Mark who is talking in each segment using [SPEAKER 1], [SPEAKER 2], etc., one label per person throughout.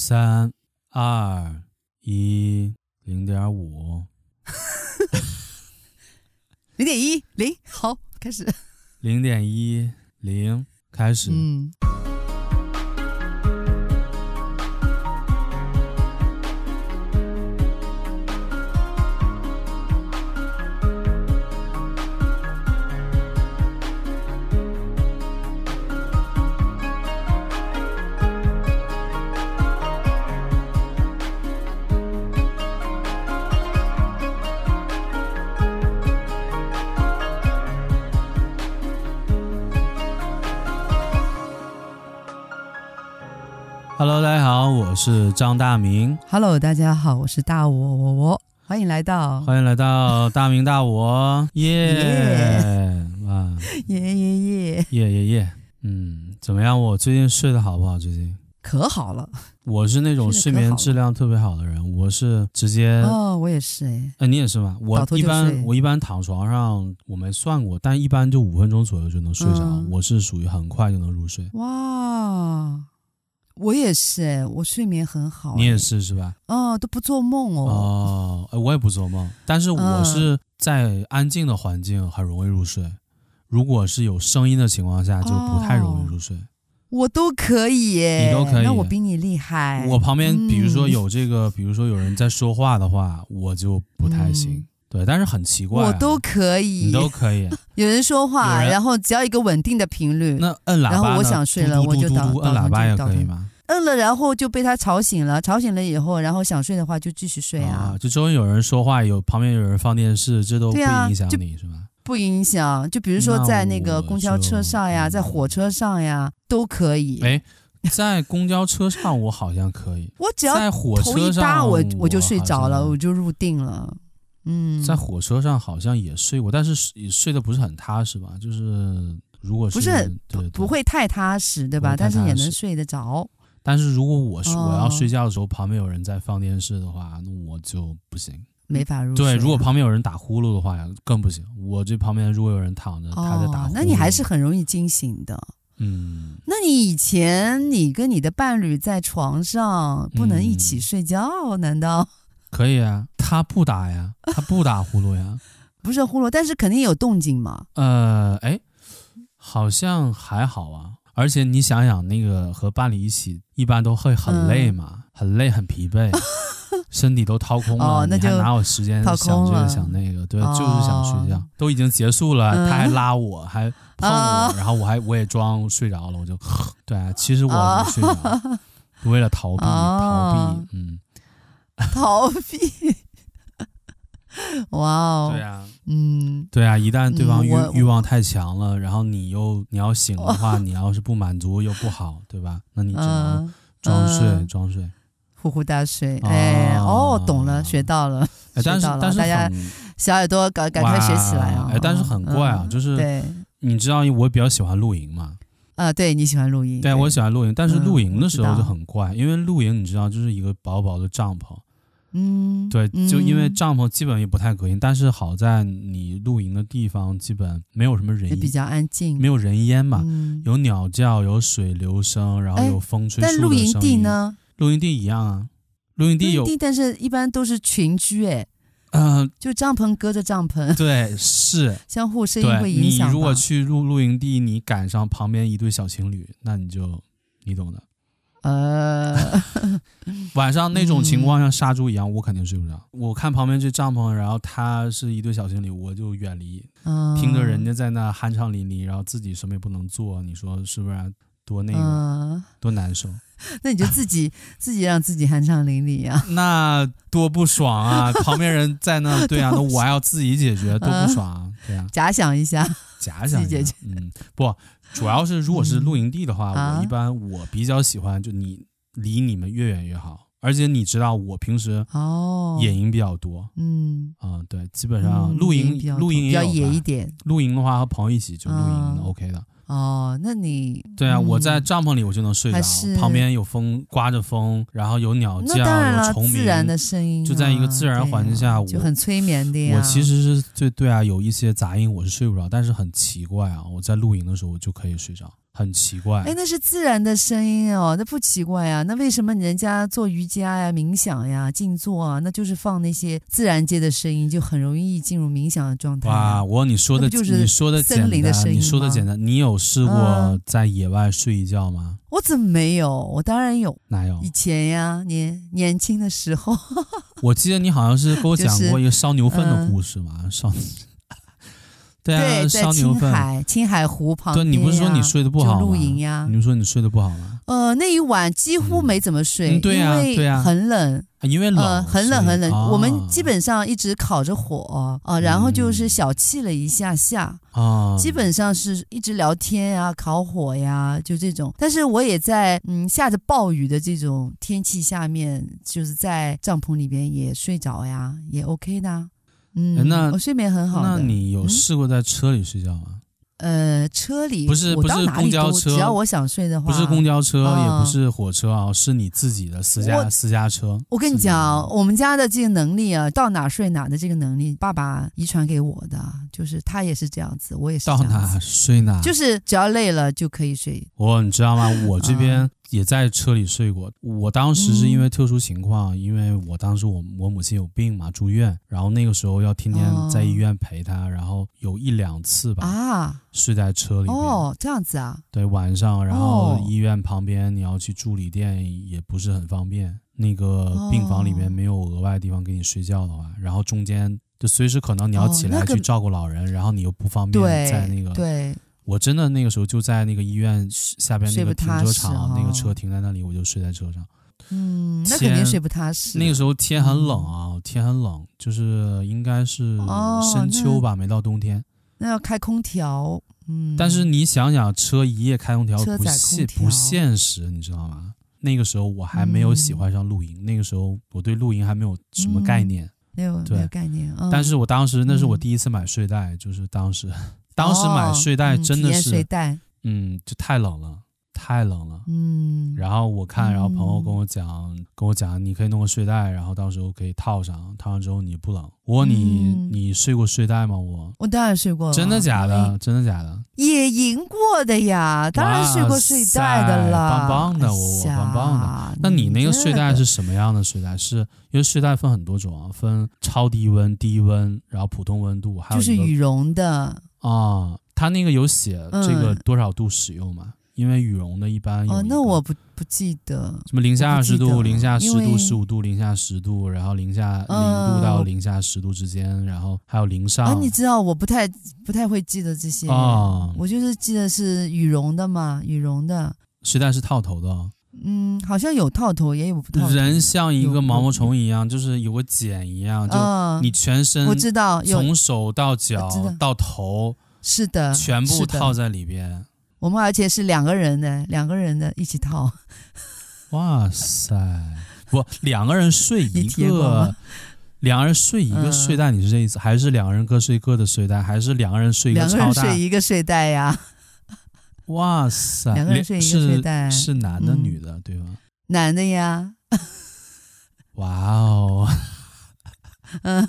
[SPEAKER 1] 三二一，零点五，
[SPEAKER 2] 零点一零，好，开始。
[SPEAKER 1] 零点一零，开始。
[SPEAKER 2] 嗯，
[SPEAKER 1] Hello，大家好，我是张大明，
[SPEAKER 2] Hello，大家好，我是大我我我，欢迎来到
[SPEAKER 1] 欢迎来到大明大我，耶、啊，
[SPEAKER 2] 耶耶耶，
[SPEAKER 1] 耶耶耶，嗯，怎么样？我最近睡得好不好？最近？
[SPEAKER 2] 可好了
[SPEAKER 1] 我是那种睡
[SPEAKER 2] 睡得可好
[SPEAKER 1] 眠
[SPEAKER 2] 了
[SPEAKER 1] 质量特别好的人，我是直接，
[SPEAKER 2] 哦，我也是哎，
[SPEAKER 1] 呃，你也是吗？我
[SPEAKER 2] 倒头
[SPEAKER 1] 一
[SPEAKER 2] 就
[SPEAKER 1] 般
[SPEAKER 2] 睡
[SPEAKER 1] 我一般躺床上，我没算过，但一般就五分钟左右就能睡着。
[SPEAKER 2] 嗯哦
[SPEAKER 1] 我是属于很快就能入睡，
[SPEAKER 2] 哇，我也是哎，我睡眠很好，
[SPEAKER 1] 你也，是是吧？
[SPEAKER 2] 哦，都不做梦哦，
[SPEAKER 1] 哦，哎我也不做梦，但是我
[SPEAKER 2] 嗯
[SPEAKER 1] 是在安静的环境很容易入睡，如果是有声音的情况
[SPEAKER 2] 哦
[SPEAKER 1] 下就不太容易入睡。
[SPEAKER 2] 我都可以
[SPEAKER 1] 你
[SPEAKER 2] 耶，
[SPEAKER 1] 都可以
[SPEAKER 2] 那我比你厉害，
[SPEAKER 1] 我旁边比如说
[SPEAKER 2] 哎嗯
[SPEAKER 1] 有这个，比如说有人在说话的话，我就不太行。
[SPEAKER 2] 嗯
[SPEAKER 1] 对，但是很奇怪啊、
[SPEAKER 2] 我都可
[SPEAKER 1] 你
[SPEAKER 2] 以，
[SPEAKER 1] 都可 以。
[SPEAKER 2] 有人说
[SPEAKER 1] 有
[SPEAKER 2] 话，
[SPEAKER 1] 人
[SPEAKER 2] 然后只要一个稳定的频率，
[SPEAKER 1] 那摁喇叭呢，
[SPEAKER 2] 然后我想睡了
[SPEAKER 1] 嘟嘟
[SPEAKER 2] 我就
[SPEAKER 1] 嘟嘟
[SPEAKER 2] 倒
[SPEAKER 1] 嘟摁
[SPEAKER 2] 倒
[SPEAKER 1] 喇叭
[SPEAKER 2] 腾
[SPEAKER 1] 也
[SPEAKER 2] 倒
[SPEAKER 1] 可以
[SPEAKER 2] 腾
[SPEAKER 1] 吗？
[SPEAKER 2] 摁了，然后就被他吵醒了，吵醒了以后，然后想睡的话就继续睡啊，
[SPEAKER 1] 就周围有人说话，有旁边有人放电视，这都不
[SPEAKER 2] 对啊
[SPEAKER 1] 影响
[SPEAKER 2] 就
[SPEAKER 1] 你是吧？
[SPEAKER 2] 不影响。就比如说
[SPEAKER 1] 那
[SPEAKER 2] 在那个
[SPEAKER 1] 我
[SPEAKER 2] 公交车上呀，
[SPEAKER 1] 就
[SPEAKER 2] 在火车上呀，都可以。，
[SPEAKER 1] 哎，在公交车上我好像可以
[SPEAKER 2] 我只要
[SPEAKER 1] 在火
[SPEAKER 2] 头
[SPEAKER 1] 车
[SPEAKER 2] 一搭，
[SPEAKER 1] 上
[SPEAKER 2] 我
[SPEAKER 1] 我
[SPEAKER 2] 就睡着
[SPEAKER 1] 好
[SPEAKER 2] 了，
[SPEAKER 1] 像
[SPEAKER 2] 我就入定了。嗯，
[SPEAKER 1] 在火车上好像也睡过，但是睡睡得不是很踏实吧？就是如果
[SPEAKER 2] 不是
[SPEAKER 1] 对
[SPEAKER 2] 不，会太踏实，对吧？
[SPEAKER 1] 不会太
[SPEAKER 2] 但是也
[SPEAKER 1] 踏实
[SPEAKER 2] 能睡得着。
[SPEAKER 1] 对但是如果我是我要
[SPEAKER 2] 哦
[SPEAKER 1] 睡觉的时候，旁边有人在放电视的话，那我就不行。
[SPEAKER 2] 没法入睡啊、
[SPEAKER 1] 对，如果旁边有人打呼噜的话，更不行。我这旁边如果有人躺着，他在打呼
[SPEAKER 2] 哦
[SPEAKER 1] 噜，，
[SPEAKER 2] 那你还是很容易惊醒的。
[SPEAKER 1] 嗯。
[SPEAKER 2] 那你以前你跟你的伴侣在床上不能一起
[SPEAKER 1] 嗯
[SPEAKER 2] 睡觉，难道
[SPEAKER 1] 可以啊，他不打呀，他不打呼噜呀。
[SPEAKER 2] 不是呼噜？但是肯定有动静嘛。
[SPEAKER 1] 呃，哎，好像还好啊。而且你想想，那个和伴侣一起，一般都会很累
[SPEAKER 2] 嗯
[SPEAKER 1] 嘛，很累，很疲 惫，身体都掏空了，
[SPEAKER 2] 哦那
[SPEAKER 1] 你还
[SPEAKER 2] 就
[SPEAKER 1] 哪有时间
[SPEAKER 2] 掏
[SPEAKER 1] 想这
[SPEAKER 2] 空
[SPEAKER 1] 个
[SPEAKER 2] 了
[SPEAKER 1] 想那个？对，就是想睡觉
[SPEAKER 2] 哦，
[SPEAKER 1] 都已经结束了，他还
[SPEAKER 2] 嗯
[SPEAKER 1] 拉我，还碰我，
[SPEAKER 2] 啊
[SPEAKER 1] 然后我还我也装睡着了，我就 对啊，其实我
[SPEAKER 2] 啊
[SPEAKER 1] 没睡着， 为了逃避、逃避
[SPEAKER 2] 哦，
[SPEAKER 1] 嗯，
[SPEAKER 2] 逃避。 哇哦，
[SPEAKER 1] 对啊。
[SPEAKER 2] 嗯，
[SPEAKER 1] 对啊，一旦对方
[SPEAKER 2] 嗯
[SPEAKER 1] 欲、
[SPEAKER 2] 我
[SPEAKER 1] 欲望太强了，然后你又你要醒的话，你要是不满足又不好，对吧？那你只能
[SPEAKER 2] 嗯，
[SPEAKER 1] 装睡、
[SPEAKER 2] 嗯
[SPEAKER 1] 装睡。
[SPEAKER 2] 呼呼大睡，哎，
[SPEAKER 1] 哦
[SPEAKER 2] 哦，懂了，学到了，
[SPEAKER 1] 哎，但
[SPEAKER 2] 学
[SPEAKER 1] 是
[SPEAKER 2] 到了
[SPEAKER 1] 但是
[SPEAKER 2] 大家
[SPEAKER 1] 很
[SPEAKER 2] 小耳朵赶赶快学起来啊
[SPEAKER 1] 哇！哎，但是很怪啊，
[SPEAKER 2] 嗯
[SPEAKER 1] 就是
[SPEAKER 2] 对，
[SPEAKER 1] 你知道我比较喜欢露营嘛，
[SPEAKER 2] 啊，对你喜欢录音，
[SPEAKER 1] 对我喜欢露营，但是
[SPEAKER 2] 嗯
[SPEAKER 1] 露营的时候
[SPEAKER 2] 我知
[SPEAKER 1] 就
[SPEAKER 2] 道
[SPEAKER 1] 很怪，因为露营你知道就是一个薄薄的帐篷，
[SPEAKER 2] 嗯，
[SPEAKER 1] 对，就因为
[SPEAKER 2] 嗯
[SPEAKER 1] 帐篷基本也不太隔音，但是好在你露营的地方基本没有什么人
[SPEAKER 2] 也比
[SPEAKER 1] 烟，
[SPEAKER 2] 较安静，
[SPEAKER 1] 没有人烟嘛，
[SPEAKER 2] 嗯，
[SPEAKER 1] 有鸟叫，有水流声，然后
[SPEAKER 2] 哎
[SPEAKER 1] 有风吹
[SPEAKER 2] 但
[SPEAKER 1] 树
[SPEAKER 2] 露
[SPEAKER 1] 的
[SPEAKER 2] 营
[SPEAKER 1] 声
[SPEAKER 2] 地
[SPEAKER 1] 音？
[SPEAKER 2] 呢？
[SPEAKER 1] 露营地一样啊，露营
[SPEAKER 2] 露
[SPEAKER 1] 地有
[SPEAKER 2] 营，地，但是一般都是群居，哎，
[SPEAKER 1] 嗯、
[SPEAKER 2] 就帐篷隔着帐篷，
[SPEAKER 1] 对，是，
[SPEAKER 2] 相互声音
[SPEAKER 1] 对
[SPEAKER 2] 会影
[SPEAKER 1] 你
[SPEAKER 2] 响吧。
[SPEAKER 1] 如果去露露营地，你赶上旁边一对小情侣，那你就你懂的。
[SPEAKER 2] 呃，
[SPEAKER 1] 晚上那种情
[SPEAKER 2] 嗯
[SPEAKER 1] 况像杀猪一样，我肯定睡不着。我看旁边这帐篷，然后他是一对小情侣，我就远离，
[SPEAKER 2] 嗯
[SPEAKER 1] 听着人家在那酣畅淋漓，然后自己什么也不能做，你说是不是？多那个、
[SPEAKER 2] 嗯，
[SPEAKER 1] 多难受，
[SPEAKER 2] 那你就自己自己让自己酣畅淋漓啊。
[SPEAKER 1] 那多不爽啊！旁边人在 那，对啊，那
[SPEAKER 2] 多不
[SPEAKER 1] 我还要自己解决，多
[SPEAKER 2] 嗯
[SPEAKER 1] 不爽啊！对啊，
[SPEAKER 2] 假想一下，
[SPEAKER 1] 假想一
[SPEAKER 2] 自己解
[SPEAKER 1] 下，嗯，不，主要是如果是
[SPEAKER 2] 嗯
[SPEAKER 1] 露营地的话，
[SPEAKER 2] 啊
[SPEAKER 1] 我一般我比较喜欢就你离你们越远越好，而且你知道我平时
[SPEAKER 2] 哦，
[SPEAKER 1] 野营比较多
[SPEAKER 2] 嗯，
[SPEAKER 1] 啊、对，基本上
[SPEAKER 2] 嗯
[SPEAKER 1] 露
[SPEAKER 2] 野
[SPEAKER 1] 营
[SPEAKER 2] 比较
[SPEAKER 1] 露
[SPEAKER 2] 多
[SPEAKER 1] 营
[SPEAKER 2] 比较
[SPEAKER 1] 也
[SPEAKER 2] 野
[SPEAKER 1] 有
[SPEAKER 2] 一
[SPEAKER 1] 吧
[SPEAKER 2] 点
[SPEAKER 1] 露营的话和朋友一起就露营
[SPEAKER 2] 啊
[SPEAKER 1] OK 的，
[SPEAKER 2] 哦。那你
[SPEAKER 1] 对啊，我在
[SPEAKER 2] 嗯
[SPEAKER 1] 帐篷里我就能睡着
[SPEAKER 2] 还，是
[SPEAKER 1] 旁边有风刮着风，然后有鸟叫，
[SPEAKER 2] 那当然
[SPEAKER 1] 有
[SPEAKER 2] 了，
[SPEAKER 1] 虫鸣
[SPEAKER 2] 自，然的声音啊、
[SPEAKER 1] 就在一个自然环境下
[SPEAKER 2] 对啊
[SPEAKER 1] 我
[SPEAKER 2] 就很催眠的呀。
[SPEAKER 1] 我其实是对对啊，有一些杂音我是睡不着，但是很奇怪啊，我在露营的时候我就可以睡着。很奇怪。
[SPEAKER 2] 哎，那是自然的声音哦，那不奇怪呀、那为什么人家做瑜伽呀、冥想呀、静坐啊，那就是放那些自然界的声音，就很容易进入冥想的状态
[SPEAKER 1] 哇，
[SPEAKER 2] 啊、
[SPEAKER 1] 我你说的
[SPEAKER 2] 那不就是
[SPEAKER 1] 你说的简
[SPEAKER 2] 森林的
[SPEAKER 1] 单，
[SPEAKER 2] 声音
[SPEAKER 1] 你说的
[SPEAKER 2] 吗
[SPEAKER 1] 简单。你有试过
[SPEAKER 2] 嗯
[SPEAKER 1] 在野外睡一觉吗？
[SPEAKER 2] 我怎么没有？我当然有，
[SPEAKER 1] 哪有
[SPEAKER 2] 以？前呀，年年轻的时候，
[SPEAKER 1] 我记得你好像是给我
[SPEAKER 2] 就
[SPEAKER 1] 讲
[SPEAKER 2] 是
[SPEAKER 1] 过一个烧牛粪的
[SPEAKER 2] 嗯
[SPEAKER 1] 故事嘛，烧。 对啊，
[SPEAKER 2] 对，在
[SPEAKER 1] 烧牛
[SPEAKER 2] 青
[SPEAKER 1] 粪。
[SPEAKER 2] 海青海湖旁
[SPEAKER 1] 对，
[SPEAKER 2] 边呀，
[SPEAKER 1] 你不是说你睡得不好吗？嗯
[SPEAKER 2] 就露营啊呀
[SPEAKER 1] 你不是说你睡得不好吗？
[SPEAKER 2] 呃，那一晚几乎
[SPEAKER 1] 嗯
[SPEAKER 2] 没怎么睡，
[SPEAKER 1] 嗯对呀
[SPEAKER 2] 因
[SPEAKER 1] 对
[SPEAKER 2] 为
[SPEAKER 1] 呀
[SPEAKER 2] 很冷，
[SPEAKER 1] 啊因为冷，
[SPEAKER 2] 呃，很冷
[SPEAKER 1] 所以
[SPEAKER 2] 很冷。
[SPEAKER 1] 啊
[SPEAKER 2] 我们基本上一直烤着火啊、然后
[SPEAKER 1] 嗯
[SPEAKER 2] 就是小憩了一下下，
[SPEAKER 1] 啊，
[SPEAKER 2] 基本上是一直聊天呀、烤火呀，就这种。但是我也在嗯下着暴雨的这种天气下面，就是在帐篷里边也睡着呀，也 OK 的啊。
[SPEAKER 1] 哎
[SPEAKER 2] 嗯，
[SPEAKER 1] 那
[SPEAKER 2] 我睡眠很好的。
[SPEAKER 1] 那你有
[SPEAKER 2] 嗯
[SPEAKER 1] 试过在车里睡觉吗？
[SPEAKER 2] 呃车里
[SPEAKER 1] 不是
[SPEAKER 2] 我
[SPEAKER 1] 不
[SPEAKER 2] 到
[SPEAKER 1] 是
[SPEAKER 2] 哪
[SPEAKER 1] 公
[SPEAKER 2] 里
[SPEAKER 1] 交
[SPEAKER 2] 都
[SPEAKER 1] 车
[SPEAKER 2] 只要我想睡的话，
[SPEAKER 1] 不是公交车，也
[SPEAKER 2] 啊
[SPEAKER 1] 不是火车啊，是你自己的私家
[SPEAKER 2] 我
[SPEAKER 1] 私家车。
[SPEAKER 2] 我跟你
[SPEAKER 1] 是这样
[SPEAKER 2] 讲，
[SPEAKER 1] 吗，
[SPEAKER 2] 我们家的这个能力啊，到哪睡哪的这个能力，爸爸遗传给我的，就是他也是这样子，我也是这
[SPEAKER 1] 到
[SPEAKER 2] 样
[SPEAKER 1] 哪啊
[SPEAKER 2] 子，
[SPEAKER 1] 睡哪，
[SPEAKER 2] 就是只要累了就可以睡。
[SPEAKER 1] 我你知道吗？我这边也在车里睡过。我当时是因为
[SPEAKER 2] 嗯
[SPEAKER 1] 特殊情况，因为我当时我我母亲有病嘛，住院，然后那个时候要天天
[SPEAKER 2] 哦
[SPEAKER 1] 在医院陪她，然后有一两次吧、
[SPEAKER 2] 啊，
[SPEAKER 1] 睡在车里边。
[SPEAKER 2] 哦，这样子啊，
[SPEAKER 1] 对，晚上，然后
[SPEAKER 2] 哦
[SPEAKER 1] 医院旁边你要去住旅店也不是很方便，那个病房里面
[SPEAKER 2] 哦
[SPEAKER 1] 没有额外地方给你睡觉的话，然后中间就随时可能你要
[SPEAKER 2] 哦
[SPEAKER 1] 起
[SPEAKER 2] 那
[SPEAKER 1] 来
[SPEAKER 2] 个
[SPEAKER 1] 去照顾老人，然后你又不方便在那
[SPEAKER 2] 对
[SPEAKER 1] 个。
[SPEAKER 2] 对，
[SPEAKER 1] 我真的那个时候就在那个医院下边那
[SPEAKER 2] 睡
[SPEAKER 1] 个
[SPEAKER 2] 不
[SPEAKER 1] 停
[SPEAKER 2] 踏
[SPEAKER 1] 车
[SPEAKER 2] 实
[SPEAKER 1] 场，
[SPEAKER 2] 哦
[SPEAKER 1] 那个车停在那里，我就睡在车上。
[SPEAKER 2] 嗯，那
[SPEAKER 1] 天
[SPEAKER 2] 肯定睡不踏实。
[SPEAKER 1] 那个时候天很冷啊，天很冷，就是应该是
[SPEAKER 2] 嗯哦
[SPEAKER 1] 深
[SPEAKER 2] 那
[SPEAKER 1] 秋吧，没到冬天。
[SPEAKER 2] 那要开空调，嗯，
[SPEAKER 1] 但是你想想，车一夜开空调
[SPEAKER 2] 车
[SPEAKER 1] 不
[SPEAKER 2] 载
[SPEAKER 1] 现
[SPEAKER 2] 空调
[SPEAKER 1] 不现实，你知道吗？那个时候我还没有喜
[SPEAKER 2] 嗯
[SPEAKER 1] 欢上露营，那个时候我对露营还没有什么概念。
[SPEAKER 2] 没有
[SPEAKER 1] 对
[SPEAKER 2] 没有概念，嗯、
[SPEAKER 1] 但是我当时那是我
[SPEAKER 2] 嗯
[SPEAKER 1] 第一次买睡袋，就是当时当时买
[SPEAKER 2] 哦
[SPEAKER 1] 睡袋
[SPEAKER 2] 嗯
[SPEAKER 1] 真
[SPEAKER 2] 体
[SPEAKER 1] 的
[SPEAKER 2] 验
[SPEAKER 1] 是
[SPEAKER 2] 睡，袋，
[SPEAKER 1] 嗯就太冷了，太冷了。
[SPEAKER 2] 嗯，
[SPEAKER 1] 然后我看，然后朋友
[SPEAKER 2] 嗯
[SPEAKER 1] 跟我讲，跟我讲，你可以弄个睡袋，然后到时候可以套上，套上之后你不冷。我问你，
[SPEAKER 2] 嗯
[SPEAKER 1] 你睡过睡袋吗？我
[SPEAKER 2] 我当然睡过了，
[SPEAKER 1] 真的假
[SPEAKER 2] 哎
[SPEAKER 1] 的？真的假的？
[SPEAKER 2] 也赢过的呀，当然睡过睡袋的
[SPEAKER 1] 哇塞
[SPEAKER 2] 啦，
[SPEAKER 1] 棒棒的
[SPEAKER 2] 哎呀
[SPEAKER 1] 我我棒棒的那你
[SPEAKER 2] 嗯
[SPEAKER 1] 那个睡袋是什么样的睡袋？是因为睡袋分很多种啊，分超低温、低温，然后普通温度，还
[SPEAKER 2] 这个
[SPEAKER 1] 有
[SPEAKER 2] 就是
[SPEAKER 1] 一个
[SPEAKER 2] 羽绒的
[SPEAKER 1] 啊，它那个有写
[SPEAKER 2] 嗯
[SPEAKER 1] 这个多少度使用嘛？因为哎羽绒的一般有
[SPEAKER 2] 哦
[SPEAKER 1] 一，
[SPEAKER 2] 那
[SPEAKER 1] 个
[SPEAKER 2] 我不不记得，
[SPEAKER 1] 什么零下
[SPEAKER 2] 我
[SPEAKER 1] 二
[SPEAKER 2] 不记
[SPEAKER 1] 十
[SPEAKER 2] 得
[SPEAKER 1] 度、
[SPEAKER 2] 了
[SPEAKER 1] 零下十
[SPEAKER 2] 因
[SPEAKER 1] 度、
[SPEAKER 2] 为
[SPEAKER 1] 十五度、零下十度，然后零下零度
[SPEAKER 2] 嗯
[SPEAKER 1] 到零下十度之间，然后还有零上
[SPEAKER 2] 啊，你知道我不太不太会记得这些，
[SPEAKER 1] 啊
[SPEAKER 2] 我就是记得是羽绒的嘛，羽绒的，
[SPEAKER 1] 睡袋是套头的哦，
[SPEAKER 2] 嗯，好像有套头，也有不套头，
[SPEAKER 1] 人像一
[SPEAKER 2] 有
[SPEAKER 1] 个毛
[SPEAKER 2] 有
[SPEAKER 1] 毛虫一样，就是有个茧一样，就
[SPEAKER 2] 嗯，
[SPEAKER 1] 你全身
[SPEAKER 2] 我知道有
[SPEAKER 1] 从手到脚
[SPEAKER 2] 我知道
[SPEAKER 1] 到头
[SPEAKER 2] 是的，
[SPEAKER 1] 全部
[SPEAKER 2] 是的
[SPEAKER 1] 套在里边。
[SPEAKER 2] 我们而且是两个人的，两个人的一起套，
[SPEAKER 1] 哇塞，不，两个人睡一
[SPEAKER 2] 你体验过
[SPEAKER 1] 个
[SPEAKER 2] 吗，
[SPEAKER 1] 两个人睡一个
[SPEAKER 2] 嗯
[SPEAKER 1] 睡袋，你是这意思？还是两个人各睡各的睡袋？还是两个人睡一个
[SPEAKER 2] 两个人
[SPEAKER 1] 超大
[SPEAKER 2] 睡？一个睡袋呀，
[SPEAKER 1] 哇塞，
[SPEAKER 2] 两个人睡一个
[SPEAKER 1] 是
[SPEAKER 2] 睡袋
[SPEAKER 1] 是男的
[SPEAKER 2] 嗯
[SPEAKER 1] 女的对吧？
[SPEAKER 2] 男的呀，
[SPEAKER 1] 哇哦，
[SPEAKER 2] 嗯，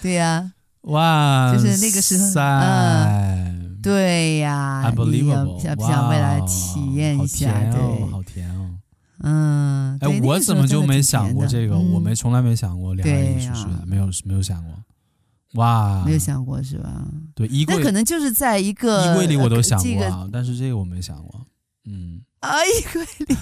[SPEAKER 2] 对啊呀、
[SPEAKER 1] 哇，
[SPEAKER 2] 就是那个时候
[SPEAKER 1] 塞，
[SPEAKER 2] 嗯对呀、哎你要
[SPEAKER 1] Unbelievable！
[SPEAKER 2] 想不想未来体验一下？
[SPEAKER 1] 哇好甜哦，
[SPEAKER 2] 对，
[SPEAKER 1] 好甜哦。
[SPEAKER 2] 嗯，
[SPEAKER 1] 哎
[SPEAKER 2] 对，
[SPEAKER 1] 我怎么就没想过这个？我、
[SPEAKER 2] 那
[SPEAKER 1] 没
[SPEAKER 2] 个时
[SPEAKER 1] 从来没想过两个人一起
[SPEAKER 2] 嗯对呀
[SPEAKER 1] 睡的，没有没有想过。哇，
[SPEAKER 2] 候真的挺甜的嗯没有想过是吧？
[SPEAKER 1] 对衣柜
[SPEAKER 2] 那可能就是在一个呃
[SPEAKER 1] 衣柜里我都想
[SPEAKER 2] 这
[SPEAKER 1] 过
[SPEAKER 2] 个
[SPEAKER 1] 啊，但是这个我没想过。嗯，
[SPEAKER 2] 啊，衣柜里。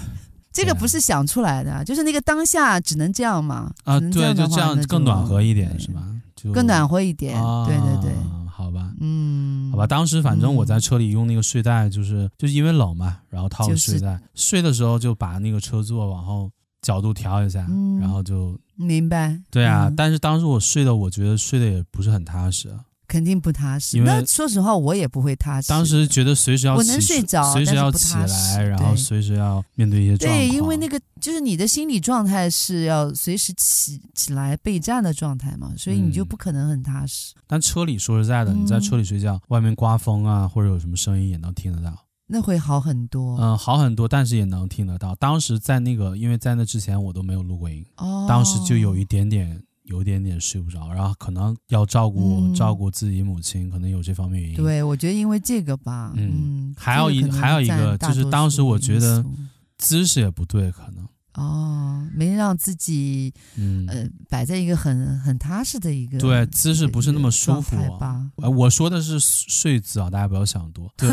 [SPEAKER 2] 这
[SPEAKER 1] 啊
[SPEAKER 2] 个不是想出来的，啊就是那个当下只能这样嘛。
[SPEAKER 1] 啊，
[SPEAKER 2] 只能这
[SPEAKER 1] 对，
[SPEAKER 2] 样的
[SPEAKER 1] 就
[SPEAKER 2] 话
[SPEAKER 1] 这样
[SPEAKER 2] 那
[SPEAKER 1] 更暖和一点
[SPEAKER 2] 对
[SPEAKER 1] 是吧？就
[SPEAKER 2] 更暖和一点。
[SPEAKER 1] 啊，
[SPEAKER 2] 对对对，，
[SPEAKER 1] 好吧。
[SPEAKER 2] 嗯，
[SPEAKER 1] 好吧，当时反正我
[SPEAKER 2] 嗯
[SPEAKER 1] 在车里用那个睡袋，就是、就是因为冷嘛，然后套个
[SPEAKER 2] 就是
[SPEAKER 1] 睡袋，睡的时候就把那个车座往后角度调一下，
[SPEAKER 2] 嗯
[SPEAKER 1] 然后就
[SPEAKER 2] 明白。
[SPEAKER 1] 对啊。
[SPEAKER 2] 嗯
[SPEAKER 1] 但是当时我睡的，我觉得睡的也不是很踏实，
[SPEAKER 2] 肯定不踏实。
[SPEAKER 1] 因为
[SPEAKER 2] 那说实话，我也不会踏实。
[SPEAKER 1] 当时觉得随时要
[SPEAKER 2] 我
[SPEAKER 1] 起
[SPEAKER 2] 能睡着
[SPEAKER 1] 随时
[SPEAKER 2] 但是
[SPEAKER 1] 要
[SPEAKER 2] 不
[SPEAKER 1] 起
[SPEAKER 2] 踏实
[SPEAKER 1] 来，然后
[SPEAKER 2] 对
[SPEAKER 1] 随时要面对一些状况。
[SPEAKER 2] 对，因为那个就是你的心理状态是要随时起起来备战的状态嘛，所以你就
[SPEAKER 1] 嗯
[SPEAKER 2] 不可能很踏实。
[SPEAKER 1] 但车里说实在的，你在
[SPEAKER 2] 嗯
[SPEAKER 1] 车里睡觉，外面刮风啊，或者有什么声音也能听得到。
[SPEAKER 2] 那会好很多。
[SPEAKER 1] 嗯，好很多，但是也能听得到。当时在那个，因为在那之前我都没有录过音，
[SPEAKER 2] 哦，
[SPEAKER 1] 当时就有一点点有点点睡不着，然后可能要照顾、
[SPEAKER 2] 嗯
[SPEAKER 1] 照顾自己母亲，可能有这方面原因。，
[SPEAKER 2] 对，我觉得因为这个吧，
[SPEAKER 1] 嗯
[SPEAKER 2] 嗯，
[SPEAKER 1] 还有一
[SPEAKER 2] 这可能
[SPEAKER 1] 还有一
[SPEAKER 2] 占
[SPEAKER 1] 个
[SPEAKER 2] 大
[SPEAKER 1] 就是
[SPEAKER 2] 多
[SPEAKER 1] 当时
[SPEAKER 2] 数
[SPEAKER 1] 我
[SPEAKER 2] 因
[SPEAKER 1] 觉得
[SPEAKER 2] 素
[SPEAKER 1] 姿势也不对，可能，
[SPEAKER 2] 哦，没让自己
[SPEAKER 1] 嗯，
[SPEAKER 2] 呃摆在一个很很踏实的一个
[SPEAKER 1] 对，姿势
[SPEAKER 2] 一个
[SPEAKER 1] 不是那么舒服
[SPEAKER 2] 状态
[SPEAKER 1] 啊。
[SPEAKER 2] 吧？
[SPEAKER 1] 哎，我说的是睡姿啊，大家不要想多。对，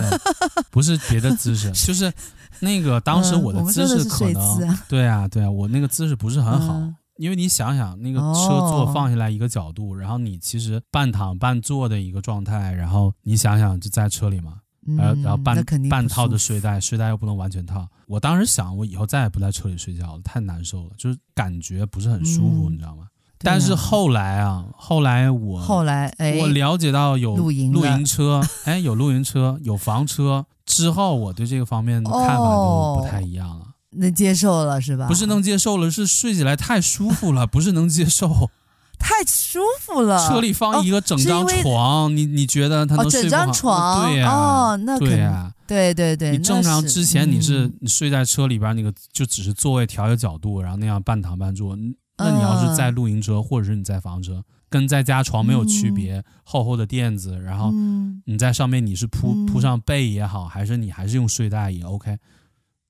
[SPEAKER 1] 不是别的姿 势，就是那个当时
[SPEAKER 2] 嗯
[SPEAKER 1] 我的
[SPEAKER 2] 们
[SPEAKER 1] 姿
[SPEAKER 2] 说
[SPEAKER 1] 势
[SPEAKER 2] 的是
[SPEAKER 1] 可
[SPEAKER 2] 睡
[SPEAKER 1] 能，
[SPEAKER 2] 姿啊
[SPEAKER 1] 对啊，对啊，我那个姿势不是很好，
[SPEAKER 2] 嗯
[SPEAKER 1] 因为你想想，那个
[SPEAKER 2] 哦
[SPEAKER 1] 车座放下来一个角度，然后你其实半躺半坐的一个状态，然后你想想就在车里嘛，然后
[SPEAKER 2] 嗯
[SPEAKER 1] 然后呃半
[SPEAKER 2] 那肯定
[SPEAKER 1] 半
[SPEAKER 2] 不
[SPEAKER 1] 套的
[SPEAKER 2] 舒
[SPEAKER 1] 睡
[SPEAKER 2] 服
[SPEAKER 1] 袋，睡袋又不能完全套。我当时想，我以后再也不在车里睡觉了，太难受了，就是感觉不是很舒服，
[SPEAKER 2] 嗯
[SPEAKER 1] 你知道吗？
[SPEAKER 2] 对
[SPEAKER 1] 但是
[SPEAKER 2] 啊
[SPEAKER 1] 后来啊，后来我
[SPEAKER 2] 后来哎，
[SPEAKER 1] 我了解到有
[SPEAKER 2] 露营了
[SPEAKER 1] 车， 哎，有露营车，有房车。之后我对这个方面的看法就
[SPEAKER 2] 哦
[SPEAKER 1] 不太一样了，
[SPEAKER 2] 能接受了是吧？
[SPEAKER 1] 不是能接受了，是睡起来太舒服了，不是能接受。
[SPEAKER 2] 太舒服了，
[SPEAKER 1] 车里放一个整张
[SPEAKER 2] 呃哦是因为
[SPEAKER 1] 床，你你觉得他
[SPEAKER 2] 哦
[SPEAKER 1] 能睡
[SPEAKER 2] 整
[SPEAKER 1] 不好？
[SPEAKER 2] 张床
[SPEAKER 1] 对呀、
[SPEAKER 2] 哦，那肯
[SPEAKER 1] 对呀、
[SPEAKER 2] 对对对，
[SPEAKER 1] 你正
[SPEAKER 2] 那
[SPEAKER 1] 常
[SPEAKER 2] 是
[SPEAKER 1] 之前你是
[SPEAKER 2] 嗯
[SPEAKER 1] 你睡在车里边那个，就只是座位调一个角度，然后那样半躺半坐。嗯那你要是在露营车或者是你在房车，跟在家床没有区别，厚厚的垫子，然后
[SPEAKER 2] 嗯
[SPEAKER 1] 你在上面你是铺、
[SPEAKER 2] 嗯
[SPEAKER 1] 铺上被也好，还是你还是用睡袋也 OK，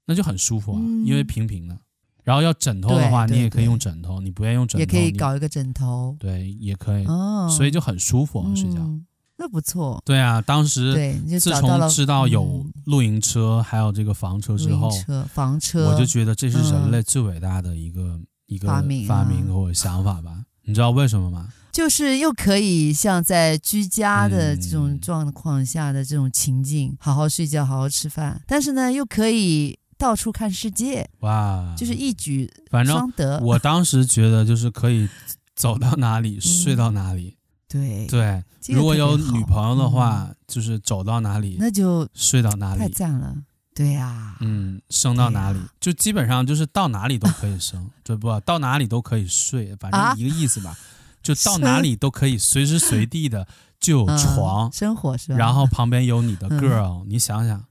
[SPEAKER 1] 那就很舒服啊，
[SPEAKER 2] 嗯
[SPEAKER 1] 因为平平的。然后要枕头的话，
[SPEAKER 2] 对对
[SPEAKER 1] 你也可以
[SPEAKER 2] 对
[SPEAKER 1] 用枕头，你不愿意用枕头，
[SPEAKER 2] 也可以
[SPEAKER 1] 你
[SPEAKER 2] 搞一个枕头
[SPEAKER 1] 对，也可以，
[SPEAKER 2] 哦，
[SPEAKER 1] 所以就很舒服、啊睡觉。
[SPEAKER 2] 嗯那不错。
[SPEAKER 1] 对啊，当时
[SPEAKER 2] 对，你就
[SPEAKER 1] 自
[SPEAKER 2] 找到
[SPEAKER 1] 从
[SPEAKER 2] 了
[SPEAKER 1] 知道有
[SPEAKER 2] 嗯
[SPEAKER 1] 露营车、还有这个房车之
[SPEAKER 2] 露营
[SPEAKER 1] 后，
[SPEAKER 2] 车、房车，
[SPEAKER 1] 我就觉得这是人
[SPEAKER 2] 嗯
[SPEAKER 1] 类最伟大的一个、一个
[SPEAKER 2] 发明啊
[SPEAKER 1] 发明或者想法吧。你知道为什么吗？
[SPEAKER 2] 就是又可以像在居家的这种
[SPEAKER 1] 嗯
[SPEAKER 2] 状况下的这种情境，好好睡觉，好好吃饭，但是呢，又可以到处看世界，
[SPEAKER 1] 哇，
[SPEAKER 2] 就是一举
[SPEAKER 1] 啊反正
[SPEAKER 2] 双得。
[SPEAKER 1] 我当时觉得就是可以走到哪里、睡到哪里。
[SPEAKER 2] 嗯对，
[SPEAKER 1] 对，
[SPEAKER 2] 这个
[SPEAKER 1] 如果
[SPEAKER 2] 特别
[SPEAKER 1] 有
[SPEAKER 2] 好嗯
[SPEAKER 1] 女朋友的话，就是走到哪里
[SPEAKER 2] 那就
[SPEAKER 1] 睡到哪
[SPEAKER 2] 太
[SPEAKER 1] 里，
[SPEAKER 2] 赞了。对啊呀、
[SPEAKER 1] 嗯，升到哪里、
[SPEAKER 2] 对呀
[SPEAKER 1] 就基本上就是到哪里都 可以升，对不？到哪里都可以睡，反
[SPEAKER 2] 啊
[SPEAKER 1] 正一个意思 吧。就到哪里都可以，随时随地的就有
[SPEAKER 2] 嗯
[SPEAKER 1] 床，
[SPEAKER 2] 生活是吧？啊
[SPEAKER 1] 然后旁边有你的
[SPEAKER 2] 嗯
[SPEAKER 1] girl，、你想想，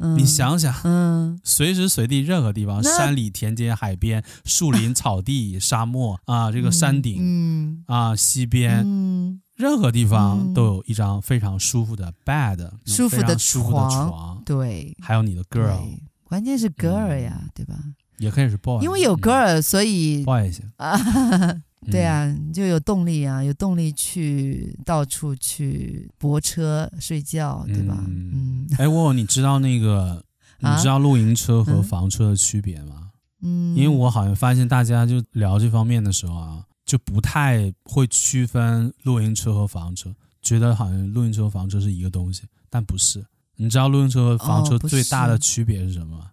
[SPEAKER 2] 嗯
[SPEAKER 1] 你，想想，
[SPEAKER 2] 嗯，
[SPEAKER 1] 随时随地任何地方，
[SPEAKER 2] 那
[SPEAKER 1] 山里、田间、海边、树 林、草地、沙漠啊，这个山顶、
[SPEAKER 2] 嗯
[SPEAKER 1] 啊，西边，
[SPEAKER 2] 嗯，
[SPEAKER 1] 任何地方
[SPEAKER 2] 嗯
[SPEAKER 1] 都有一张非常舒服的 bed，
[SPEAKER 2] 舒服
[SPEAKER 1] 非
[SPEAKER 2] 的
[SPEAKER 1] 常舒服的
[SPEAKER 2] 床
[SPEAKER 1] 床，
[SPEAKER 2] 对
[SPEAKER 1] 还有你的 girl，
[SPEAKER 2] 对关键是 girl 呀，对吧？
[SPEAKER 1] 也可以是 boy，
[SPEAKER 2] 因为有
[SPEAKER 1] 嗯
[SPEAKER 2] girl，所以
[SPEAKER 1] boy 也行，
[SPEAKER 2] 啊， 对
[SPEAKER 1] 嗯，
[SPEAKER 2] 啊，你就有动力啊，有动力去到处去泊车睡觉，对吧？
[SPEAKER 1] 嗯
[SPEAKER 2] 嗯
[SPEAKER 1] 哎，沃沃，你知道那个，你
[SPEAKER 2] 啊
[SPEAKER 1] 知道露营车和
[SPEAKER 2] 嗯
[SPEAKER 1] 房车的区别吗？
[SPEAKER 2] 嗯，
[SPEAKER 1] 因为我好像发现大家就聊这方面的时候啊，就不太会区分露营车和房车，觉得好像露营车和房车是一个东西，但不是。你知道露营车和房车
[SPEAKER 2] 哦不是
[SPEAKER 1] 最大的区别是什么吗？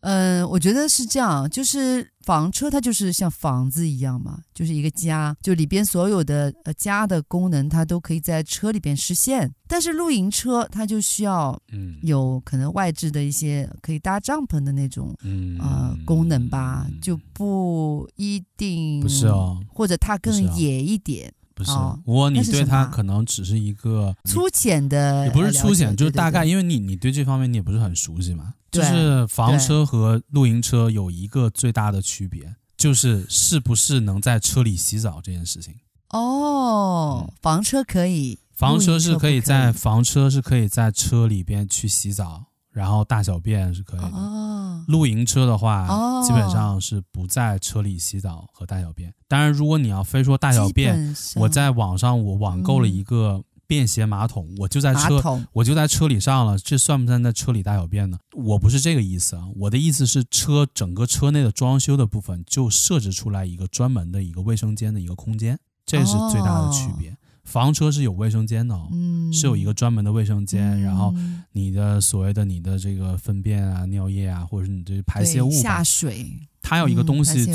[SPEAKER 2] 嗯、我觉得是这样，就是房车它就是像房子一样嘛，就是一个家，就里边所有的呃家的功能它都可以在车里边实现，但是露营车它就需要
[SPEAKER 1] 嗯
[SPEAKER 2] 有可能外置的一些可以搭帐篷的那种。
[SPEAKER 1] 嗯
[SPEAKER 2] 呃，功能吧，就不一定
[SPEAKER 1] 不是，哦，
[SPEAKER 2] 或者它
[SPEAKER 1] 不是
[SPEAKER 2] 更
[SPEAKER 1] 啊
[SPEAKER 2] 野一点，
[SPEAKER 1] 不是
[SPEAKER 2] 哦
[SPEAKER 1] 我你
[SPEAKER 2] 那是
[SPEAKER 1] 对
[SPEAKER 2] 什么
[SPEAKER 1] 它
[SPEAKER 2] 啊
[SPEAKER 1] 可能只是一个
[SPEAKER 2] 粗浅的
[SPEAKER 1] 嗯
[SPEAKER 2] 呃
[SPEAKER 1] 也不是粗
[SPEAKER 2] 哎了
[SPEAKER 1] 浅，
[SPEAKER 2] 解
[SPEAKER 1] 就是大概，
[SPEAKER 2] 对对
[SPEAKER 1] 因为你你对这方面你也不是很熟悉嘛。就
[SPEAKER 2] 对
[SPEAKER 1] 是房车和露营车有一个最大的区别，就是是不是能在车里洗澡这件事情。
[SPEAKER 2] 对
[SPEAKER 1] 嗯
[SPEAKER 2] 哦，房车可以，
[SPEAKER 1] 房车是可以在
[SPEAKER 2] 露营车
[SPEAKER 1] 房车是可以在车里边去洗澡，然后大小便是可以
[SPEAKER 2] 不可以
[SPEAKER 1] 的。
[SPEAKER 2] 哦，
[SPEAKER 1] 露营车的话，
[SPEAKER 2] 哦
[SPEAKER 1] 基本上是不在车里洗澡和大小便。当然，如果你要非说大小便，
[SPEAKER 2] 基本上
[SPEAKER 1] 我在网上我网购了
[SPEAKER 2] 嗯
[SPEAKER 1] 一个便携马桶，我就在
[SPEAKER 2] 马
[SPEAKER 1] 车
[SPEAKER 2] 桶
[SPEAKER 1] 我就在车里上了，这算不算在车里大小便呢？我不是这个意思啊，我的意思是车整个车内的装修的部分就设置出来一个专门的一个卫生间的一个空间，这是最大的区别。房车是有卫生间的哦，
[SPEAKER 2] 哦嗯
[SPEAKER 1] 是有一个专门的卫生间，然后
[SPEAKER 2] 嗯
[SPEAKER 1] 你的所谓的你的这个粪便啊、尿液啊，或者是你这排泄
[SPEAKER 2] 对
[SPEAKER 1] 物啊吧
[SPEAKER 2] 下，水，
[SPEAKER 1] 它有一个东
[SPEAKER 2] 嗯排
[SPEAKER 1] 西
[SPEAKER 2] 泄物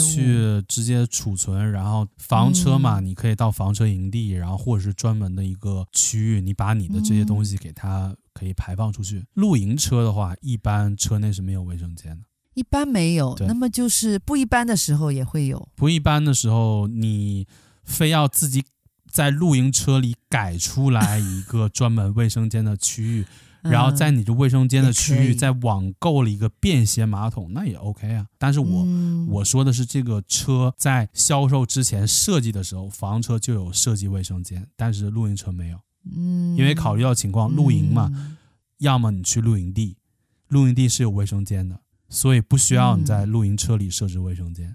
[SPEAKER 1] 去直接储存，然后房车嘛，
[SPEAKER 2] 嗯
[SPEAKER 1] 你可以到房车营地，然后或者是专门的一个区域，你把你的这些
[SPEAKER 2] 嗯
[SPEAKER 1] 东西给它可以排放出去。露营车的话，一般车内是没有卫生间的。
[SPEAKER 2] 一般没有，
[SPEAKER 1] 对
[SPEAKER 2] 那么就是不一般的时候也会有，
[SPEAKER 1] 不一般的时候，你非要自己在露营车里改出来一个专门卫生间的区域，然后在你这卫生间的区
[SPEAKER 2] 嗯也可
[SPEAKER 1] 域
[SPEAKER 2] 以
[SPEAKER 1] 再网购了一个便携马桶，那也 OK 啊。但是我、
[SPEAKER 2] 嗯
[SPEAKER 1] 我说的是这个车在销售之前设计的时候，房车就有设计卫生间，但是露营车没有，
[SPEAKER 2] 嗯，
[SPEAKER 1] 因为考虑到情况，露营嘛，
[SPEAKER 2] 嗯
[SPEAKER 1] 要么你去露营地，露营地是有卫生间的，所以不需要你在
[SPEAKER 2] 嗯
[SPEAKER 1] 露营车里设置卫生间。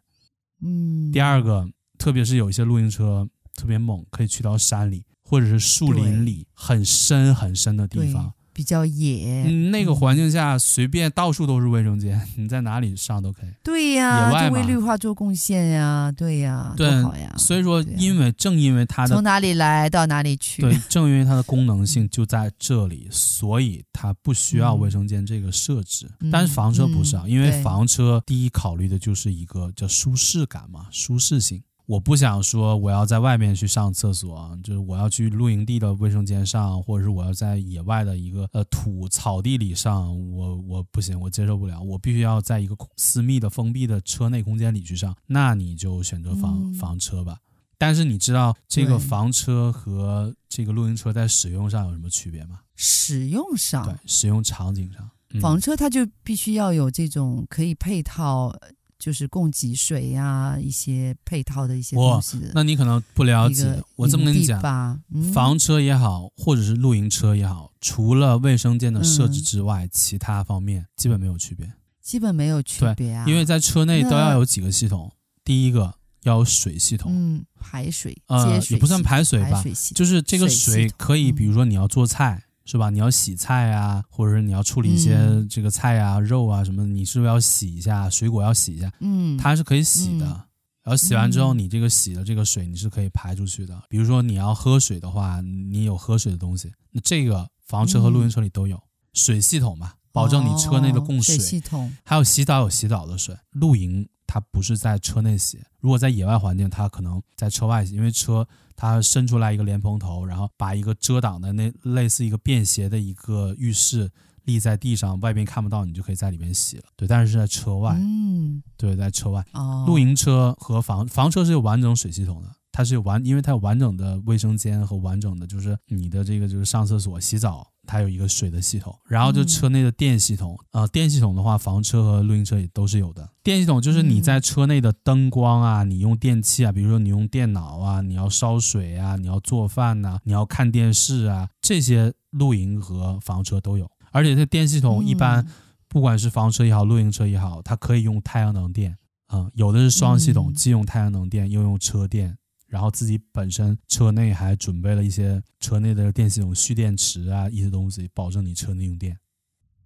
[SPEAKER 2] 嗯，
[SPEAKER 1] 第二个，特别是有一些露营车特别猛，可以去到山里或者是树林里很深很深的地
[SPEAKER 2] 对
[SPEAKER 1] 方。
[SPEAKER 2] 比较野，
[SPEAKER 1] 嗯，那个环境下随便到处都是卫生间，你在哪里上都可以。
[SPEAKER 2] 对呀
[SPEAKER 1] 野，外
[SPEAKER 2] 就为
[SPEAKER 1] 嘛
[SPEAKER 2] 绿化做贡献呀，对呀，
[SPEAKER 1] 对
[SPEAKER 2] 多好呀，
[SPEAKER 1] 所以说，
[SPEAKER 2] 对啊
[SPEAKER 1] 因为正因为它的
[SPEAKER 2] 从哪里来到哪里去，
[SPEAKER 1] 对，正因为它的功能性就在这里，所以它不需要卫生间这个设置。
[SPEAKER 2] 嗯
[SPEAKER 1] 但是房车不是啊，
[SPEAKER 2] 嗯
[SPEAKER 1] 因为
[SPEAKER 2] 对
[SPEAKER 1] 房车第一考虑的就是一个叫舒适感嘛，舒适性。我不想说我要在外面去上厕所啊，就是我要去露营地的卫生间上，或者是我要在野外的一个呃土草地里上，我我不行，我接受不了，我必须要在一个空私密的封闭的车内空间里去上，那你就选择房、
[SPEAKER 2] 嗯
[SPEAKER 1] 房车吧。但是你知道这个
[SPEAKER 2] 对
[SPEAKER 1] 房车和这个露营车在使用上有什么区别吗？
[SPEAKER 2] 使用
[SPEAKER 1] 对
[SPEAKER 2] 上，，
[SPEAKER 1] 使用场景上，嗯、
[SPEAKER 2] 啊房车它就必须要有这种可以配套，就是供给水呀一些配套的一些
[SPEAKER 1] 哇
[SPEAKER 2] 东西的。
[SPEAKER 1] 那你可能不了
[SPEAKER 2] 一
[SPEAKER 1] 解
[SPEAKER 2] 个，
[SPEAKER 1] 我这么跟你
[SPEAKER 2] 营地
[SPEAKER 1] 讲，
[SPEAKER 2] 吧，嗯
[SPEAKER 1] 房车也好，或者是露营车也好，除了卫生间的设置之外，其他方面基本没有区别，
[SPEAKER 2] 基本没有区
[SPEAKER 1] 对
[SPEAKER 2] 别啊，
[SPEAKER 1] 因为在车内
[SPEAKER 2] 那
[SPEAKER 1] 都要有几个系统，第一个要有水系统，
[SPEAKER 2] 嗯排水
[SPEAKER 1] 呃
[SPEAKER 2] 接，水
[SPEAKER 1] 也不算
[SPEAKER 2] 系
[SPEAKER 1] 排水
[SPEAKER 2] 排
[SPEAKER 1] 吧，
[SPEAKER 2] 水系
[SPEAKER 1] 就是这个
[SPEAKER 2] 水系
[SPEAKER 1] 水
[SPEAKER 2] 统
[SPEAKER 1] 可以，
[SPEAKER 2] 嗯
[SPEAKER 1] 比如说你要做菜。是吧？你要洗菜啊，或者是你要处理一些
[SPEAKER 2] 嗯
[SPEAKER 1] 这个菜啊、肉啊什么的，你是不是要洗一下？水果要洗一下，
[SPEAKER 2] 嗯
[SPEAKER 1] 它是可以洗的。
[SPEAKER 2] 嗯
[SPEAKER 1] 然后洗完之后，
[SPEAKER 2] 嗯
[SPEAKER 1] 你这个洗的这个水你是可以排出去的。比如说你要喝水的话，你有喝水的东西，那这个房
[SPEAKER 2] 嗯
[SPEAKER 1] 车和露营车里都有、水系统嘛，保证你车内的供
[SPEAKER 2] 哦
[SPEAKER 1] 水。
[SPEAKER 2] 水系统，
[SPEAKER 1] 还有洗澡有洗澡的水，露营它不是在车内洗，如果在野外环境，它可能在车外洗，因为车它伸出来一个莲蓬头，然后把一个遮挡的那类似一个便携的一个浴室立在地上，外边看不到，你就可以在里面洗了。对，但是是在车外，
[SPEAKER 2] 嗯
[SPEAKER 1] 对，在车外。
[SPEAKER 2] 哦，
[SPEAKER 1] 露营车和房房车是有完整水系统的，它是有完，因为它有完整的卫生间和完整的就是你的这个就是上厕所、洗澡，它有一个水的系统。然后就
[SPEAKER 2] 嗯
[SPEAKER 1] 车内的电系统，呃，电系统的话，房车和露营车也都是有的。电系统就是你
[SPEAKER 2] 嗯
[SPEAKER 1] 在车内的灯光啊，你用电器啊，比如说你用电脑啊，你要烧水啊，你要做饭呐、你要看电视啊，这些露营和房车都有。而且它电系统一般
[SPEAKER 2] 嗯
[SPEAKER 1] 不管是房车也好，露营车也好，它可以用太阳能电啊、有的是双系统，
[SPEAKER 2] 嗯
[SPEAKER 1] 既用太阳能电又用车电，然后自己本身车内还准备了一些车内的电系统蓄电池啊，一些东西，保证你车内用电。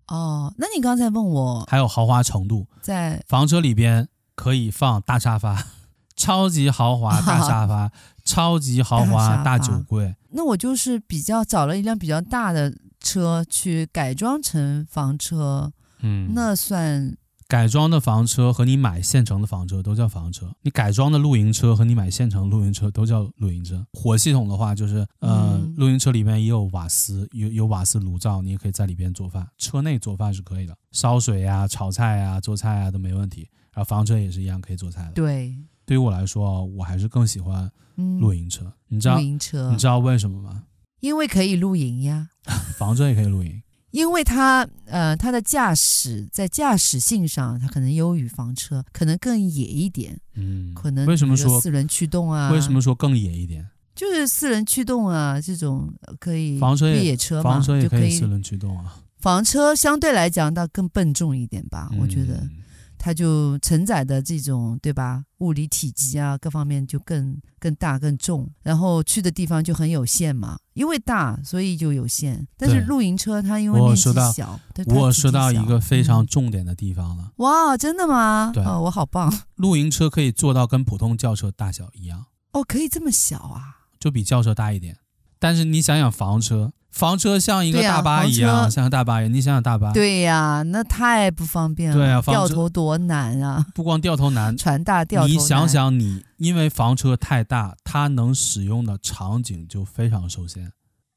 [SPEAKER 2] 哦，那你刚才问我
[SPEAKER 1] 还有豪华程度，
[SPEAKER 2] 在
[SPEAKER 1] 房车里边可以放大沙发， 超级豪华大沙 发，超级豪华大
[SPEAKER 2] 大沙发
[SPEAKER 1] 酒柜，
[SPEAKER 2] 那我就是比较找了一辆比较大的车去改装成房车，
[SPEAKER 1] 嗯，
[SPEAKER 2] 那算
[SPEAKER 1] 改装的房车和你买现成的房车都叫房车，你改装的露营车和你买现成露营车都叫露营车。火系统的话，就是呃，
[SPEAKER 2] 嗯
[SPEAKER 1] 露营车里面也有瓦斯，有有瓦斯炉灶，你也可以在里边做饭。车内做饭是可以的，烧水呀、炒菜呀、做菜啊呀、都没问题。然后房车也是一样可以做菜的。
[SPEAKER 2] 对，
[SPEAKER 1] 对于我来说，我还是更喜欢
[SPEAKER 2] 嗯，
[SPEAKER 1] 露营车。你知道
[SPEAKER 2] 露营嗯车
[SPEAKER 1] 你，知道为什么吗？
[SPEAKER 2] 因为可以露营呀，
[SPEAKER 1] 房车也可以露营，
[SPEAKER 2] 因为它呃它的驾驶在驾驶性上，它可能优于房车，可能更野一点，
[SPEAKER 1] 嗯，
[SPEAKER 2] 可能
[SPEAKER 1] 为什么
[SPEAKER 2] 比如
[SPEAKER 1] 说
[SPEAKER 2] 四轮驱动啊？
[SPEAKER 1] 为什么说更野一点？
[SPEAKER 2] 就是四轮驱动啊？这种呃可以
[SPEAKER 1] 房车也
[SPEAKER 2] 越野车嘛，
[SPEAKER 1] 房车也
[SPEAKER 2] 就可
[SPEAKER 1] 以四轮驱动啊，
[SPEAKER 2] 房车相对来讲，它更笨重一点吧，啊我觉得
[SPEAKER 1] 嗯。
[SPEAKER 2] 它就承载的这种对吧，物理体积啊各方面就更更大更重，然后去的地方就很有限嘛，因为大所以就有限。但是
[SPEAKER 1] 对
[SPEAKER 2] 露营车它因为
[SPEAKER 1] 我
[SPEAKER 2] 面积
[SPEAKER 1] 说到
[SPEAKER 2] 小，对它
[SPEAKER 1] 我
[SPEAKER 2] 体积
[SPEAKER 1] 说到一
[SPEAKER 2] 小
[SPEAKER 1] 个非常
[SPEAKER 2] 嗯
[SPEAKER 1] 重点的地方了，
[SPEAKER 2] 哇，真的吗？
[SPEAKER 1] 对
[SPEAKER 2] 哦，我好棒
[SPEAKER 1] 露营车可以做到跟普通轿车大小一样，
[SPEAKER 2] 哦，可以这么小啊？
[SPEAKER 1] 就比轿车大一点。但是你想想房车，房车像一个
[SPEAKER 2] 对啊
[SPEAKER 1] 大巴一样，
[SPEAKER 2] 房车
[SPEAKER 1] 像个大巴一样。你想想大巴，
[SPEAKER 2] 对呀、那太不方便了，
[SPEAKER 1] 啊对啊房
[SPEAKER 2] 掉
[SPEAKER 1] 车
[SPEAKER 2] 头多难啊，
[SPEAKER 1] 不光掉头难，
[SPEAKER 2] 船大掉头
[SPEAKER 1] 你想
[SPEAKER 2] 难，
[SPEAKER 1] 想你，因为房车太大，它能使用的场景就非常受限。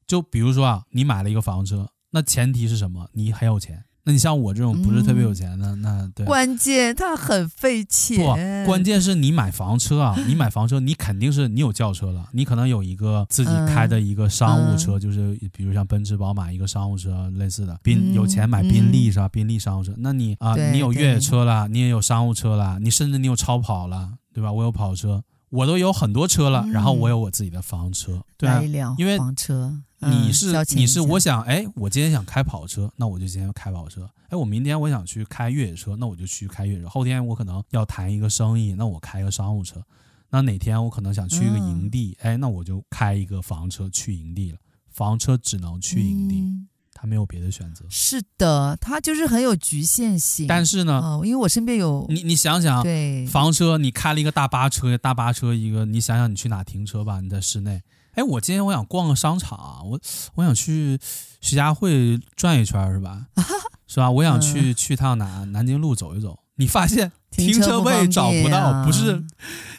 [SPEAKER 1] 就比如说啊，你买了一个房车，那前提是什么？你很有钱，那你像我这种不是特
[SPEAKER 2] 嗯
[SPEAKER 1] 别有钱的，那对。
[SPEAKER 2] 关键它很费钱
[SPEAKER 1] 不，，关键是你买房车啊，你买房车，你肯定是你有轿车了，你可能有一个自己
[SPEAKER 2] 嗯
[SPEAKER 1] 开的一个商务车，就是比如像奔驰、宝马一个商务车类似的，宾、
[SPEAKER 2] 嗯
[SPEAKER 1] 有钱买宾利是吧？宾利商务车，那你啊、
[SPEAKER 2] 对
[SPEAKER 1] 你有越野
[SPEAKER 2] 对
[SPEAKER 1] 车了，你也有商务车了，你甚至你有超跑了，对吧？我有跑车，我都有很多车了，然后
[SPEAKER 2] 嗯哎
[SPEAKER 1] 我有我自己的房车，对啊
[SPEAKER 2] 来一，辆
[SPEAKER 1] 因为
[SPEAKER 2] 房车，
[SPEAKER 1] 你
[SPEAKER 2] 嗯
[SPEAKER 1] 是、
[SPEAKER 2] 消遣
[SPEAKER 1] 你
[SPEAKER 2] 一
[SPEAKER 1] 是
[SPEAKER 2] 下
[SPEAKER 1] 我想哎，我今天想开跑车，那我就今天开跑车。哎，我明天我想去开越野车，那我就去开越野车。后天我可能要谈一个生意，那我开个商务车。那哪天我可能想去一个营
[SPEAKER 2] 嗯
[SPEAKER 1] 地，哎，那我就开一个房车去营地了。房车只能去营地，
[SPEAKER 2] 嗯
[SPEAKER 1] 它没有别的选择。
[SPEAKER 2] 是的，它就是很有局限性。
[SPEAKER 1] 但
[SPEAKER 2] 是
[SPEAKER 1] 是呢，
[SPEAKER 2] 哦，因为我身边有
[SPEAKER 1] 你你想啊想，
[SPEAKER 2] 对
[SPEAKER 1] 房车你开了一个大巴车，大巴车一个，你想想你去哪停车吧？你在室内。哎，我今天我想逛个商场，啊我我想去徐家汇转一圈，是 吧？是吧？我想去、
[SPEAKER 2] 嗯
[SPEAKER 1] 去趟哪南京路走一走。你发现停车
[SPEAKER 2] 车不
[SPEAKER 1] 位
[SPEAKER 2] 方
[SPEAKER 1] 找不
[SPEAKER 2] 便
[SPEAKER 1] 到，
[SPEAKER 2] 啊
[SPEAKER 1] 不是？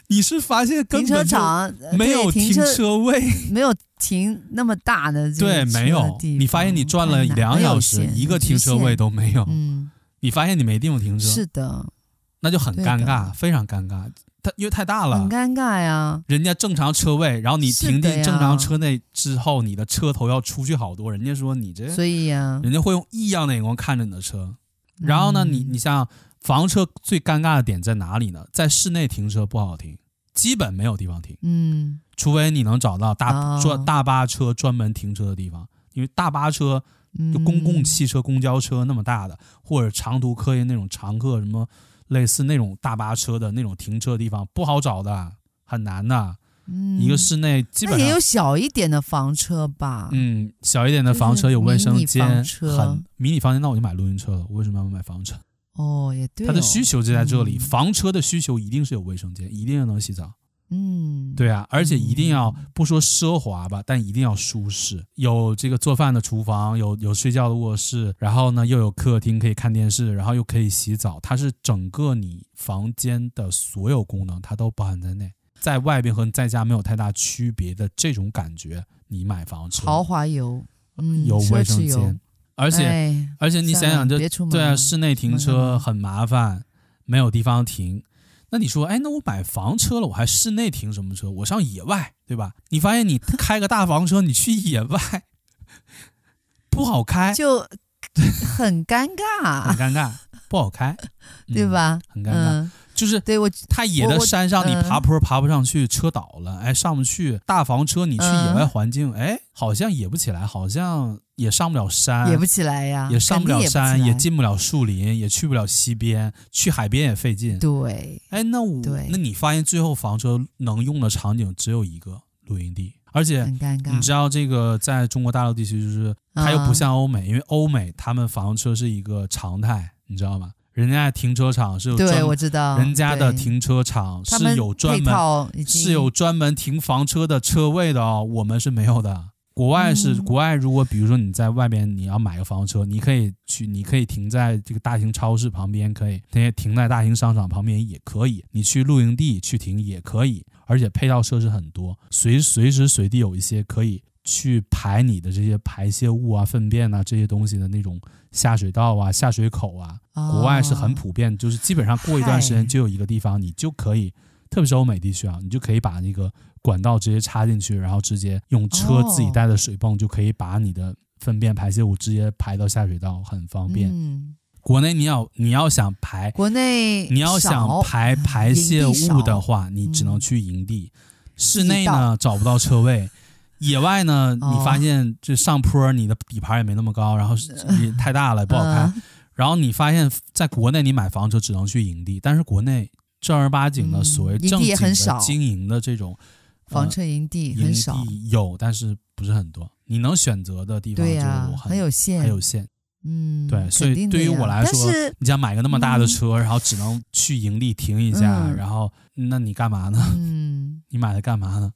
[SPEAKER 1] 你是发现根
[SPEAKER 2] 停车
[SPEAKER 1] 本就
[SPEAKER 2] 场呃
[SPEAKER 1] 没
[SPEAKER 2] 对
[SPEAKER 1] 有
[SPEAKER 2] 停
[SPEAKER 1] 停车位，
[SPEAKER 2] 没有停那么大的这
[SPEAKER 1] 对，
[SPEAKER 2] 个
[SPEAKER 1] 没
[SPEAKER 2] 车的
[SPEAKER 1] 有。
[SPEAKER 2] 地
[SPEAKER 1] 你发现你
[SPEAKER 2] 方
[SPEAKER 1] 转
[SPEAKER 2] 太
[SPEAKER 1] 了
[SPEAKER 2] 难
[SPEAKER 1] 两
[SPEAKER 2] 很有
[SPEAKER 1] 小时，
[SPEAKER 2] 限
[SPEAKER 1] 一个
[SPEAKER 2] 很局
[SPEAKER 1] 停车位
[SPEAKER 2] 限
[SPEAKER 1] 都没有。
[SPEAKER 2] 嗯，
[SPEAKER 1] 你发现你没地方停车，
[SPEAKER 2] 是的，
[SPEAKER 1] 那就很
[SPEAKER 2] 对
[SPEAKER 1] 尴
[SPEAKER 2] 的
[SPEAKER 1] 尬，非常尴尬。它因为太大了，
[SPEAKER 2] 很尴尬呀。
[SPEAKER 1] 人家正常车位，然后你
[SPEAKER 2] 是
[SPEAKER 1] 停
[SPEAKER 2] 的
[SPEAKER 1] 进
[SPEAKER 2] 呀
[SPEAKER 1] 正常车内之后，你的车头要出去好多，人家说你这，
[SPEAKER 2] 所以呀，
[SPEAKER 1] 人家会用异样的眼光看着你的车。然后呢，你
[SPEAKER 2] 嗯
[SPEAKER 1] 你像房车最尴尬的点在哪里呢？在室内停车不好停，基本没有地方停，
[SPEAKER 2] 嗯，
[SPEAKER 1] 除非你能找到大
[SPEAKER 2] 哦
[SPEAKER 1] 专、大巴车专门停车的地方。因为大巴车就公共
[SPEAKER 2] 嗯
[SPEAKER 1] 汽车、公交车那么大的，或者长途客运那种常客什么类似那种大巴车的那种停车地方不好找的，很难的。一个
[SPEAKER 2] 嗯
[SPEAKER 1] 室内基
[SPEAKER 2] 那
[SPEAKER 1] 本
[SPEAKER 2] 也有
[SPEAKER 1] 上，
[SPEAKER 2] 小一点的房车吧？
[SPEAKER 1] 嗯，小一点的房车有卫生间，
[SPEAKER 2] 就是迷你房车
[SPEAKER 1] 很迷你房间。那我就买露营车了，我为什么要买房车？
[SPEAKER 2] 哦，也对、哦，
[SPEAKER 1] 它的需求就在这里，
[SPEAKER 2] 嗯
[SPEAKER 1] 房车的需求一定是有卫生间，一定要能洗澡。
[SPEAKER 2] 嗯，
[SPEAKER 1] 对啊，而且一定要不说奢华吧，但一定要舒适，有这个做饭的厨房，有有睡觉的卧室，然后呢又有客厅可以看电视，然后又可以洗澡，它是整个你房间的所有功能，它都包含在内。在外边和在家没有太大区别的这种感觉，你买房车
[SPEAKER 2] 豪华游，嗯，
[SPEAKER 1] 有
[SPEAKER 2] 奢
[SPEAKER 1] 卫
[SPEAKER 2] 侈
[SPEAKER 1] 生
[SPEAKER 2] 游
[SPEAKER 1] 间，，而且、
[SPEAKER 2] 哎
[SPEAKER 1] 而且你想想
[SPEAKER 2] 算了
[SPEAKER 1] 这
[SPEAKER 2] 别出门
[SPEAKER 1] 对啊，
[SPEAKER 2] 了
[SPEAKER 1] 室内停
[SPEAKER 2] 出门干
[SPEAKER 1] 车
[SPEAKER 2] 嘛
[SPEAKER 1] 很麻烦，没有地方停。那你说，哎，那我买房车了，我还室内停什么车？我上野外，对吧？你发现你开个大房车，你去野外不好开，
[SPEAKER 2] 就很尴
[SPEAKER 1] 很
[SPEAKER 2] 尬，
[SPEAKER 1] 尴尬，不好开，嗯
[SPEAKER 2] 对？吧？
[SPEAKER 1] 很尴尬，
[SPEAKER 2] 嗯，
[SPEAKER 1] 就是
[SPEAKER 2] 对我
[SPEAKER 1] 它野
[SPEAKER 2] 我
[SPEAKER 1] 的
[SPEAKER 2] 我
[SPEAKER 1] 山上，你
[SPEAKER 2] 嗯
[SPEAKER 1] 爬坡爬不上去，车倒了，哎，上不去。大房车你去野外
[SPEAKER 2] 嗯
[SPEAKER 1] 环境，哎，好像野不起来，好像也上不了山，
[SPEAKER 2] 也不起来呀，
[SPEAKER 1] 哎也上不
[SPEAKER 2] 啊肯定
[SPEAKER 1] 了
[SPEAKER 2] 也起
[SPEAKER 1] 山，也
[SPEAKER 2] 来
[SPEAKER 1] 进不了树林，也去不了溪边，去海边也费劲。
[SPEAKER 2] 对，
[SPEAKER 1] 哎，那我
[SPEAKER 2] 对
[SPEAKER 1] 那你发现最后房车能用的场景只有一个露营地，而且
[SPEAKER 2] 很尴尬。
[SPEAKER 1] 你知道这个在中国大陆地区就是它又不
[SPEAKER 2] 啊
[SPEAKER 1] 像欧美，因为欧美他们房车是一个常态，你知道吗？人家停车场是有
[SPEAKER 2] 对，
[SPEAKER 1] 专
[SPEAKER 2] 我知道
[SPEAKER 1] 人家的
[SPEAKER 2] 对
[SPEAKER 1] 停车场
[SPEAKER 2] 他们
[SPEAKER 1] 是有专
[SPEAKER 2] 配
[SPEAKER 1] 门
[SPEAKER 2] 套已经
[SPEAKER 1] 是有专门停房车的车位的哦，我们是没有的。国外是、
[SPEAKER 2] 嗯
[SPEAKER 1] 国外，如果比如说你在外边你要买个房车，你可以去，你可以停在这个大型超市旁边，可以，那些停在大型商场旁边也可以，你去露营地去停也可以，而且配套设施很多，随随时随地有一些可以去排你的这些排泄物啊、粪便啊这些东西的那种下水道啊、下水口啊，国外是很
[SPEAKER 2] 哦
[SPEAKER 1] 普遍，就是基本上过一段时间
[SPEAKER 2] 嗨
[SPEAKER 1] 就有一个地方，你就可以，特别是欧美地区啊，你就可以把那个管道直接插进去，然后直接用车
[SPEAKER 2] 哦
[SPEAKER 1] 自己带的水泵就可以把你的粪便排泄物直接排到下水道，很方便。
[SPEAKER 2] 嗯，
[SPEAKER 1] 国内你要你要想排，
[SPEAKER 2] 国内
[SPEAKER 1] 你要想
[SPEAKER 2] 少
[SPEAKER 1] 排排泄物的话，你只能
[SPEAKER 2] 嗯
[SPEAKER 1] 去营地，室
[SPEAKER 2] 自己
[SPEAKER 1] 内呢找不到车位。野外呢，
[SPEAKER 2] 哦
[SPEAKER 1] 你发现这上坡你的底盘也没那么高， 然后是也太大了不好呃开，
[SPEAKER 2] 嗯
[SPEAKER 1] 然后你发现，在国内你买房车只能去营地，但是国内正儿八经的
[SPEAKER 2] 嗯
[SPEAKER 1] 所谓正经
[SPEAKER 2] 营地也很少
[SPEAKER 1] 的经营的这种呃
[SPEAKER 2] 房车营地
[SPEAKER 1] 营
[SPEAKER 2] 很少，
[SPEAKER 1] 地有，但是不是很多。你能选择的地方
[SPEAKER 2] 对
[SPEAKER 1] 就
[SPEAKER 2] 呀，很
[SPEAKER 1] 很
[SPEAKER 2] 有限，
[SPEAKER 1] 很有限。
[SPEAKER 2] 嗯，
[SPEAKER 1] 对
[SPEAKER 2] 肯
[SPEAKER 1] 所以
[SPEAKER 2] 定的
[SPEAKER 1] 对于
[SPEAKER 2] 呀
[SPEAKER 1] 我来说
[SPEAKER 2] 但是
[SPEAKER 1] 你想买个那么大的
[SPEAKER 2] 嗯
[SPEAKER 1] 车，然后只能去营地停一下，
[SPEAKER 2] 嗯
[SPEAKER 1] 然后那你干嘛呢？
[SPEAKER 2] 嗯，
[SPEAKER 1] 你买它干嘛呢？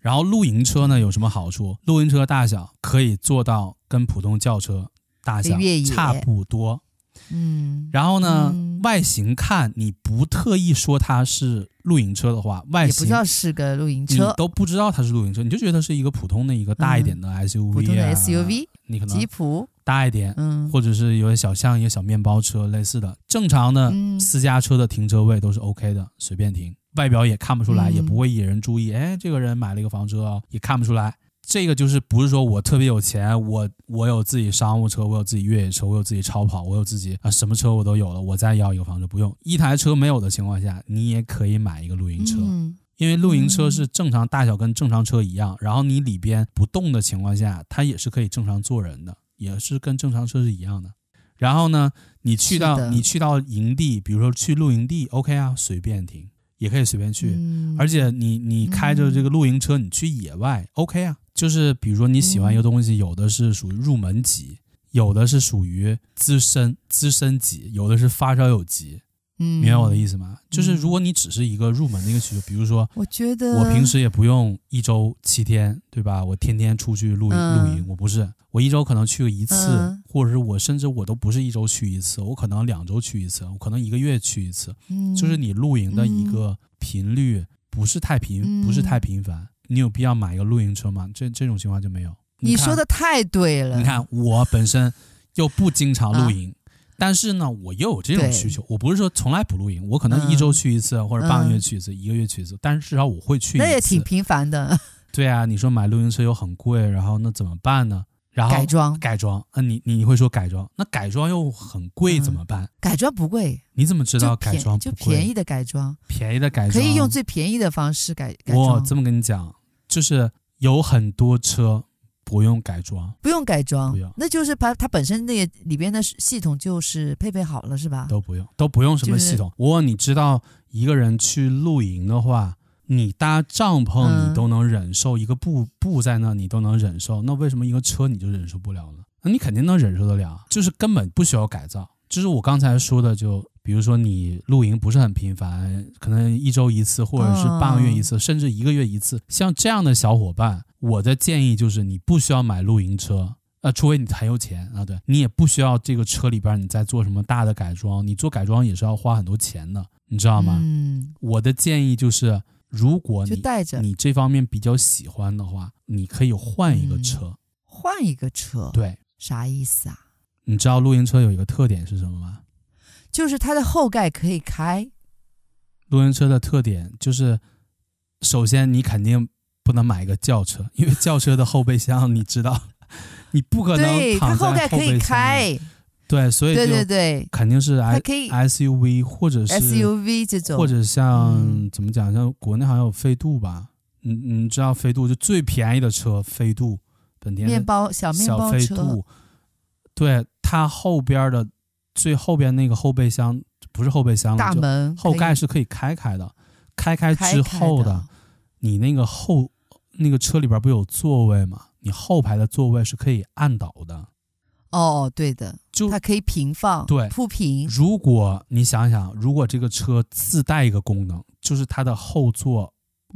[SPEAKER 1] 然后露营车呢有什么好处？露营车大小可以做到跟普通轿车大小
[SPEAKER 2] 越野
[SPEAKER 1] 差不多，
[SPEAKER 2] 嗯，
[SPEAKER 1] 然后呢，
[SPEAKER 2] 嗯
[SPEAKER 1] 外形看你不特意说它是露营车的话，外
[SPEAKER 2] 也不
[SPEAKER 1] 形
[SPEAKER 2] 知道是个露营
[SPEAKER 1] 你
[SPEAKER 2] 车，
[SPEAKER 1] 都不知道它是露营车，你就觉得是一个普通的一个大一点的 SUV，、啊
[SPEAKER 2] 嗯普通的 SUV、
[SPEAKER 1] 你可
[SPEAKER 2] 吉
[SPEAKER 1] 能
[SPEAKER 2] 普，
[SPEAKER 1] 大一点，
[SPEAKER 2] 嗯，
[SPEAKER 1] 或者是有些小像一个小面包车类似的，正常的
[SPEAKER 2] 嗯
[SPEAKER 1] 私家车的停车位都是 OK 的，随便停，外表也看不出来，
[SPEAKER 2] 嗯
[SPEAKER 1] 也不会引人注意。哎，这个人买了一个房车哦，也看不出来。这个就是不是说我特别有钱，我我有自己商务车，我有自己越野车，我有自己超跑，我有自己啊什么车我都有了，我再要一个房车不用。一台车没有的情况下，你也可以买一个露营车。
[SPEAKER 2] 嗯
[SPEAKER 1] 因为露营车
[SPEAKER 2] 嗯
[SPEAKER 1] 是正常大小跟正常车一样，然后你里边不动的情况下，它也是可以正常坐人的，也是跟正常车是一样的。然后呢，你去
[SPEAKER 2] 是
[SPEAKER 1] 到
[SPEAKER 2] 的
[SPEAKER 1] 你去到营地，比如说去露营地，OK 啊，随便停，也可以随便去。
[SPEAKER 2] 嗯
[SPEAKER 1] 而且你你开着这个露营车，你去野外，OK 啊，就是比如说你喜欢
[SPEAKER 2] 嗯
[SPEAKER 1] 一个东西，有的是属于入门级，有的是属于资深资深级，有的是发烧友级，
[SPEAKER 2] 嗯，
[SPEAKER 1] 明白我的
[SPEAKER 2] 思？
[SPEAKER 1] 意思吗？就是如果你只是一个入门的一个需求，比如说
[SPEAKER 2] 嗯我觉得
[SPEAKER 1] 我平时也不用一周七天，对吧？我天天出去露营、
[SPEAKER 2] 嗯
[SPEAKER 1] 露营，我不是，我一周可能去个一次，
[SPEAKER 2] 嗯
[SPEAKER 1] 或者是我甚至我都不是一周去一次，我可能两周去一次，我可能一个月去一次。就是
[SPEAKER 2] 嗯
[SPEAKER 1] 你露营的一个频率不是太频，
[SPEAKER 2] 嗯
[SPEAKER 1] 不是太频繁，你有必要买一个露营车吗？这这种情况就没有。
[SPEAKER 2] 你
[SPEAKER 1] 看
[SPEAKER 2] 说的，太对了，啊
[SPEAKER 1] 你看我本身又不经常露营。但是呢，我又有这种
[SPEAKER 2] 对
[SPEAKER 1] 需求，我不是说从来不露营，我可能一周
[SPEAKER 2] 嗯
[SPEAKER 1] 去一次，或者半个月
[SPEAKER 2] 嗯
[SPEAKER 1] 去一次，一个月去一次，但是至少我会去一次。
[SPEAKER 2] 那也挺频繁的，
[SPEAKER 1] 对啊，你说买露营车又很贵，然后那怎么办呢？然后
[SPEAKER 2] 改装
[SPEAKER 1] 改装，那、你你会说改装，那改装又很贵，
[SPEAKER 2] 嗯
[SPEAKER 1] 怎么办？
[SPEAKER 2] 改装不贵，
[SPEAKER 1] 你怎么知道
[SPEAKER 2] 就
[SPEAKER 1] 改
[SPEAKER 2] 便
[SPEAKER 1] 装不
[SPEAKER 2] 就
[SPEAKER 1] 贵？
[SPEAKER 2] 便宜的改装，
[SPEAKER 1] 便宜的改
[SPEAKER 2] 可
[SPEAKER 1] 装
[SPEAKER 2] 以用最便宜的方式改改
[SPEAKER 1] 我
[SPEAKER 2] 装，
[SPEAKER 1] 这么跟你讲，就是有很多车不用改装，
[SPEAKER 2] 不用改装
[SPEAKER 1] 不用，
[SPEAKER 2] 那就是把它本身那个里边的系统就是配备好了是吧？
[SPEAKER 1] 都不用，都不用什么
[SPEAKER 2] 就是
[SPEAKER 1] 系统。我问你知道一个人去露营的话，你搭帐篷
[SPEAKER 2] 嗯
[SPEAKER 1] 你都能忍受，一个布布在那你都能忍受，那为什么一个车你就忍受不了呢？那你肯定能忍受得了啊，就是根本不需要改造。就是我刚才说的就。比如说你露营不是很频繁，可能一周一次，或
[SPEAKER 2] 嗯
[SPEAKER 1] 者是半个月一次，甚至一个月一次。像这样的小伙伴，我的建议就是你不需要买露营车，呃，除非你很有钱啊，对你也不需要这个车里边你再做什么大的改装，你做改装也是要花很多钱的，你知道吗？
[SPEAKER 2] 嗯，
[SPEAKER 1] 我的建议就是，如果
[SPEAKER 2] 就
[SPEAKER 1] 你
[SPEAKER 2] 带着
[SPEAKER 1] 你这方面比较喜欢的话，你可以换一个
[SPEAKER 2] 嗯
[SPEAKER 1] 车。
[SPEAKER 2] 换一个车，
[SPEAKER 1] 对，
[SPEAKER 2] 啥意思啊？
[SPEAKER 1] 你知道露营车有一个特点是什么吗？
[SPEAKER 2] 就是它的后盖可以开，
[SPEAKER 1] 露营车的特点就是，首先你肯定不能买一个轿车，因为轿车的后备箱你知道，你不可能
[SPEAKER 2] 对，它
[SPEAKER 1] 躺在
[SPEAKER 2] 后盖可以
[SPEAKER 1] 备箱里。
[SPEAKER 2] 开，
[SPEAKER 1] 对，所以
[SPEAKER 2] 对对
[SPEAKER 1] 就
[SPEAKER 2] 对，
[SPEAKER 1] 肯定是
[SPEAKER 2] 它
[SPEAKER 1] I
[SPEAKER 2] 可以
[SPEAKER 1] SUV 或者是
[SPEAKER 2] SUV 这种，
[SPEAKER 1] 或者像
[SPEAKER 2] 嗯
[SPEAKER 1] 怎么讲，像国内好像有飞度吧，你你知道飞度就最便宜的车，飞度本田的
[SPEAKER 2] 面包小面
[SPEAKER 1] 小
[SPEAKER 2] 包
[SPEAKER 1] 飞
[SPEAKER 2] 车，
[SPEAKER 1] 度，对它后边的最后边那个后备箱不是后备箱了，
[SPEAKER 2] 大
[SPEAKER 1] 就
[SPEAKER 2] 门
[SPEAKER 1] 后
[SPEAKER 2] 可以
[SPEAKER 1] 盖是可以开开的，开开
[SPEAKER 2] 开
[SPEAKER 1] 之
[SPEAKER 2] 开
[SPEAKER 1] 后
[SPEAKER 2] 的
[SPEAKER 1] 的，你那个后那个车里边不有座位吗？你后排的座位是可以按倒的。
[SPEAKER 2] 哦，对的，
[SPEAKER 1] 就
[SPEAKER 2] 它可以平放，
[SPEAKER 1] 对
[SPEAKER 2] 铺平，
[SPEAKER 1] 如果你想想，如果这个车自带一个功能，就是它的后座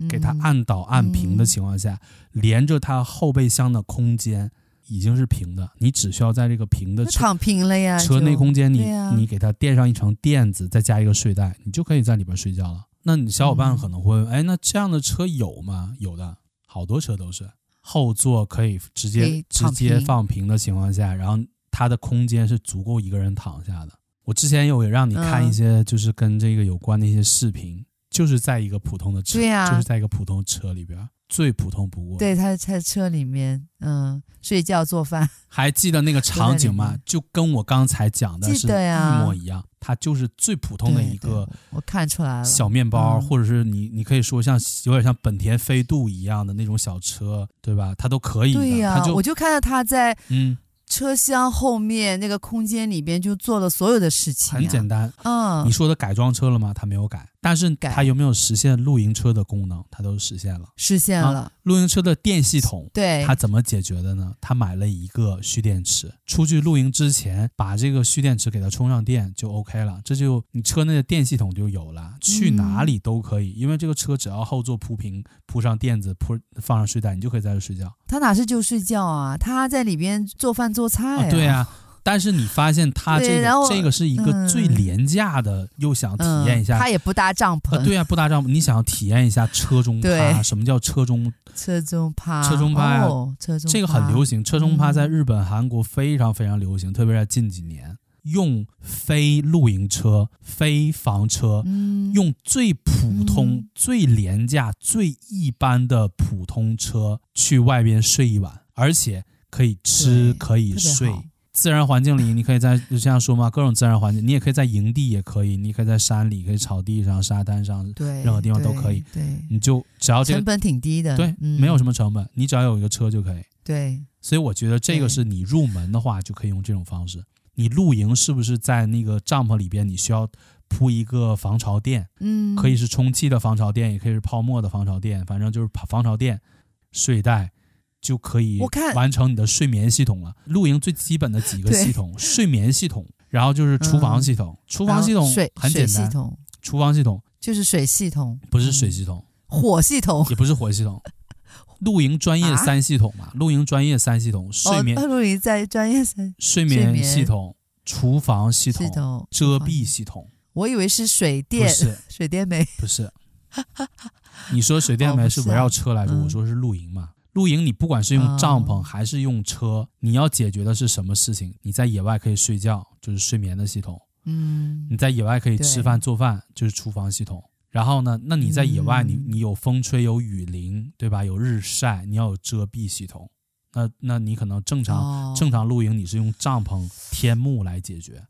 [SPEAKER 1] 给它
[SPEAKER 2] 嗯
[SPEAKER 1] 按倒按平的
[SPEAKER 2] 嗯
[SPEAKER 1] 情况下，连着它后备箱的空间已经是平的，你只需要在这个平的
[SPEAKER 2] 那
[SPEAKER 1] 车
[SPEAKER 2] 躺平了呀，
[SPEAKER 1] 车
[SPEAKER 2] 就
[SPEAKER 1] 内空间你，你、
[SPEAKER 2] 对呀
[SPEAKER 1] 给它垫上一层垫子，再加一个睡袋，你就可以在里边睡觉了。那你小伙伴
[SPEAKER 2] 嗯
[SPEAKER 1] 可能会问，哎，那这样的车有吗？有的，好多车都是后座可以直
[SPEAKER 2] 可
[SPEAKER 1] 接
[SPEAKER 2] 以
[SPEAKER 1] 直
[SPEAKER 2] 躺
[SPEAKER 1] 接
[SPEAKER 2] 平
[SPEAKER 1] 放平的情况下，然后它的空间是足够一个人躺下的。我之前有让你看一
[SPEAKER 2] 嗯
[SPEAKER 1] 些就是跟这个有关的一些视频，就是在一个普通的车，
[SPEAKER 2] 对呀
[SPEAKER 1] 就是在一个普通车里边，最普通不过。
[SPEAKER 2] 对，他在车里面，嗯，睡觉做饭，
[SPEAKER 1] 还记得那个场景
[SPEAKER 2] 都在
[SPEAKER 1] 吗
[SPEAKER 2] 里面？
[SPEAKER 1] 就跟我刚才讲的
[SPEAKER 2] 记
[SPEAKER 1] 是
[SPEAKER 2] 得呀
[SPEAKER 1] 一模一样，它就是最普通的
[SPEAKER 2] 对
[SPEAKER 1] 一个
[SPEAKER 2] 对我看出来了，
[SPEAKER 1] 小面包，
[SPEAKER 2] 嗯
[SPEAKER 1] 或者是你你可以说像有点像本田飞度一样的那种小车，对吧？它都可以的，
[SPEAKER 2] 对呀、
[SPEAKER 1] 它就
[SPEAKER 2] 我就看到他在
[SPEAKER 1] 嗯
[SPEAKER 2] 车厢后面那个空间里边就做了所有的事情、啊，
[SPEAKER 1] 很简，单。
[SPEAKER 2] 嗯
[SPEAKER 1] 你，说的改装车了吗？它没有改，但是
[SPEAKER 2] 改
[SPEAKER 1] 它有没有实现露营车的功能？它都实现了。
[SPEAKER 2] 实现了，
[SPEAKER 1] 露营车的电系统
[SPEAKER 2] 对
[SPEAKER 1] 他，怎么解决的呢？他买了一个蓄电池，出去露营之前把这个蓄电池给它充上电就 OK 了，这就你车内的电系统就有了，去哪里都可以，因为这个车只要后座铺平，铺上垫子，铺放上睡袋，你就可以在这睡觉。
[SPEAKER 2] 他哪是就睡觉啊，他在里边做饭做菜
[SPEAKER 1] 啊，对
[SPEAKER 2] 啊，
[SPEAKER 1] 啊。但是你发现它这
[SPEAKER 2] 对然
[SPEAKER 1] 个
[SPEAKER 2] 后
[SPEAKER 1] 这个是一个最
[SPEAKER 2] 嗯
[SPEAKER 1] 廉价的，又想体
[SPEAKER 2] 嗯，
[SPEAKER 1] 验一下
[SPEAKER 2] 他。也不搭帐篷，
[SPEAKER 1] 啊，对啊，不搭帐篷，你想要体验一下车中趴？
[SPEAKER 2] 对
[SPEAKER 1] 什么叫车中？
[SPEAKER 2] 车中趴，
[SPEAKER 1] 车中趴呀
[SPEAKER 2] 哦，车中
[SPEAKER 1] 这个很流
[SPEAKER 2] 行，
[SPEAKER 1] 行，车中趴
[SPEAKER 2] 嗯
[SPEAKER 1] 在日本、韩国非常非常流行，特别是在近几年，用非露营车、非房车，
[SPEAKER 2] 嗯，
[SPEAKER 1] 用最普通、
[SPEAKER 2] 嗯
[SPEAKER 1] 最廉价、最一般的普通车去外边睡一晚，而且可以吃
[SPEAKER 2] 对，
[SPEAKER 1] 可以
[SPEAKER 2] 特别
[SPEAKER 1] 睡
[SPEAKER 2] 好。
[SPEAKER 1] 自然环境里，你可以在就像说嘛，各种自然环境，你也可以在营地，也可以，你可以在山里，可以草地上、沙滩上，
[SPEAKER 2] 对，
[SPEAKER 1] 任何地方都可以
[SPEAKER 2] 对，对，
[SPEAKER 1] 你就只要这
[SPEAKER 2] 成
[SPEAKER 1] 个
[SPEAKER 2] 本挺低的，
[SPEAKER 1] 对，
[SPEAKER 2] 嗯
[SPEAKER 1] 没有什么成本，你只要有一个车就可以。
[SPEAKER 2] 对，
[SPEAKER 1] 所以我觉得这个
[SPEAKER 2] 对
[SPEAKER 1] 是你入门的话就可以用这种方式。你露营是不是在那个帐篷里边，你需要铺一个防潮垫？
[SPEAKER 2] 嗯，
[SPEAKER 1] 可以是充气的防潮垫，也可以是泡沫的防潮垫，反正就是防防潮垫、睡袋就可以
[SPEAKER 2] 我看
[SPEAKER 1] 完成你的睡眠系统了。露营最基本的几个
[SPEAKER 2] 对嗯
[SPEAKER 1] 系统：睡眠系统，然后就是厨房系统。厨
[SPEAKER 2] 然
[SPEAKER 1] 房
[SPEAKER 2] 后
[SPEAKER 1] 系统
[SPEAKER 2] 水
[SPEAKER 1] 很
[SPEAKER 2] 水
[SPEAKER 1] 简
[SPEAKER 2] 系
[SPEAKER 1] 单，
[SPEAKER 2] 统
[SPEAKER 1] 厨房系统
[SPEAKER 2] 就是水系统，
[SPEAKER 1] 不是水
[SPEAKER 2] 嗯
[SPEAKER 1] 系统，
[SPEAKER 2] 火系统，
[SPEAKER 1] 也不是火系 统。露营专业
[SPEAKER 2] 啊
[SPEAKER 1] 三系统嘛，露营专业三系统：睡眠、
[SPEAKER 2] 哦，露营在专业生
[SPEAKER 1] 睡
[SPEAKER 2] 睡
[SPEAKER 1] 眠
[SPEAKER 2] 眠
[SPEAKER 1] 系统、厨房系统、
[SPEAKER 2] 系统
[SPEAKER 1] 遮蔽，系统，
[SPEAKER 2] 我以为是水
[SPEAKER 1] 不
[SPEAKER 2] 电，
[SPEAKER 1] 是
[SPEAKER 2] 水电煤，
[SPEAKER 1] 不是，你说水电
[SPEAKER 2] 哦
[SPEAKER 1] 煤
[SPEAKER 2] 不
[SPEAKER 1] 是
[SPEAKER 2] 是
[SPEAKER 1] 围
[SPEAKER 2] 啊
[SPEAKER 1] 绕车来说，我
[SPEAKER 2] 嗯
[SPEAKER 1] 说是露营嘛。露营你不管是用帐篷
[SPEAKER 2] 哦
[SPEAKER 1] 还是用车，你要解决的是什么事情？你在野外可以睡觉，就是睡眠的系统；
[SPEAKER 2] 嗯
[SPEAKER 1] 你，在野外可以
[SPEAKER 2] 对
[SPEAKER 1] 吃饭做饭，就是厨房系统。然后呢，那你在野外，你
[SPEAKER 2] 嗯
[SPEAKER 1] 你有风吹，有雨淋，对吧？有日晒，你要有遮蔽系统。那那你可能正常
[SPEAKER 2] 哦
[SPEAKER 1] 正常露营，你是用帐篷、天幕来解决，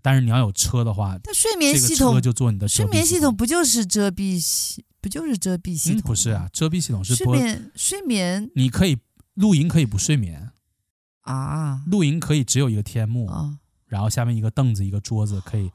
[SPEAKER 1] 但是你要有车的话，
[SPEAKER 2] 但睡
[SPEAKER 1] 这
[SPEAKER 2] 眠
[SPEAKER 1] 个
[SPEAKER 2] 系
[SPEAKER 1] 车
[SPEAKER 2] 统，
[SPEAKER 1] 就做你的遮
[SPEAKER 2] 睡
[SPEAKER 1] 蔽
[SPEAKER 2] 眠系
[SPEAKER 1] 统
[SPEAKER 2] 统不就是遮蔽系，不就是遮蔽系
[SPEAKER 1] 嗯，
[SPEAKER 2] 统？
[SPEAKER 1] 不是啊，，遮蔽系统是
[SPEAKER 2] 睡
[SPEAKER 1] 不，
[SPEAKER 2] 眠睡眠
[SPEAKER 1] 你可以露营可以不睡眠，
[SPEAKER 2] 啊，
[SPEAKER 1] 露营可以只有一个天幕，
[SPEAKER 2] 哦，
[SPEAKER 1] 然后下面一个凳子一个桌子可以。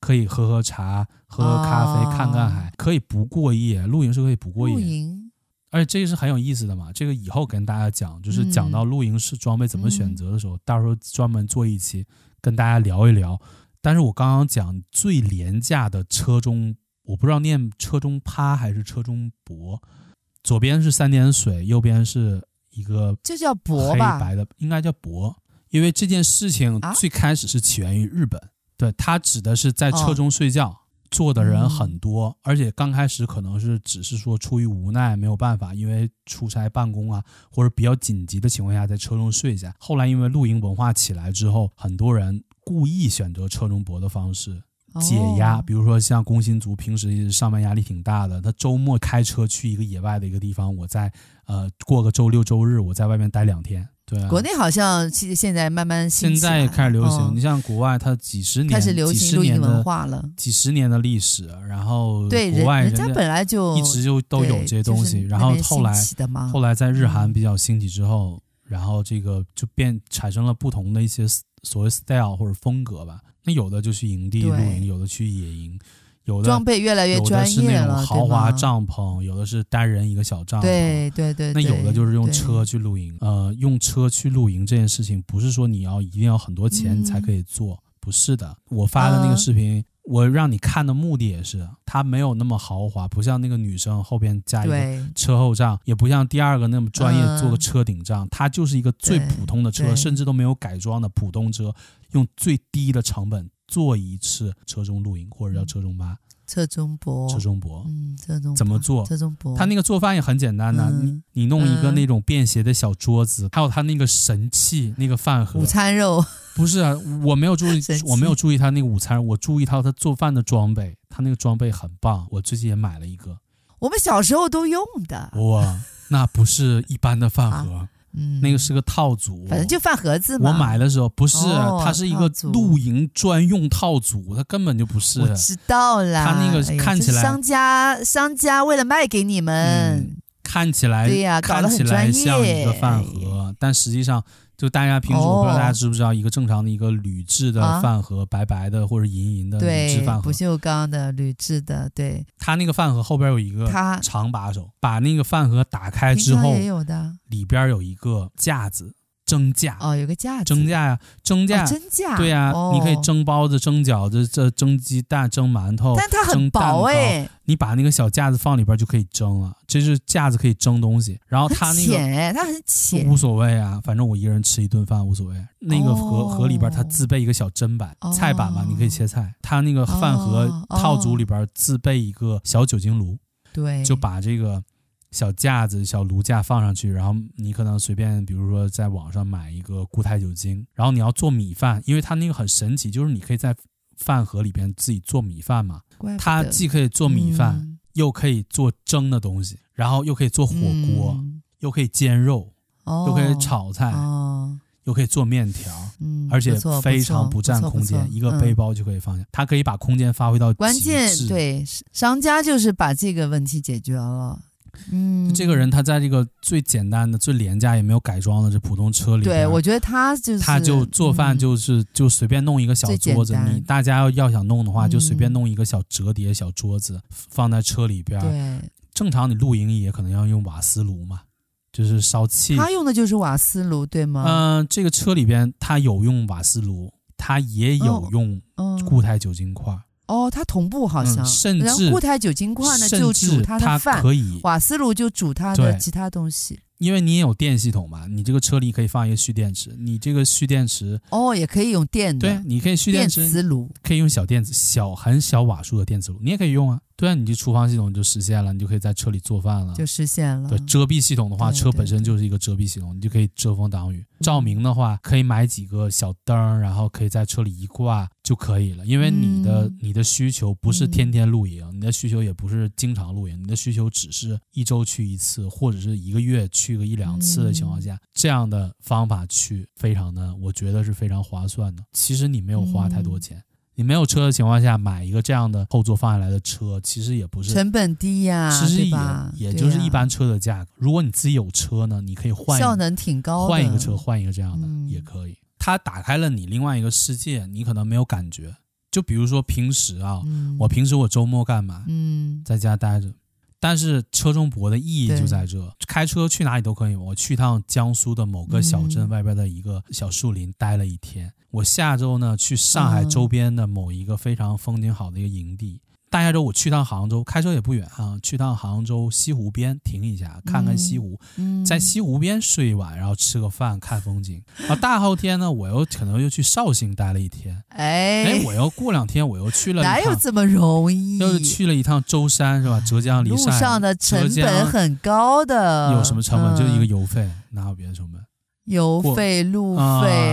[SPEAKER 1] 可以喝喝茶，喝喝咖啡，
[SPEAKER 2] 哦
[SPEAKER 1] 看看海，可以不过夜。露营是可以不过
[SPEAKER 2] 露
[SPEAKER 1] 夜，
[SPEAKER 2] 营
[SPEAKER 1] 而且这个是很有意思的嘛。这个以后跟大家讲，就是
[SPEAKER 2] 嗯
[SPEAKER 1] 讲到露营是装备怎么选
[SPEAKER 2] 嗯
[SPEAKER 1] 择的时候，到时候专门做一期跟大家聊一聊。但是我刚刚讲最廉价的车中，我不知道念车中趴还是车中泊，左边是三点水，右边是一个
[SPEAKER 2] 这叫博
[SPEAKER 1] 黑
[SPEAKER 2] 吧？
[SPEAKER 1] 白的，应该叫博，因为这件事情
[SPEAKER 2] 啊
[SPEAKER 1] 最开始是起源于日本，对，它指的是在车
[SPEAKER 2] 哦
[SPEAKER 1] 中睡觉。做的人
[SPEAKER 2] 嗯
[SPEAKER 1] 很多，而且刚开始可能是只是说出于无奈没有办法，因为出差办公啊或者比较紧急的情况下在车中睡一下。后来因为露营文化起来之后，很多人故意选择车中泊的方式，解压，
[SPEAKER 2] 哦
[SPEAKER 1] 比如说像工薪族，平时上班压力挺大的，他周末开车去一个野外的一个地方，我在呃过个周六周日，我在外面待两天。对啊，
[SPEAKER 2] 国内好像其实现在慢慢兴
[SPEAKER 1] 现
[SPEAKER 2] 起
[SPEAKER 1] 在也
[SPEAKER 2] 来
[SPEAKER 1] 开始流行。
[SPEAKER 2] 哦
[SPEAKER 1] 你像国外，它几十年
[SPEAKER 2] 开始流
[SPEAKER 1] 几
[SPEAKER 2] 行
[SPEAKER 1] 十
[SPEAKER 2] 露
[SPEAKER 1] 年
[SPEAKER 2] 营文
[SPEAKER 1] 的
[SPEAKER 2] 化了。
[SPEAKER 1] 几十年的历史，然后
[SPEAKER 2] 对，
[SPEAKER 1] 国外
[SPEAKER 2] 人
[SPEAKER 1] 家
[SPEAKER 2] 家本来就
[SPEAKER 1] 一直就都有
[SPEAKER 2] 对
[SPEAKER 1] 这些
[SPEAKER 2] 就是
[SPEAKER 1] 东西，
[SPEAKER 2] 那
[SPEAKER 1] 然后
[SPEAKER 2] 边
[SPEAKER 1] 后
[SPEAKER 2] 兴
[SPEAKER 1] 来
[SPEAKER 2] 起的嘛
[SPEAKER 1] 后来在日韩
[SPEAKER 2] 嗯
[SPEAKER 1] 比较兴起之后，然后这个就变产生了不同的一些 s- 所谓 style 或者风格吧。那有的就去营地露
[SPEAKER 2] 对
[SPEAKER 1] 营，有的去野营，有的
[SPEAKER 2] 装备越来越
[SPEAKER 1] 有的
[SPEAKER 2] 专
[SPEAKER 1] 是
[SPEAKER 2] 业
[SPEAKER 1] 那种
[SPEAKER 2] 了，
[SPEAKER 1] 豪华
[SPEAKER 2] 对吗
[SPEAKER 1] 帐篷，有的是单人一个小帐篷。
[SPEAKER 2] 对对对，
[SPEAKER 1] 那有的就是用
[SPEAKER 2] 对
[SPEAKER 1] 车去露营，呃，用车去露营这件事情，不是说你要一定要很多钱
[SPEAKER 2] 嗯
[SPEAKER 1] 你才可以做，不是的。我发的那个
[SPEAKER 2] 嗯
[SPEAKER 1] 视频，我让你看的目的也是，它没有那么豪华，不像那个女生后边加一个
[SPEAKER 2] 对
[SPEAKER 1] 车后帐，也不像第二个那么专业
[SPEAKER 2] 嗯
[SPEAKER 1] 做个车顶帐，它就是一个最
[SPEAKER 2] 对
[SPEAKER 1] 普通的车，
[SPEAKER 2] 对
[SPEAKER 1] 甚至都没有改装的普通车，用最低的成本做一次车中露营或者叫车中吧、
[SPEAKER 2] 车中泊，
[SPEAKER 1] 车中泊。
[SPEAKER 2] 嗯，车中
[SPEAKER 1] 怎么
[SPEAKER 2] 泊
[SPEAKER 1] 做
[SPEAKER 2] 车中泊，
[SPEAKER 1] 他那个做饭也很简单的，
[SPEAKER 2] 哦嗯
[SPEAKER 1] 你你弄一个
[SPEAKER 2] 嗯
[SPEAKER 1] 那种便携的小桌子，还有他那个神器那个饭盒
[SPEAKER 2] 午，餐肉
[SPEAKER 1] 不是啊，我没有注意
[SPEAKER 2] 神，器
[SPEAKER 1] 我没有注意他那个午餐，我注意到他做饭的装备，他那个装备很棒，我最近也买了一个，
[SPEAKER 2] 我们小时候都用的，
[SPEAKER 1] 哇，那不是一般的饭盒，
[SPEAKER 2] 嗯，
[SPEAKER 1] 那个是个套组，
[SPEAKER 2] 反正就饭盒子嘛。
[SPEAKER 1] 我买的时候不是，啊
[SPEAKER 2] 哦
[SPEAKER 1] 它是一个
[SPEAKER 2] 套组
[SPEAKER 1] 露营专用套组，它根本就不是
[SPEAKER 2] 我，知道啦，
[SPEAKER 1] 它那个
[SPEAKER 2] 哎呀
[SPEAKER 1] 看
[SPEAKER 2] 这
[SPEAKER 1] 起来
[SPEAKER 2] 是商家商家为了卖给你们
[SPEAKER 1] 嗯，看起来
[SPEAKER 2] 对呀搞
[SPEAKER 1] 看
[SPEAKER 2] 得
[SPEAKER 1] 起
[SPEAKER 2] 很
[SPEAKER 1] 来
[SPEAKER 2] 专业
[SPEAKER 1] 像一个饭盒，但实际上就大家平时我不知道大家知不知道，一个正常的一个铝制的
[SPEAKER 2] 哦啊
[SPEAKER 1] 饭盒，白白的或者银银的铝制
[SPEAKER 2] 对
[SPEAKER 1] 嗯呃饭，盒
[SPEAKER 2] 不，锈钢的、铝制的，对，
[SPEAKER 1] 它那个饭盒后边有一个
[SPEAKER 2] 它哦
[SPEAKER 1] 长把手，把那个饭盒打开
[SPEAKER 2] 平
[SPEAKER 1] 呃之
[SPEAKER 2] 常
[SPEAKER 1] 后，
[SPEAKER 2] 也有的，
[SPEAKER 1] 里边有一个架子，蒸架，
[SPEAKER 2] 哦，有个架子，
[SPEAKER 1] 蒸架呀，蒸架
[SPEAKER 2] 哦，蒸架，
[SPEAKER 1] 对呀、
[SPEAKER 2] 哦
[SPEAKER 1] 你可以。蒸包子、蒸饺子、这蒸鸡蛋、蒸馒头，
[SPEAKER 2] 但它很
[SPEAKER 1] 蒸蛋糕
[SPEAKER 2] 薄哎、
[SPEAKER 1] 你把那个小架子放里边就可以蒸了，这是架子可以蒸东西。然后它
[SPEAKER 2] 很
[SPEAKER 1] 那个
[SPEAKER 2] 浅哎、它很浅
[SPEAKER 1] 无所谓啊，反正我一个人吃一顿饭无所谓。那个盒、
[SPEAKER 2] 哦
[SPEAKER 1] 盒里边它自备一个小砧板、
[SPEAKER 2] 哦
[SPEAKER 1] 菜板嘛，你可以切菜。它那个饭盒
[SPEAKER 2] 哦哦哎
[SPEAKER 1] 套组里边自备一个小酒精炉，
[SPEAKER 2] 对，
[SPEAKER 1] 就把这个小架子、小炉架放上去，然后你可能随便，比如说在网上买一个固态酒精，然后你要做米饭，因为它那个很神奇，就是你可以在饭盒里边自己做米饭嘛，
[SPEAKER 2] 怪不
[SPEAKER 1] 它
[SPEAKER 2] 得
[SPEAKER 1] 既可以做米饭，
[SPEAKER 2] 嗯
[SPEAKER 1] 又可以做蒸的东西，然后又可以做火锅，
[SPEAKER 2] 嗯
[SPEAKER 1] 又可以煎肉，
[SPEAKER 2] 哦，
[SPEAKER 1] 又可以炒菜，
[SPEAKER 2] 哦，
[SPEAKER 1] 又可以做面条，
[SPEAKER 2] 嗯，
[SPEAKER 1] 而且
[SPEAKER 2] 不错
[SPEAKER 1] 非常
[SPEAKER 2] 不
[SPEAKER 1] 占
[SPEAKER 2] 错
[SPEAKER 1] 空间，一个
[SPEAKER 2] 嗯
[SPEAKER 1] 背包就可以放下。它可以把空间发挥到
[SPEAKER 2] 关
[SPEAKER 1] 极
[SPEAKER 2] 键
[SPEAKER 1] 致。
[SPEAKER 2] 对商家就是把这个问题解决了。嗯，
[SPEAKER 1] 这个人他在这个最简单的、最廉价也没有改装的这普通车里边，
[SPEAKER 2] 对我觉得他就是
[SPEAKER 1] 他就做饭
[SPEAKER 2] 嗯
[SPEAKER 1] 就是、就随便弄一个小
[SPEAKER 2] 最简
[SPEAKER 1] 桌子，
[SPEAKER 2] 单
[SPEAKER 1] 你大家要要想弄的话，
[SPEAKER 2] 嗯
[SPEAKER 1] 就随便弄一个小折叠小桌子放在车里边儿。
[SPEAKER 2] 对，
[SPEAKER 1] 正常你露营也可能要用瓦斯炉嘛，就是烧气。
[SPEAKER 2] 他用的就是瓦斯炉，对吗？
[SPEAKER 1] 嗯、这个车里边它有用瓦斯炉，它也有
[SPEAKER 2] 哦
[SPEAKER 1] 用
[SPEAKER 2] 嗯，
[SPEAKER 1] 固态酒精块儿，
[SPEAKER 2] 哦，它同步好像，
[SPEAKER 1] 嗯甚
[SPEAKER 2] 然后
[SPEAKER 1] 至
[SPEAKER 2] 固态酒精块呢
[SPEAKER 1] 甚
[SPEAKER 2] 就
[SPEAKER 1] 至
[SPEAKER 2] 煮
[SPEAKER 1] 它
[SPEAKER 2] 的饭，
[SPEAKER 1] 可以，
[SPEAKER 2] 瓦斯炉就煮它的
[SPEAKER 1] 对
[SPEAKER 2] 其他东西。
[SPEAKER 1] 因为你也有电系统嘛，你这个车里可以放一个蓄电池，你这个蓄电池，
[SPEAKER 2] 哦，也可以用电
[SPEAKER 1] 对啊
[SPEAKER 2] 的，
[SPEAKER 1] 你可以蓄
[SPEAKER 2] 嗯电
[SPEAKER 1] 电池，啊
[SPEAKER 2] 磁炉。
[SPEAKER 1] 可以用小电子小很小瓦数的电磁炉，你也可以用啊。对啊，你这厨房系统就实现了，你就可以在车里做饭了。
[SPEAKER 2] 就实现了
[SPEAKER 1] 对，遮蔽系统的话，
[SPEAKER 2] 对
[SPEAKER 1] 车
[SPEAKER 2] 对
[SPEAKER 1] 本身就是一个遮蔽系统，你就可以遮风挡雨。照明的话，可以买几个小灯儿，然后可以在车里一挂就可以了。因为你的、
[SPEAKER 2] 嗯
[SPEAKER 1] 你的需求不是天天露营，你的需求也不是经常露营，你的需求只是一周去一次，或者是一个月去个一两次的情
[SPEAKER 2] 嗯
[SPEAKER 1] 况下，这样的方法去非常的，我觉得是非常划算的。其实你没有花太
[SPEAKER 2] 嗯
[SPEAKER 1] 多钱。你没有车的情况下，买一个这样的后座放下来的车，其实也不是
[SPEAKER 2] 成本低呀、
[SPEAKER 1] 其实
[SPEAKER 2] 啊对
[SPEAKER 1] 也
[SPEAKER 2] 吧？
[SPEAKER 1] 也
[SPEAKER 2] 对
[SPEAKER 1] 就是
[SPEAKER 2] 呀
[SPEAKER 1] 一般车的价格。如果你自己有车呢，你可以换一
[SPEAKER 2] 效能挺高的，
[SPEAKER 1] 换一个车，换一个这样的、
[SPEAKER 2] 嗯
[SPEAKER 1] 也可以。它打开了你另外一个世界，你可能没有感觉。就比如说平时啊，
[SPEAKER 2] 嗯，
[SPEAKER 1] 我平时我周末干嘛？
[SPEAKER 2] 嗯
[SPEAKER 1] 在家待着。但是车中泊的意义就在这，开车去哪里都可以。我去趟江苏的某个小镇
[SPEAKER 2] 嗯
[SPEAKER 1] 外边的一个小树林待了一天。我下周呢去上海
[SPEAKER 2] 嗯
[SPEAKER 1] 周边的某一个非常风景好的一个营地。大下周我去趟杭州，开车也不远啊，去趟杭州西湖边停一下，看看西湖，
[SPEAKER 2] 嗯，
[SPEAKER 1] 在西湖边睡一晚，然后吃个饭，看风景。啊，大后天呢，我又可能又去绍兴待了一天。哎
[SPEAKER 2] 哎，，
[SPEAKER 1] 我又过两天我又去了一
[SPEAKER 2] 哪有
[SPEAKER 1] 趟，
[SPEAKER 2] 这么容易？
[SPEAKER 1] 又去了一趟舟山是吧？浙江离
[SPEAKER 2] 路
[SPEAKER 1] 山，
[SPEAKER 2] 上的成
[SPEAKER 1] 浙江
[SPEAKER 2] 本很高的，
[SPEAKER 1] 有什么成本？
[SPEAKER 2] 嗯
[SPEAKER 1] 就一个油费，哪有别的成本？
[SPEAKER 2] 油
[SPEAKER 1] 过
[SPEAKER 2] 费、路费，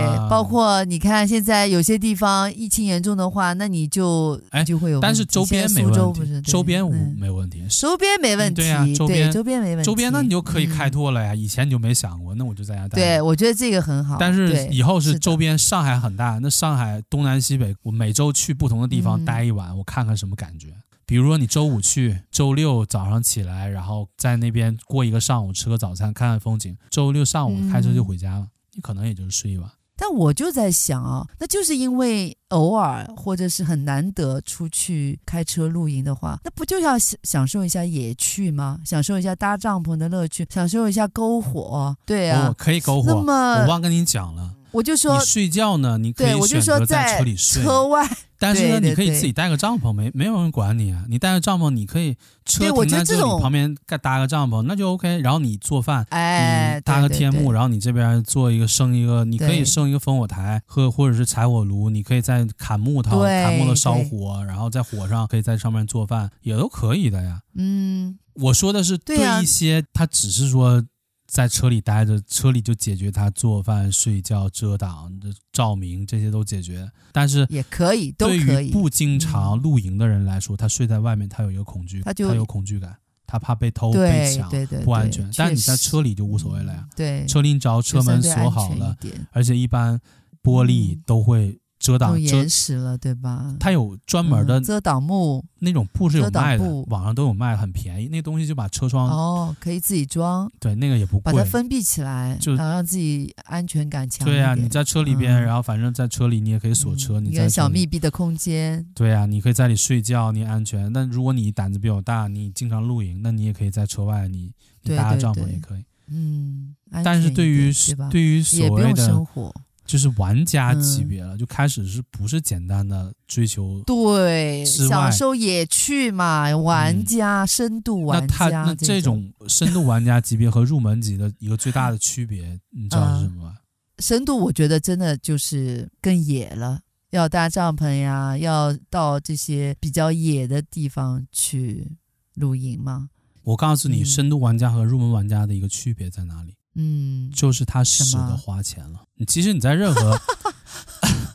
[SPEAKER 1] 啊
[SPEAKER 2] 包括你看现在有些地方疫情严重的话，那你就
[SPEAKER 1] 哎
[SPEAKER 2] 就会有问题，
[SPEAKER 1] 但是周边
[SPEAKER 2] 现在
[SPEAKER 1] 没
[SPEAKER 2] 苏州
[SPEAKER 1] 问
[SPEAKER 2] 不
[SPEAKER 1] 题，
[SPEAKER 2] 是对
[SPEAKER 1] 周边无
[SPEAKER 2] 嗯
[SPEAKER 1] 没问题。
[SPEAKER 2] 周边没问
[SPEAKER 1] 嗯
[SPEAKER 2] 题，
[SPEAKER 1] 对呀周边
[SPEAKER 2] 对周边没问题，
[SPEAKER 1] 周边那你就可以开
[SPEAKER 2] 嗯
[SPEAKER 1] 拓了呀，以前你就没想过，那我就在家待。
[SPEAKER 2] 对，，我觉得这个很好，
[SPEAKER 1] 但是
[SPEAKER 2] 对
[SPEAKER 1] 以后是
[SPEAKER 2] 是的
[SPEAKER 1] 周边上海很大，那上海东南西北，我每周去不同的地方
[SPEAKER 2] 嗯
[SPEAKER 1] 待一晚，我看看什么感觉。比如说你周五去，周六早上起来，然后在那边过一个上午，吃个早餐，看看风景。周六上午
[SPEAKER 2] 嗯
[SPEAKER 1] 开车就回家了，你可能也就是睡一晚。
[SPEAKER 2] 但我就在想啊，那就是因为偶尔或者是很难得出去开车露营的话，那不就要享享受一下野趣吗？享受一下搭帐篷的乐趣，享受一下篝火，对
[SPEAKER 1] 我、
[SPEAKER 2] 啊。
[SPEAKER 1] 哦可以篝
[SPEAKER 2] 那
[SPEAKER 1] 火，我
[SPEAKER 2] 么
[SPEAKER 1] 忘跟你讲了，
[SPEAKER 2] 我就说
[SPEAKER 1] 你，睡觉呢，你可
[SPEAKER 2] 对
[SPEAKER 1] 以
[SPEAKER 2] 我就
[SPEAKER 1] 选
[SPEAKER 2] 说
[SPEAKER 1] 择在车里睡。
[SPEAKER 2] 车外，
[SPEAKER 1] 但是呢，
[SPEAKER 2] 对对
[SPEAKER 1] 你可以
[SPEAKER 2] 对
[SPEAKER 1] 自己带个帐篷，没没有人管你啊。你带个帐篷，你可以车
[SPEAKER 2] 对我
[SPEAKER 1] 停在
[SPEAKER 2] 觉得
[SPEAKER 1] 这
[SPEAKER 2] 这
[SPEAKER 1] 里
[SPEAKER 2] 种
[SPEAKER 1] 旁边盖搭个帐篷，那就 OK。然后你做饭，
[SPEAKER 2] 哎
[SPEAKER 1] 你，嗯搭
[SPEAKER 2] 对
[SPEAKER 1] 个
[SPEAKER 2] 对
[SPEAKER 1] 天幕，
[SPEAKER 2] 对
[SPEAKER 1] 然后你这边做一个生一个，你可以
[SPEAKER 2] 对
[SPEAKER 1] 生一个烽火台，或或者是柴火炉，你可以在砍木头，
[SPEAKER 2] 对
[SPEAKER 1] 砍木头烧
[SPEAKER 2] 对
[SPEAKER 1] 火，然后在火上可以在上面做饭，也都可以的呀。
[SPEAKER 2] 嗯，
[SPEAKER 1] 我说的是
[SPEAKER 2] 对呀
[SPEAKER 1] 一些他只是说在车里待着，车里就解决他做饭、睡觉、遮挡、这照明这些都解决，但是
[SPEAKER 2] 也可以，都
[SPEAKER 1] 对
[SPEAKER 2] 可
[SPEAKER 1] 于
[SPEAKER 2] 以。嗯
[SPEAKER 1] 不经常露营的人来说，他睡在外面，他有一个恐惧，
[SPEAKER 2] 他就
[SPEAKER 1] 有恐惧感，他怕被偷、被
[SPEAKER 2] 对
[SPEAKER 1] 抢，
[SPEAKER 2] 对对，
[SPEAKER 1] 不安
[SPEAKER 2] 对
[SPEAKER 1] 全。
[SPEAKER 2] 确
[SPEAKER 1] 但你在
[SPEAKER 2] 实
[SPEAKER 1] 车里就无所谓了呀，
[SPEAKER 2] 对，
[SPEAKER 1] 车里你只要车
[SPEAKER 2] 就
[SPEAKER 1] 门
[SPEAKER 2] 相对
[SPEAKER 1] 锁
[SPEAKER 2] 安
[SPEAKER 1] 好
[SPEAKER 2] 全一
[SPEAKER 1] 了，
[SPEAKER 2] 点
[SPEAKER 1] 而且一般玻璃
[SPEAKER 2] 嗯
[SPEAKER 1] 都会遮挡
[SPEAKER 2] 用
[SPEAKER 1] 遮
[SPEAKER 2] 岩，石了，对吧？
[SPEAKER 1] 它有专门的
[SPEAKER 2] 嗯遮挡木
[SPEAKER 1] 那种布是有
[SPEAKER 2] 遮挡
[SPEAKER 1] 卖的
[SPEAKER 2] 布，
[SPEAKER 1] 网上都有卖，很便宜。那东西就把车窗
[SPEAKER 2] 哦，可以自己装，
[SPEAKER 1] 对那个也不
[SPEAKER 2] 把它
[SPEAKER 1] 贵。
[SPEAKER 2] 封闭起来，
[SPEAKER 1] 就
[SPEAKER 2] 然后让自己安全感强一
[SPEAKER 1] 对啊
[SPEAKER 2] 点。
[SPEAKER 1] 呀，你在车里边，
[SPEAKER 2] 嗯
[SPEAKER 1] 然后反正在车里你也可以锁车，
[SPEAKER 2] 嗯
[SPEAKER 1] 你
[SPEAKER 2] 一
[SPEAKER 1] 在
[SPEAKER 2] 个
[SPEAKER 1] 车
[SPEAKER 2] 小
[SPEAKER 1] 里
[SPEAKER 2] 密闭的空间，
[SPEAKER 1] 对呀、你可以在里睡觉，你安全。但如果你胆子比较大，你经常露营，那你也可以在车外，你你
[SPEAKER 2] 对
[SPEAKER 1] 搭个
[SPEAKER 2] 对
[SPEAKER 1] 帐篷
[SPEAKER 2] 对
[SPEAKER 1] 也可以。
[SPEAKER 2] 嗯，安
[SPEAKER 1] 但是
[SPEAKER 2] 全一
[SPEAKER 1] 对于
[SPEAKER 2] 点对吧，
[SPEAKER 1] 对于
[SPEAKER 2] 也
[SPEAKER 1] 所
[SPEAKER 2] 不
[SPEAKER 1] 谓
[SPEAKER 2] 用生
[SPEAKER 1] 的
[SPEAKER 2] 活，
[SPEAKER 1] 就是玩家级
[SPEAKER 2] 嗯
[SPEAKER 1] 别了，就开始是不是简单的追求？
[SPEAKER 2] 对，
[SPEAKER 1] 之
[SPEAKER 2] 享
[SPEAKER 1] 外
[SPEAKER 2] 受野趣嘛，玩
[SPEAKER 1] 嗯
[SPEAKER 2] 家、深度
[SPEAKER 1] 那
[SPEAKER 2] 玩
[SPEAKER 1] 他
[SPEAKER 2] 家，
[SPEAKER 1] 那
[SPEAKER 2] 这
[SPEAKER 1] 种深度玩家级别和入门级的一个最大的区别，你知道是什么
[SPEAKER 2] 嗯
[SPEAKER 1] 吗？
[SPEAKER 2] 深度，我觉得真的就是更野了，要搭帐篷呀，要到这些比较野的地方去露营嘛。
[SPEAKER 1] 我告诉你，
[SPEAKER 2] 嗯
[SPEAKER 1] 深度玩家和入门玩家的一个区别在哪里？
[SPEAKER 2] 嗯，
[SPEAKER 1] 就是他
[SPEAKER 2] 什
[SPEAKER 1] 舍
[SPEAKER 2] 么
[SPEAKER 1] 得花钱了。你其实你在任 何，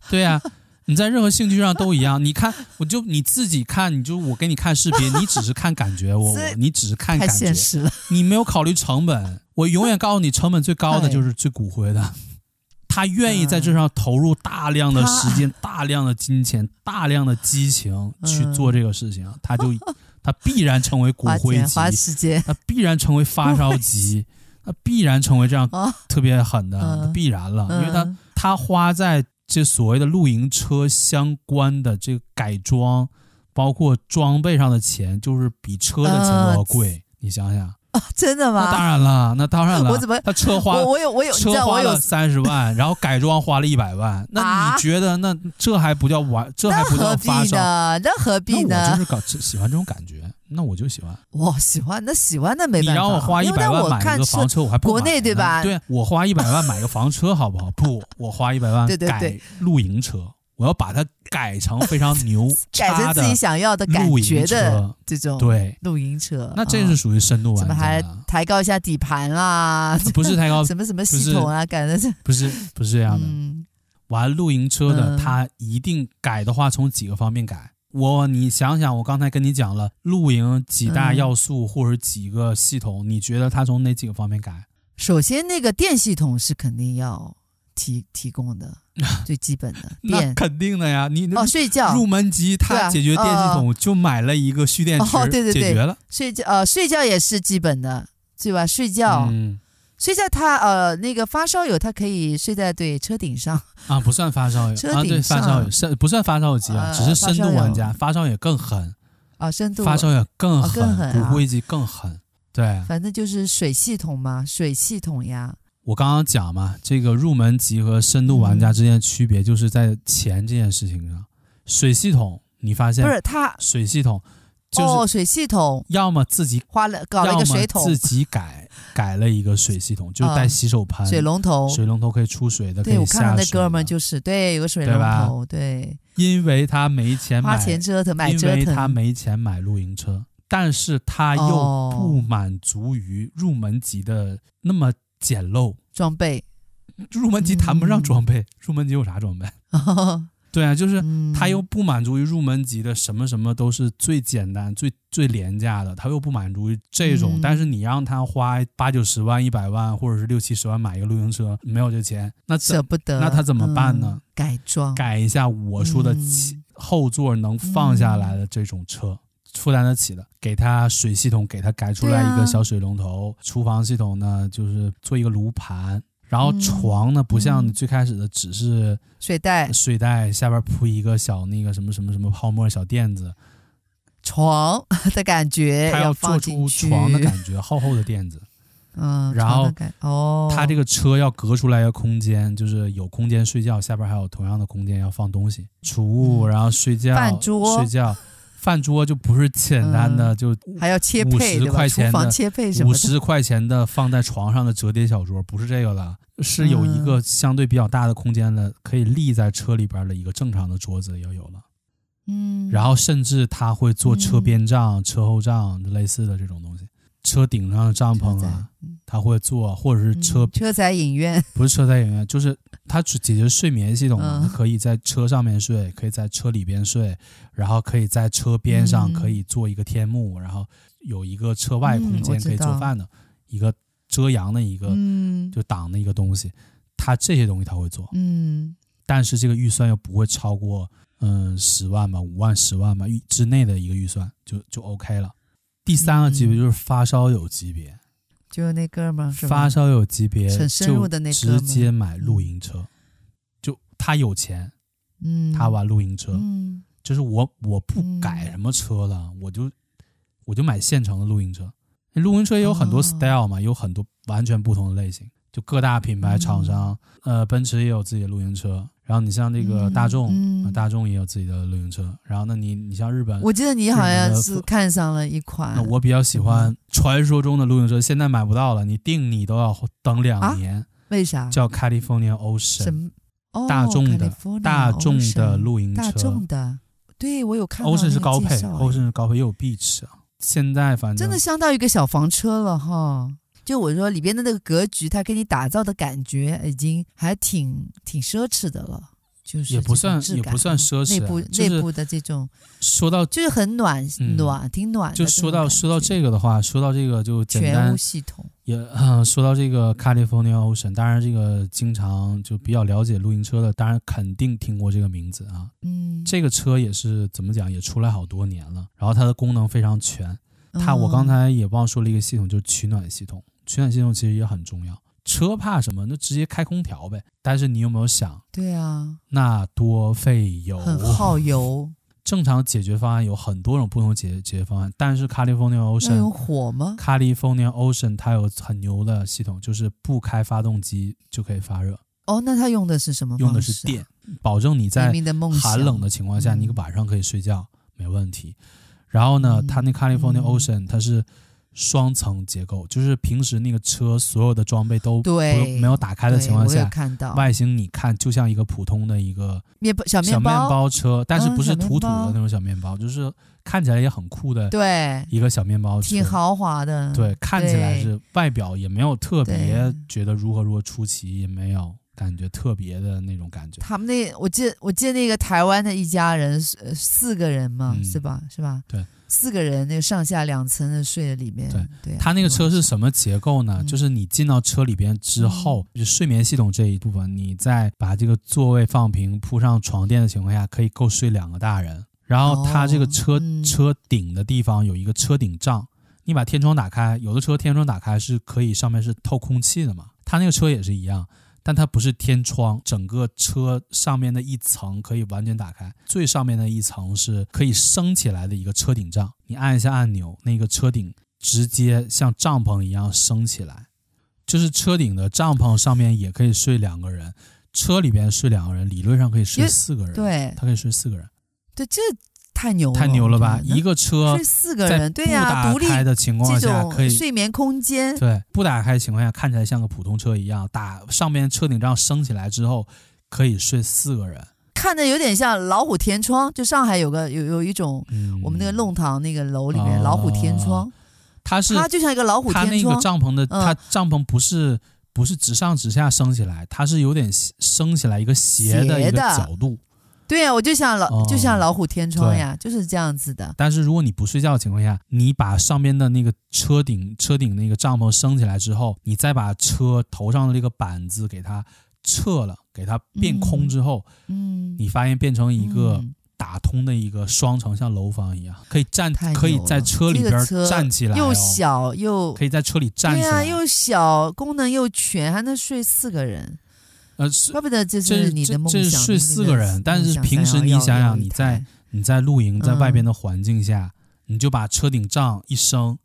[SPEAKER 1] 对呀、你在任何兴趣上都一样。你看，我就你自己看，你就我给你看视频，你只是看感觉，我
[SPEAKER 2] 这
[SPEAKER 1] 我你只是看
[SPEAKER 2] 太
[SPEAKER 1] 感觉
[SPEAKER 2] 现，实了。
[SPEAKER 1] 你没有考虑成本。我永远告诉你，成本最高的
[SPEAKER 2] 对
[SPEAKER 1] 就是最骨灰的。他愿意在这上投入大量的
[SPEAKER 2] 他
[SPEAKER 1] 时间、大量的金钱、大量的激情去
[SPEAKER 2] 嗯
[SPEAKER 1] 做这个事情，啊 他就他必然成为骨
[SPEAKER 2] 花
[SPEAKER 1] 灰
[SPEAKER 2] 钱
[SPEAKER 1] 级，
[SPEAKER 2] 花时间
[SPEAKER 1] 那必然成为发烧级， 那必然成为这样
[SPEAKER 2] 啊，
[SPEAKER 1] 特别狠的，
[SPEAKER 2] 嗯
[SPEAKER 1] 必然了，啊因为他
[SPEAKER 2] 嗯
[SPEAKER 1] 他花在这所谓的露营车相关的这个改装，包括装备上的钱，就是比车的钱
[SPEAKER 2] 呃
[SPEAKER 1] 都要贵。你想想，
[SPEAKER 2] 真的
[SPEAKER 1] 那当
[SPEAKER 2] 吗？
[SPEAKER 1] 然了，那当然了，
[SPEAKER 2] 啊我怎么
[SPEAKER 1] 他车花
[SPEAKER 2] 我我有我有，你知
[SPEAKER 1] 车
[SPEAKER 2] 道我
[SPEAKER 1] 花
[SPEAKER 2] 有
[SPEAKER 1] 了三十 万，然后改装花了一百万，那
[SPEAKER 2] 啊
[SPEAKER 1] 你觉得那这还不叫玩？这还
[SPEAKER 2] 那
[SPEAKER 1] 不叫
[SPEAKER 2] 何必
[SPEAKER 1] 发烧？
[SPEAKER 2] 呢？那何
[SPEAKER 1] 那
[SPEAKER 2] 必
[SPEAKER 1] 我就
[SPEAKER 2] 呢？
[SPEAKER 1] 是搞喜欢这种感觉，那我就喜欢。
[SPEAKER 2] 我喜欢，那喜欢那没
[SPEAKER 1] 你
[SPEAKER 2] 办法。
[SPEAKER 1] 让我花一
[SPEAKER 2] 因为
[SPEAKER 1] 百
[SPEAKER 2] 那
[SPEAKER 1] 万
[SPEAKER 2] 我
[SPEAKER 1] 买
[SPEAKER 2] 看
[SPEAKER 1] 一个
[SPEAKER 2] 是
[SPEAKER 1] 房车，我还不
[SPEAKER 2] 国
[SPEAKER 1] 买
[SPEAKER 2] 内
[SPEAKER 1] 呢
[SPEAKER 2] 对吧
[SPEAKER 1] 对我花一百万买个房车好不好？不，我花一百万
[SPEAKER 2] 对对
[SPEAKER 1] 改
[SPEAKER 2] 对
[SPEAKER 1] 露营车，我要把它改成非常牛
[SPEAKER 2] 改
[SPEAKER 1] 叉
[SPEAKER 2] 成
[SPEAKER 1] 的
[SPEAKER 2] 自己想要的感
[SPEAKER 1] 露
[SPEAKER 2] 觉
[SPEAKER 1] 营
[SPEAKER 2] 的
[SPEAKER 1] 车。
[SPEAKER 2] 这种
[SPEAKER 1] 对，
[SPEAKER 2] 露营车。
[SPEAKER 1] 那这
[SPEAKER 2] 啊
[SPEAKER 1] 是属于深度
[SPEAKER 2] 怎
[SPEAKER 1] 玩
[SPEAKER 2] 么还
[SPEAKER 1] 家了， 啊
[SPEAKER 2] 抬高一下底盘啦？
[SPEAKER 1] 不是 太高，
[SPEAKER 2] 什么什么
[SPEAKER 1] 不
[SPEAKER 2] 系
[SPEAKER 1] 是
[SPEAKER 2] 统啊？感觉是
[SPEAKER 1] 不是不是这样的。
[SPEAKER 2] 嗯
[SPEAKER 1] 玩露营车的，
[SPEAKER 2] 嗯
[SPEAKER 1] 他一定改的话，从几个方面改。我，你想想，我刚才跟你讲了露营几大
[SPEAKER 2] 嗯
[SPEAKER 1] 要素或者几个系统，你觉得它从哪几个方面改？
[SPEAKER 2] 首先那个电系统是肯定要提提供的，最基本的
[SPEAKER 1] 那
[SPEAKER 2] 电
[SPEAKER 1] 肯定的呀，你
[SPEAKER 2] 哦，睡觉
[SPEAKER 1] 入门级
[SPEAKER 2] 对
[SPEAKER 1] 它
[SPEAKER 2] 啊
[SPEAKER 1] 解决电系统，就买了一个蓄电池，
[SPEAKER 2] 哦对对对
[SPEAKER 1] 解决了。
[SPEAKER 2] 睡觉呃睡觉也是基本的，对吧？睡觉、
[SPEAKER 1] 嗯
[SPEAKER 2] 睡觉它呃那个发烧友他可以睡在对车顶上，
[SPEAKER 1] 啊，不算发烧友
[SPEAKER 2] 车
[SPEAKER 1] 啊，
[SPEAKER 2] 顶
[SPEAKER 1] 对发烧友
[SPEAKER 2] 上
[SPEAKER 1] 深不算发烧友级啊，
[SPEAKER 2] 呃
[SPEAKER 1] 只是深度玩家，发烧友更狠，
[SPEAKER 2] 啊、深度
[SPEAKER 1] 发烧友更
[SPEAKER 2] 哦更狠
[SPEAKER 1] 骨
[SPEAKER 2] 啊
[SPEAKER 1] 灰级更狠。对
[SPEAKER 2] 反正就是水系统嘛，水系统呀，
[SPEAKER 1] 我刚刚讲嘛，这个入门级和深度玩家之间的区别就是在钱这件事情上。水系统，你发现
[SPEAKER 2] 不是它
[SPEAKER 1] 水系统就是
[SPEAKER 2] 哦水系统
[SPEAKER 1] 要么自己
[SPEAKER 2] 花了搞了一个水
[SPEAKER 1] 要么
[SPEAKER 2] 桶
[SPEAKER 1] 自己改改了一个水系统，就是带
[SPEAKER 2] 嗯
[SPEAKER 1] 洗手盆、
[SPEAKER 2] 水龙头，
[SPEAKER 1] 水龙头可以出水的，可
[SPEAKER 2] 对
[SPEAKER 1] 以
[SPEAKER 2] 我看到
[SPEAKER 1] 下
[SPEAKER 2] 那
[SPEAKER 1] 水
[SPEAKER 2] 哥们
[SPEAKER 1] 的
[SPEAKER 2] 儿就是对有个水
[SPEAKER 1] 对
[SPEAKER 2] 龙
[SPEAKER 1] 吧
[SPEAKER 2] 头，对。
[SPEAKER 1] 因为他没钱买，
[SPEAKER 2] 花钱折腾，买
[SPEAKER 1] 因
[SPEAKER 2] 折
[SPEAKER 1] 为
[SPEAKER 2] 腾。
[SPEAKER 1] 他没钱买露营车，但是他又
[SPEAKER 2] 哦
[SPEAKER 1] 不满足于入门级的那么简陋，
[SPEAKER 2] 装备，
[SPEAKER 1] 入门级谈不上
[SPEAKER 2] 嗯
[SPEAKER 1] 装备，入门级有啥装备？对啊，就是
[SPEAKER 2] 嗯
[SPEAKER 1] 他又不满足于入门级的什么什么都是最简单、最最廉价的，他又不满足于这种。
[SPEAKER 2] 嗯
[SPEAKER 1] 但是你让他花八九十万、一百万，或者是六七十万买一个露营车，没有这钱，那怎
[SPEAKER 2] 舍不得，
[SPEAKER 1] 那他怎么办呢
[SPEAKER 2] 嗯改装，
[SPEAKER 1] 改一下我说的
[SPEAKER 2] 嗯
[SPEAKER 1] 起后座能放下来的这种车，负担得起的，给它水系统给它改出来
[SPEAKER 2] 对啊
[SPEAKER 1] 一个小水龙头，厨房系统呢就是做一个炉盘。然后
[SPEAKER 2] 嗯
[SPEAKER 1] 床呢，不像
[SPEAKER 2] 嗯
[SPEAKER 1] 最开始的只是
[SPEAKER 2] 睡袋、
[SPEAKER 1] 睡袋下边铺一个小那个什么什么什么泡沫小垫子，
[SPEAKER 2] 床 的感觉，
[SPEAKER 1] 它要做
[SPEAKER 2] 放进
[SPEAKER 1] 出
[SPEAKER 2] 去
[SPEAKER 1] 床的感觉，厚厚的垫子。
[SPEAKER 2] 嗯，
[SPEAKER 1] 然
[SPEAKER 2] 床的
[SPEAKER 1] 后
[SPEAKER 2] 感哦，
[SPEAKER 1] 它这
[SPEAKER 2] 个
[SPEAKER 1] 个车要隔出来一个空间，就是有空间睡觉，下边还有同样的空间要放东西，储物，
[SPEAKER 2] 嗯
[SPEAKER 1] 然后睡觉，
[SPEAKER 2] 饭桌
[SPEAKER 1] 睡 觉，饭桌就不是简单的、就
[SPEAKER 2] 还要切
[SPEAKER 1] 50
[SPEAKER 2] 配对吧？
[SPEAKER 1] 块
[SPEAKER 2] 厨
[SPEAKER 1] 钱的
[SPEAKER 2] 房切配什么
[SPEAKER 1] 五
[SPEAKER 2] 的，
[SPEAKER 1] 十块钱的放在床上的折叠小桌，不是这个了，是有
[SPEAKER 2] 嗯
[SPEAKER 1] 一个相对比较大的空间的，可以立在车里边的一个正常的桌子要有了。
[SPEAKER 2] 嗯，
[SPEAKER 1] 然后甚至它会做车
[SPEAKER 2] 嗯
[SPEAKER 1] 边帐、车后帐类似的这种东西，车顶上的帐
[SPEAKER 2] 车
[SPEAKER 1] 篷
[SPEAKER 2] 载
[SPEAKER 1] 啊，，
[SPEAKER 2] 嗯
[SPEAKER 1] 它会做，或者是车
[SPEAKER 2] 嗯车载影院，
[SPEAKER 1] 不是车载影院，就是它只解决睡眠系统嘛，
[SPEAKER 2] 嗯
[SPEAKER 1] 它可以在车上面睡，可以在车里边睡，然后可以在车边上
[SPEAKER 2] 嗯
[SPEAKER 1] 可以做一个天幕，然后有一个车外空
[SPEAKER 2] 嗯我
[SPEAKER 1] 间
[SPEAKER 2] 知
[SPEAKER 1] 可以做饭的、一个遮阳的一个、
[SPEAKER 2] 嗯
[SPEAKER 1] 就挡的一个东西，它这些东西它会做，
[SPEAKER 2] 嗯，
[SPEAKER 1] 但是这个预算又不会超过嗯十万吧，五万、十万吧预之内的一个预算就就 OK 了。第三个级别就是发烧友级别，
[SPEAKER 2] 就那哥们儿嗯啊是吧
[SPEAKER 1] 发？烧友级别
[SPEAKER 2] 很深入
[SPEAKER 1] 就
[SPEAKER 2] 的那嗯哥
[SPEAKER 1] 直
[SPEAKER 2] 们儿
[SPEAKER 1] 接买露营车，就他有钱，
[SPEAKER 2] 嗯，
[SPEAKER 1] 他玩露营车，
[SPEAKER 2] 嗯，
[SPEAKER 1] 就是我我不改什么车了，我就我就买现成的露营车。露营车也有很多
[SPEAKER 2] 哦
[SPEAKER 1] style 嘛，有很多完全不同的类型，就各大品
[SPEAKER 2] 嗯
[SPEAKER 1] 牌厂商，呃，奔驰也有自己的露营车，然后你像那个
[SPEAKER 2] 嗯
[SPEAKER 1] 大众，
[SPEAKER 2] 嗯
[SPEAKER 1] 呃大众也有自己的露营车，然后那你你像日本，
[SPEAKER 2] 我记得你好像是看上了一
[SPEAKER 1] 呃那
[SPEAKER 2] 款，
[SPEAKER 1] 我比较喜
[SPEAKER 2] 嗯
[SPEAKER 1] 欢传说中的露营车，现在买不到了，你订你都要等
[SPEAKER 2] 啊
[SPEAKER 1] 两年，
[SPEAKER 2] 为啥？
[SPEAKER 1] 叫 California Ocean，
[SPEAKER 2] 什么？哦，
[SPEAKER 1] 大众的
[SPEAKER 2] California
[SPEAKER 1] 大众的
[SPEAKER 2] Ocean
[SPEAKER 1] 露营车，
[SPEAKER 2] 大众的，对我有看到
[SPEAKER 1] 欧
[SPEAKER 2] 那
[SPEAKER 1] 式
[SPEAKER 2] 个
[SPEAKER 1] 是高配
[SPEAKER 2] 介，绍哎
[SPEAKER 1] 欧式是高配，也有 Beach 啊。现在反正
[SPEAKER 2] 真的相当于一个小房车了哈。就我说里边的那个格局，它给你打造的感觉已经还挺挺奢侈的了，就是
[SPEAKER 1] 也不
[SPEAKER 2] 这
[SPEAKER 1] 算
[SPEAKER 2] 种质
[SPEAKER 1] 也
[SPEAKER 2] 感
[SPEAKER 1] 不算奢
[SPEAKER 2] 内
[SPEAKER 1] 侈
[SPEAKER 2] 部
[SPEAKER 1] 啊，就
[SPEAKER 2] 内
[SPEAKER 1] 是
[SPEAKER 2] 部的这种，
[SPEAKER 1] 说到
[SPEAKER 2] 就是很暖
[SPEAKER 1] 嗯
[SPEAKER 2] 暖，挺暖的这
[SPEAKER 1] 就
[SPEAKER 2] 种感觉。
[SPEAKER 1] 说到说到这个的话，说到这个就简
[SPEAKER 2] 全
[SPEAKER 1] 单
[SPEAKER 2] 屋系统，
[SPEAKER 1] 也、呃说到这个 California Ocean，当然这个经常就比较了解露营车的，当然肯定听过这个名字啊。
[SPEAKER 2] 嗯，
[SPEAKER 1] 这个车也是怎么讲，也出来好多年了，然后它的功能非常全，它我刚
[SPEAKER 2] 嗯
[SPEAKER 1] 才也忘说了一个系统，就是取暖系统。取暖系统其实也很重要。车怕什么？那直接开空调呗。但是你有没有想，
[SPEAKER 2] 对啊，
[SPEAKER 1] 那多费油？啊
[SPEAKER 2] 很耗油，
[SPEAKER 1] 正常解决方案有很多种不同解解决方案，但是 California
[SPEAKER 2] 要用
[SPEAKER 1] Ocean。
[SPEAKER 2] 火吗？
[SPEAKER 1] California Ocean 它有很牛的系统，就是不开发动机就可以发热，
[SPEAKER 2] 哦，那它用的是什么方式啊？
[SPEAKER 1] 用的是电，保证你在
[SPEAKER 2] 黎明的梦想，
[SPEAKER 1] 寒冷的情况下，
[SPEAKER 2] 嗯
[SPEAKER 1] 你晚上可以睡觉没问题。然后呢，
[SPEAKER 2] 嗯
[SPEAKER 1] 它那 California
[SPEAKER 2] 嗯
[SPEAKER 1] Ocean 它是双层结构，就是平时那个车所有的装备都不
[SPEAKER 2] 对
[SPEAKER 1] 没有打开的
[SPEAKER 2] 对
[SPEAKER 1] 情况
[SPEAKER 2] 我有
[SPEAKER 1] 下，
[SPEAKER 2] 看到
[SPEAKER 1] 外形你看就像一个普通的一个
[SPEAKER 2] 面包小
[SPEAKER 1] 小面
[SPEAKER 2] 包，
[SPEAKER 1] 包车，但是
[SPEAKER 2] 嗯
[SPEAKER 1] 不是
[SPEAKER 2] 小面
[SPEAKER 1] 土土的
[SPEAKER 2] 包
[SPEAKER 1] 那种小面包，就是看起来也很酷的
[SPEAKER 2] 对，
[SPEAKER 1] 一个小面包车，
[SPEAKER 2] 挺豪华的，
[SPEAKER 1] 对，看起来
[SPEAKER 2] 嗯对
[SPEAKER 1] 是外表也没有特别
[SPEAKER 2] 对
[SPEAKER 1] 觉得如何如何出奇，也没有感觉特别的那种感觉。
[SPEAKER 2] 他们那，我记得我记得那个台湾的一家人，呃四个人嘛，
[SPEAKER 1] 嗯
[SPEAKER 2] 是吧？是吧？
[SPEAKER 1] 对，
[SPEAKER 2] 四个人，那个上下两层的睡在里面。
[SPEAKER 1] 对，
[SPEAKER 2] 对啊
[SPEAKER 1] 它那个车是什么结构呢？
[SPEAKER 2] 嗯
[SPEAKER 1] 就是你进到车里边之后，就睡眠系统这一部分，你再把这个座位放平，铺上床垫的情况下，可以够睡两个大人。然后它这个车、
[SPEAKER 2] 哦嗯
[SPEAKER 1] 车顶的地方有一个车顶帐，你把天窗打开，有的车天窗打开是可以上面是透空气的嘛，它那个车也是一样。但它不是天窗，整个车上面的一层可以完全打开，最上面的一层是可以升起来的一个车顶帐，你按一下按钮，那个车顶直接像帐篷一样升起来，就是车顶的帐篷上面也可以睡两个人，车里边睡两个人，理论上可以睡
[SPEAKER 2] 因为
[SPEAKER 1] 四个人，，
[SPEAKER 2] 对
[SPEAKER 1] 它可以睡四个人，
[SPEAKER 2] 对，这太牛了，
[SPEAKER 1] 太牛了吧
[SPEAKER 2] 我！觉得
[SPEAKER 1] 一个车
[SPEAKER 2] 睡四个
[SPEAKER 1] 在
[SPEAKER 2] 人，
[SPEAKER 1] 不
[SPEAKER 2] 对呀，
[SPEAKER 1] 打
[SPEAKER 2] 独立
[SPEAKER 1] 开的情况
[SPEAKER 2] 这
[SPEAKER 1] 下可
[SPEAKER 2] 种
[SPEAKER 1] 以
[SPEAKER 2] 睡眠空间，
[SPEAKER 1] 对，不打开的情况下看起来像个普通车一样，打上面车顶帐升起来之后，可以睡四个人。
[SPEAKER 2] 看着有点像老虎天窗。就上海有个有有一种，
[SPEAKER 1] 嗯，
[SPEAKER 2] 我们那个弄堂那个楼里面
[SPEAKER 1] 哦
[SPEAKER 2] 老虎天窗，
[SPEAKER 1] 它是
[SPEAKER 2] 它就像一个老虎
[SPEAKER 1] 它
[SPEAKER 2] 天
[SPEAKER 1] 那个
[SPEAKER 2] 窗，
[SPEAKER 1] 帐篷的，
[SPEAKER 2] 嗯
[SPEAKER 1] 它帐篷不是不是直上直下升起来，它是有点升起来一个斜的一个
[SPEAKER 2] 斜的
[SPEAKER 1] 角度。
[SPEAKER 2] 对呀，我就像老
[SPEAKER 1] 哦
[SPEAKER 2] 就像老虎天窗
[SPEAKER 1] 对
[SPEAKER 2] 呀，就是这样子的。
[SPEAKER 1] 但是如果你不睡觉的情况下，你把上边的那个车顶车顶那个帐篷升起来之后，你再把车头上的这个板子给它撤了，给它变空
[SPEAKER 2] 嗯
[SPEAKER 1] 之后，
[SPEAKER 2] 嗯，
[SPEAKER 1] 你发现变成一个
[SPEAKER 2] 嗯
[SPEAKER 1] 打通的一个双层，像楼房一样，可以站
[SPEAKER 2] 太，
[SPEAKER 1] 可以
[SPEAKER 2] 牛
[SPEAKER 1] 在
[SPEAKER 2] 了
[SPEAKER 1] 车里
[SPEAKER 2] 这个
[SPEAKER 1] 边儿
[SPEAKER 2] 车
[SPEAKER 1] 站起来、哦，
[SPEAKER 2] 又小又
[SPEAKER 1] 可以在车里站
[SPEAKER 2] 对
[SPEAKER 1] 起
[SPEAKER 2] 呀、
[SPEAKER 1] 来，
[SPEAKER 2] 又小，功能又全，还能睡四个人，
[SPEAKER 1] 呃是
[SPEAKER 2] 怪不得这
[SPEAKER 1] 这
[SPEAKER 2] 是你的梦想。
[SPEAKER 1] 这是睡四个人
[SPEAKER 2] 你的
[SPEAKER 1] 但
[SPEAKER 2] 梦想
[SPEAKER 1] 是平时你想想你在你在露营，
[SPEAKER 2] 嗯
[SPEAKER 1] 在外边的环境下，你就把车顶帐一升，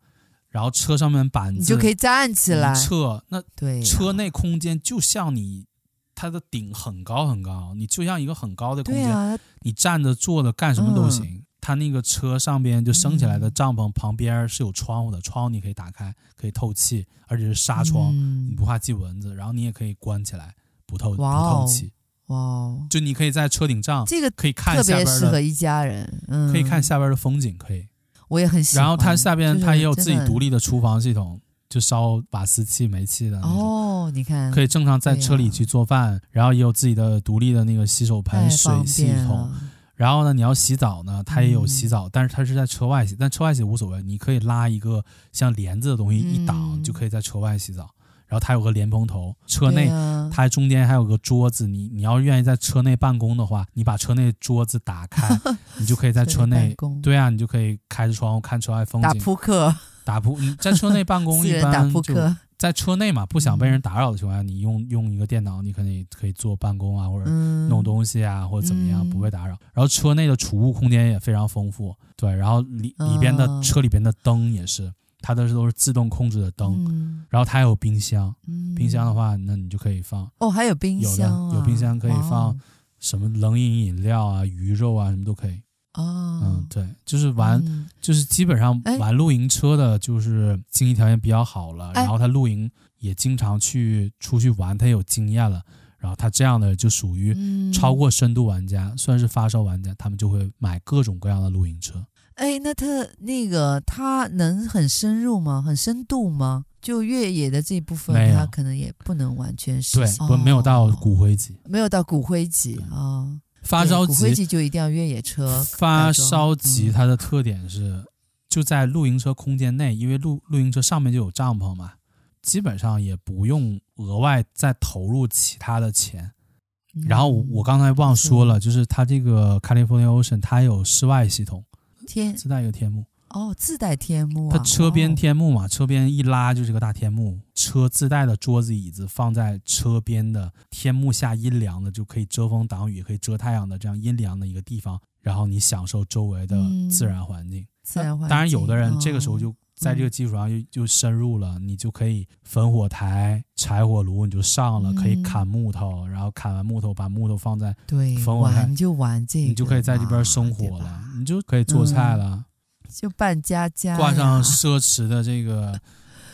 [SPEAKER 1] 然后车上面板子
[SPEAKER 2] 你就可以站
[SPEAKER 1] 一
[SPEAKER 2] 起来。
[SPEAKER 1] 撤，那
[SPEAKER 2] 对呀、
[SPEAKER 1] 车内空间就像你。它的顶很高很高，你就像一个很高的空
[SPEAKER 2] 对啊
[SPEAKER 1] 间，
[SPEAKER 2] 呀、
[SPEAKER 1] 你站着坐着干什么都
[SPEAKER 2] 嗯
[SPEAKER 1] 行。它那个车上边就升起来的
[SPEAKER 2] 嗯
[SPEAKER 1] 帐篷旁边是有窗户的，窗户你可以打开，可以透气，而且是纱窗，你
[SPEAKER 2] 嗯
[SPEAKER 1] 不怕进蚊子。然后你也可以关起来，不透不
[SPEAKER 2] 哇
[SPEAKER 1] 透
[SPEAKER 2] 哦
[SPEAKER 1] 气。
[SPEAKER 2] 哇哦，
[SPEAKER 1] 就你可以在车顶帐
[SPEAKER 2] 这个
[SPEAKER 1] 可以看
[SPEAKER 2] 特
[SPEAKER 1] 下
[SPEAKER 2] 别
[SPEAKER 1] 边
[SPEAKER 2] 适合
[SPEAKER 1] 的，
[SPEAKER 2] 一家人。嗯，
[SPEAKER 1] 可以看，下边的风景，可以。
[SPEAKER 2] 我也很喜欢。
[SPEAKER 1] 然后它下边
[SPEAKER 2] 就是
[SPEAKER 1] 它也有自己
[SPEAKER 2] 真的
[SPEAKER 1] 独立的厨房系统，就烧瓦斯气、煤气的那种。
[SPEAKER 2] 哦，你看，
[SPEAKER 1] 可以正常在
[SPEAKER 2] 对
[SPEAKER 1] 车里
[SPEAKER 2] 呀
[SPEAKER 1] 去做饭，然后也有自己的独立的那个洗手
[SPEAKER 2] 太
[SPEAKER 1] 盆、水
[SPEAKER 2] 方
[SPEAKER 1] 系
[SPEAKER 2] 便啊嗯
[SPEAKER 1] 统，
[SPEAKER 2] 了。
[SPEAKER 1] 然后呢，你要洗澡呢，它也有洗澡，但是它是在车外洗，但车外洗无所谓，你可以拉一个像帘子的东西一挡，
[SPEAKER 2] 嗯
[SPEAKER 1] 就可以在车外洗澡。然后它有个莲蓬头，车内、
[SPEAKER 2] 对啊呀
[SPEAKER 1] 它中间还有个桌子，你你要愿意在车内办公的话，你把车内桌子打 开，你就可以在车
[SPEAKER 2] 办
[SPEAKER 1] 内。
[SPEAKER 2] 公
[SPEAKER 1] 对啊，你就可以开着窗户看车外风
[SPEAKER 2] 打
[SPEAKER 1] 景，
[SPEAKER 2] 扑克，
[SPEAKER 1] 打扑。你在车内办 公
[SPEAKER 2] 私
[SPEAKER 1] 一
[SPEAKER 2] 人打
[SPEAKER 1] 般
[SPEAKER 2] 扑
[SPEAKER 1] 就
[SPEAKER 2] 克，
[SPEAKER 1] 在车内嘛，不想被人打扰的情况下，你用用一个电脑，你可以可以做办公啊，或者
[SPEAKER 2] 嗯，
[SPEAKER 1] 弄东西啊，或者怎么样，
[SPEAKER 2] 嗯
[SPEAKER 1] 不会打扰。然后车内的储物空间也非常丰富，对，然后里里边的
[SPEAKER 2] 哦
[SPEAKER 1] 车里边的灯也是，它都是都是自动控制的灯，
[SPEAKER 2] 嗯
[SPEAKER 1] 然后它还有冰箱，
[SPEAKER 2] 嗯
[SPEAKER 1] 冰箱的话，那你就可以放
[SPEAKER 2] 哦，还有冰
[SPEAKER 1] 有的
[SPEAKER 2] 箱、啊，
[SPEAKER 1] 有冰箱可以
[SPEAKER 2] 哇哦
[SPEAKER 1] 放什么冷饮饮料啊、鱼肉啊，什么都可以。
[SPEAKER 2] 哦，
[SPEAKER 1] 嗯，对，就是玩，
[SPEAKER 2] 嗯
[SPEAKER 1] 就是基本上
[SPEAKER 2] 哎
[SPEAKER 1] 玩露营车的，就是经济条件比较好了，
[SPEAKER 2] 哎
[SPEAKER 1] 然后他露营也经常去出去玩，他有经验了，然后他这样的就属于
[SPEAKER 2] 嗯
[SPEAKER 1] 超过深度玩家，算是发烧玩家，他们就会买各种各样的露营车。
[SPEAKER 2] 哎，那他那个他能很深入吗？很深度吗？就越野的这一部分
[SPEAKER 1] 没，有
[SPEAKER 2] 他可能也不能完全实
[SPEAKER 1] 对，
[SPEAKER 2] 现
[SPEAKER 1] 不没有到
[SPEAKER 2] 哦
[SPEAKER 1] 骨灰级，
[SPEAKER 2] 没有到骨灰级
[SPEAKER 1] 对
[SPEAKER 2] 啊，哦
[SPEAKER 1] 发
[SPEAKER 2] 对
[SPEAKER 1] 烧
[SPEAKER 2] 骨灰
[SPEAKER 1] 级，
[SPEAKER 2] 级就一定要越野车，
[SPEAKER 1] 发烧级
[SPEAKER 2] 嗯
[SPEAKER 1] 它的特点是就在露营车空间内，因为露露营车上面就有帐篷嘛，基本上也不用额外再投入其他的钱。
[SPEAKER 2] 嗯
[SPEAKER 1] 然后我我刚才忘说了，就是它这个 California Ocean 它有室外系统，
[SPEAKER 2] 天
[SPEAKER 1] 自带一个天幕，
[SPEAKER 2] 哦自带天幕啊，
[SPEAKER 1] 它车边
[SPEAKER 2] 哇哦
[SPEAKER 1] 天幕嘛，车边一拉就是个大天幕，车自带的桌子椅子放在车边的天幕下阴凉的，就可以遮风挡雨，也可以遮太阳的这样阴凉的一个地方，然后你享受周围的
[SPEAKER 2] 嗯
[SPEAKER 1] 自然环境。
[SPEAKER 2] 自然环
[SPEAKER 1] 当然，有的人
[SPEAKER 2] 境
[SPEAKER 1] 这个时候
[SPEAKER 2] 哦
[SPEAKER 1] 就在这个基础上就就深入了，你就可以焚火台、柴火炉，你就上了，可以
[SPEAKER 2] 嗯
[SPEAKER 1] 砍木头，然后砍完木头把木头放在。
[SPEAKER 2] 对
[SPEAKER 1] 焚火台
[SPEAKER 2] 玩就玩这个嘛，
[SPEAKER 1] 你就可以在这边生
[SPEAKER 2] 哎对
[SPEAKER 1] 活了
[SPEAKER 2] 吧，嗯
[SPEAKER 1] 你就可以做菜了，
[SPEAKER 2] 就办家家
[SPEAKER 1] 挂上
[SPEAKER 2] 呀
[SPEAKER 1] 奢侈的这个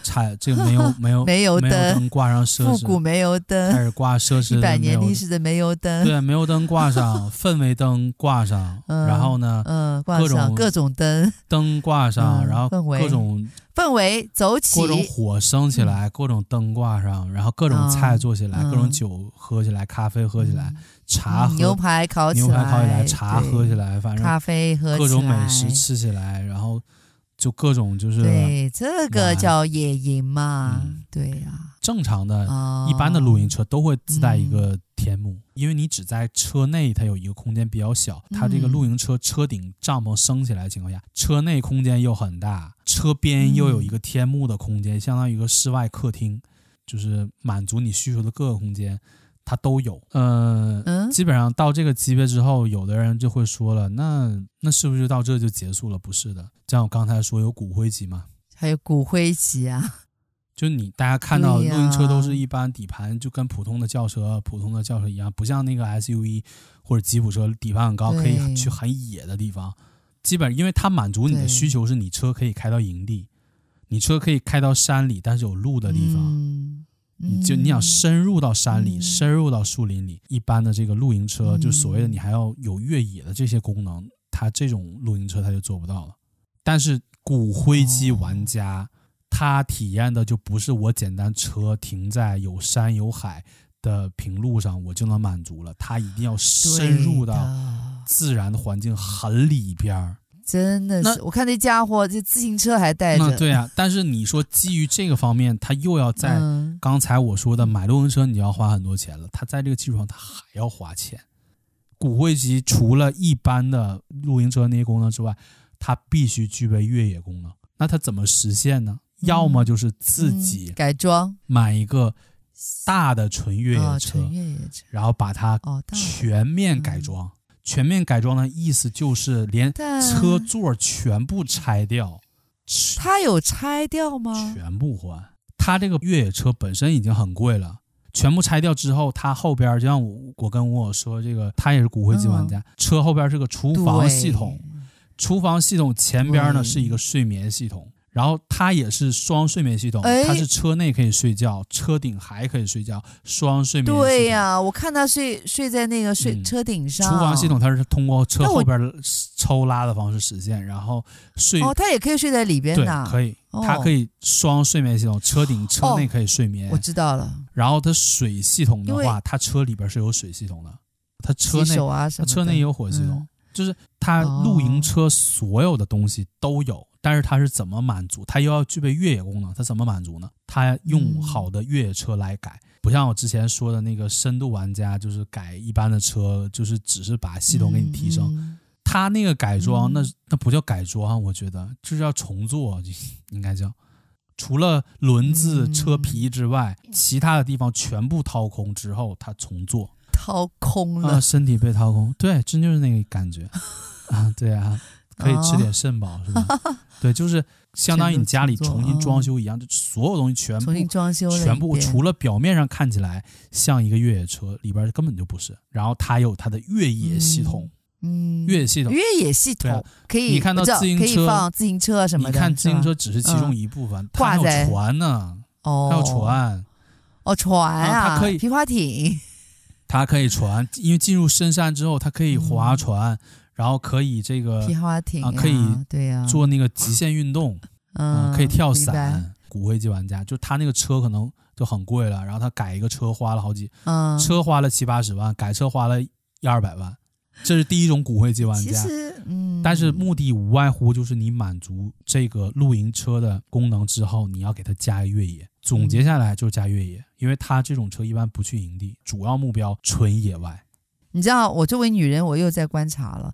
[SPEAKER 1] 产，这个没 有没有
[SPEAKER 2] 煤油
[SPEAKER 1] 没有
[SPEAKER 2] 灯，
[SPEAKER 1] 灯挂上奢
[SPEAKER 2] 复古
[SPEAKER 1] 侈，
[SPEAKER 2] 煤油
[SPEAKER 1] 开
[SPEAKER 2] 灯，
[SPEAKER 1] 始挂奢侈
[SPEAKER 2] 一百
[SPEAKER 1] 的哎没
[SPEAKER 2] 年
[SPEAKER 1] 有
[SPEAKER 2] 历史的煤油灯，
[SPEAKER 1] 对啊煤油灯挂上，氛围灯挂上，
[SPEAKER 2] 嗯
[SPEAKER 1] 然后呢
[SPEAKER 2] 嗯，
[SPEAKER 1] 各
[SPEAKER 2] 挂上
[SPEAKER 1] 种
[SPEAKER 2] 各种灯，
[SPEAKER 1] 灯挂上，
[SPEAKER 2] 嗯
[SPEAKER 1] 然后
[SPEAKER 2] 氛围
[SPEAKER 1] 各种
[SPEAKER 2] 氛围走起
[SPEAKER 1] 各，种火升起来，各种灯挂上，然后各种菜做起来，
[SPEAKER 2] 嗯
[SPEAKER 1] 各种酒喝起来，咖啡喝起来
[SPEAKER 2] 嗯，
[SPEAKER 1] 茶
[SPEAKER 2] 嗯牛
[SPEAKER 1] 喝
[SPEAKER 2] 排烤起来，
[SPEAKER 1] 牛排烤起来，茶
[SPEAKER 2] 对
[SPEAKER 1] 喝起，来，反正
[SPEAKER 2] 咖啡喝起来，
[SPEAKER 1] 各种美食吃起来，然后就各种就是
[SPEAKER 2] 对，这个
[SPEAKER 1] 玩
[SPEAKER 2] 叫野营嘛
[SPEAKER 1] 嗯，
[SPEAKER 2] 对呀，
[SPEAKER 1] 正常的、
[SPEAKER 2] 啊，
[SPEAKER 1] 一般的露营车都会自带一个天幕，因为你只在车内，它有一个空间比较小。它这个
[SPEAKER 2] 嗯
[SPEAKER 1] 露营车车顶帐篷升起来的情况下，车内空间又很大，车边又
[SPEAKER 2] 嗯
[SPEAKER 1] 有一个天幕的空间，相当于一个室外客厅，就是满足你需求的各个空间，它都有。呃，
[SPEAKER 2] 嗯
[SPEAKER 1] 基本上到这个级别之后，有的人就会说了，那那是不是到这就结束了？不是的，像我刚才说有骨灰级嘛，
[SPEAKER 2] 还有骨灰级啊，
[SPEAKER 1] 就你大家看到的
[SPEAKER 2] 对
[SPEAKER 1] 露
[SPEAKER 2] 呀
[SPEAKER 1] 营车都是一般底盘就跟普通的轿车、普通的轿车一样，不像那个 SUV 或者吉普车底盘很高，
[SPEAKER 2] 对
[SPEAKER 1] 可以去很野的地方。基本因为它满足你的需求是你车可以开到营地，你车可以开到山里，但是有路的地方，
[SPEAKER 2] 嗯，
[SPEAKER 1] 你就你想
[SPEAKER 2] 嗯
[SPEAKER 1] 深入到山里、
[SPEAKER 2] 嗯
[SPEAKER 1] 深入到树林里，一般的这个露营车
[SPEAKER 2] 嗯
[SPEAKER 1] 就所谓的你还要有越野的这些功能，它这种露营车它就做不到了。但是骨灰
[SPEAKER 2] 哦
[SPEAKER 1] 级玩家，他体验的就不是我简单车停在有山有海的平路上我就能满足了，他一定要深入
[SPEAKER 2] 对
[SPEAKER 1] 到
[SPEAKER 2] 的
[SPEAKER 1] 自然的环境很里边儿。
[SPEAKER 2] 真的
[SPEAKER 1] 那
[SPEAKER 2] 是，我看那家伙这自行车还带
[SPEAKER 1] 那
[SPEAKER 2] 着，
[SPEAKER 1] 对啊，但是你说基于这个方面，他又要在
[SPEAKER 2] 嗯
[SPEAKER 1] 刚才我说的买露营车你要花很多钱了，它在这个基础上它还要花钱。骨灰级除了一般的露营车那些功能之外，它必须具备越野功能。那它怎么实现呢？
[SPEAKER 2] 嗯
[SPEAKER 1] 要么就是自
[SPEAKER 2] 嗯
[SPEAKER 1] 己
[SPEAKER 2] 改装
[SPEAKER 1] 买一个大的纯越
[SPEAKER 2] 啊，
[SPEAKER 1] 野
[SPEAKER 2] 哦
[SPEAKER 1] 车，
[SPEAKER 2] 纯越野车
[SPEAKER 1] 然后把它
[SPEAKER 2] 哦，大嗯
[SPEAKER 1] 全面改装。全面改装的意思就是连
[SPEAKER 2] 但
[SPEAKER 1] 车座全部拆掉，全
[SPEAKER 2] 它有拆掉吗？
[SPEAKER 1] 全部换。它这个越野车本身已经很贵了，全部拆掉之后，它后边儿就像我我跟我说这个，他也是骨灰级玩
[SPEAKER 2] 嗯
[SPEAKER 1] 家，车后边儿是个厨房系统，厨房系统前边儿呢
[SPEAKER 2] 对
[SPEAKER 1] 是一个睡眠系统。然后它也是双睡眠系统，
[SPEAKER 2] 哎
[SPEAKER 1] 它是车内可以睡觉，车顶还可以睡觉，双睡眠
[SPEAKER 2] 对。
[SPEAKER 1] 系统。
[SPEAKER 2] 对呀、我看他睡睡在那个睡、
[SPEAKER 1] 嗯
[SPEAKER 2] 车顶上。
[SPEAKER 1] 厨房系统它是通过车
[SPEAKER 2] 那我
[SPEAKER 1] 后边儿抽拉的方式实现，然后睡、
[SPEAKER 2] 哦，他也可以睡在里边
[SPEAKER 1] 对
[SPEAKER 2] 的。
[SPEAKER 1] 可以，
[SPEAKER 2] 哦
[SPEAKER 1] 它可以双睡眠系统，车顶车内
[SPEAKER 2] 哦
[SPEAKER 1] 可以睡眠。
[SPEAKER 2] 我知道了，
[SPEAKER 1] 然后它水系统的
[SPEAKER 2] 因
[SPEAKER 1] 话
[SPEAKER 2] 为，
[SPEAKER 1] 它车里边是有水系统的，它车
[SPEAKER 2] 洗
[SPEAKER 1] 内
[SPEAKER 2] 手啊什
[SPEAKER 1] 它
[SPEAKER 2] 么的。
[SPEAKER 1] 车内也有火系统，
[SPEAKER 2] 嗯
[SPEAKER 1] 就是它露营车所有的东西都有。但是它是怎么满足？它又要具备越野功能，它怎么满足呢？它用
[SPEAKER 2] 嗯
[SPEAKER 1] 好的越野车来改，不像我之前说的那个深度玩家，就是改一般的车，就是只是把系统给你提升。
[SPEAKER 2] 嗯
[SPEAKER 1] 它那个改装，
[SPEAKER 2] 嗯
[SPEAKER 1] 那那不叫改装，啊我觉得这叫重做， 应该叫。除了轮子、
[SPEAKER 2] 嗯
[SPEAKER 1] 车皮之外，其他的地方全部掏空之后，它重做
[SPEAKER 2] 掏空
[SPEAKER 1] 啊，
[SPEAKER 2] 了。
[SPEAKER 1] 身体被掏空，对，真就是那个感觉 啊，对啊，可以吃
[SPEAKER 2] 哦
[SPEAKER 1] 点肾宝， 是吧？对，就是相当于你家里
[SPEAKER 2] 全都重
[SPEAKER 1] 重新
[SPEAKER 2] 做嗯
[SPEAKER 1] 装修一样，就所有东西全部
[SPEAKER 2] 重新装修了一遍，
[SPEAKER 1] 全部除了表面上看起来像一个越野车，里边根本就不是。然后它有它的越野系统，
[SPEAKER 2] 嗯
[SPEAKER 1] 越野系统，
[SPEAKER 2] 越野系
[SPEAKER 1] 对啊
[SPEAKER 2] 统可以，
[SPEAKER 1] 你看到
[SPEAKER 2] 我知道
[SPEAKER 1] 自行
[SPEAKER 2] 可以
[SPEAKER 1] 车
[SPEAKER 2] 放自行车什么
[SPEAKER 1] 你
[SPEAKER 2] 的，
[SPEAKER 1] 看自行
[SPEAKER 2] 是吧嗯
[SPEAKER 1] 车只是其中一部分，它
[SPEAKER 2] 挂
[SPEAKER 1] 还
[SPEAKER 2] 在
[SPEAKER 1] 有船呢，
[SPEAKER 2] 哦，
[SPEAKER 1] 还有船，
[SPEAKER 2] 哦船
[SPEAKER 1] 啊
[SPEAKER 2] 啊，
[SPEAKER 1] 它可以
[SPEAKER 2] 皮划艇，
[SPEAKER 1] 它可以船，因为进入深山之后，它可以划
[SPEAKER 2] 嗯
[SPEAKER 1] 船，然后可以这个
[SPEAKER 2] 皮划艇
[SPEAKER 1] 啊可以
[SPEAKER 2] 对呀，
[SPEAKER 1] 做那个极限运动，
[SPEAKER 2] 嗯
[SPEAKER 1] 啊可以跳，
[SPEAKER 2] 明白
[SPEAKER 1] 伞。骨灰级玩家就他那个车可能就很贵了，然后他改一个车花了好几，
[SPEAKER 2] 嗯，
[SPEAKER 1] 车花了七八十万，改车花了一二百万，这是第一种骨灰级玩
[SPEAKER 2] 其
[SPEAKER 1] 家。
[SPEAKER 2] 实嗯，
[SPEAKER 1] 但是目的无外乎就是你满足这个露营车的功能之后，你要给它加越野。总结下来就是加越野，因为它这种车一般不去营地，主要目标纯野外。
[SPEAKER 2] 你知道，我作为女人，我又在观察了。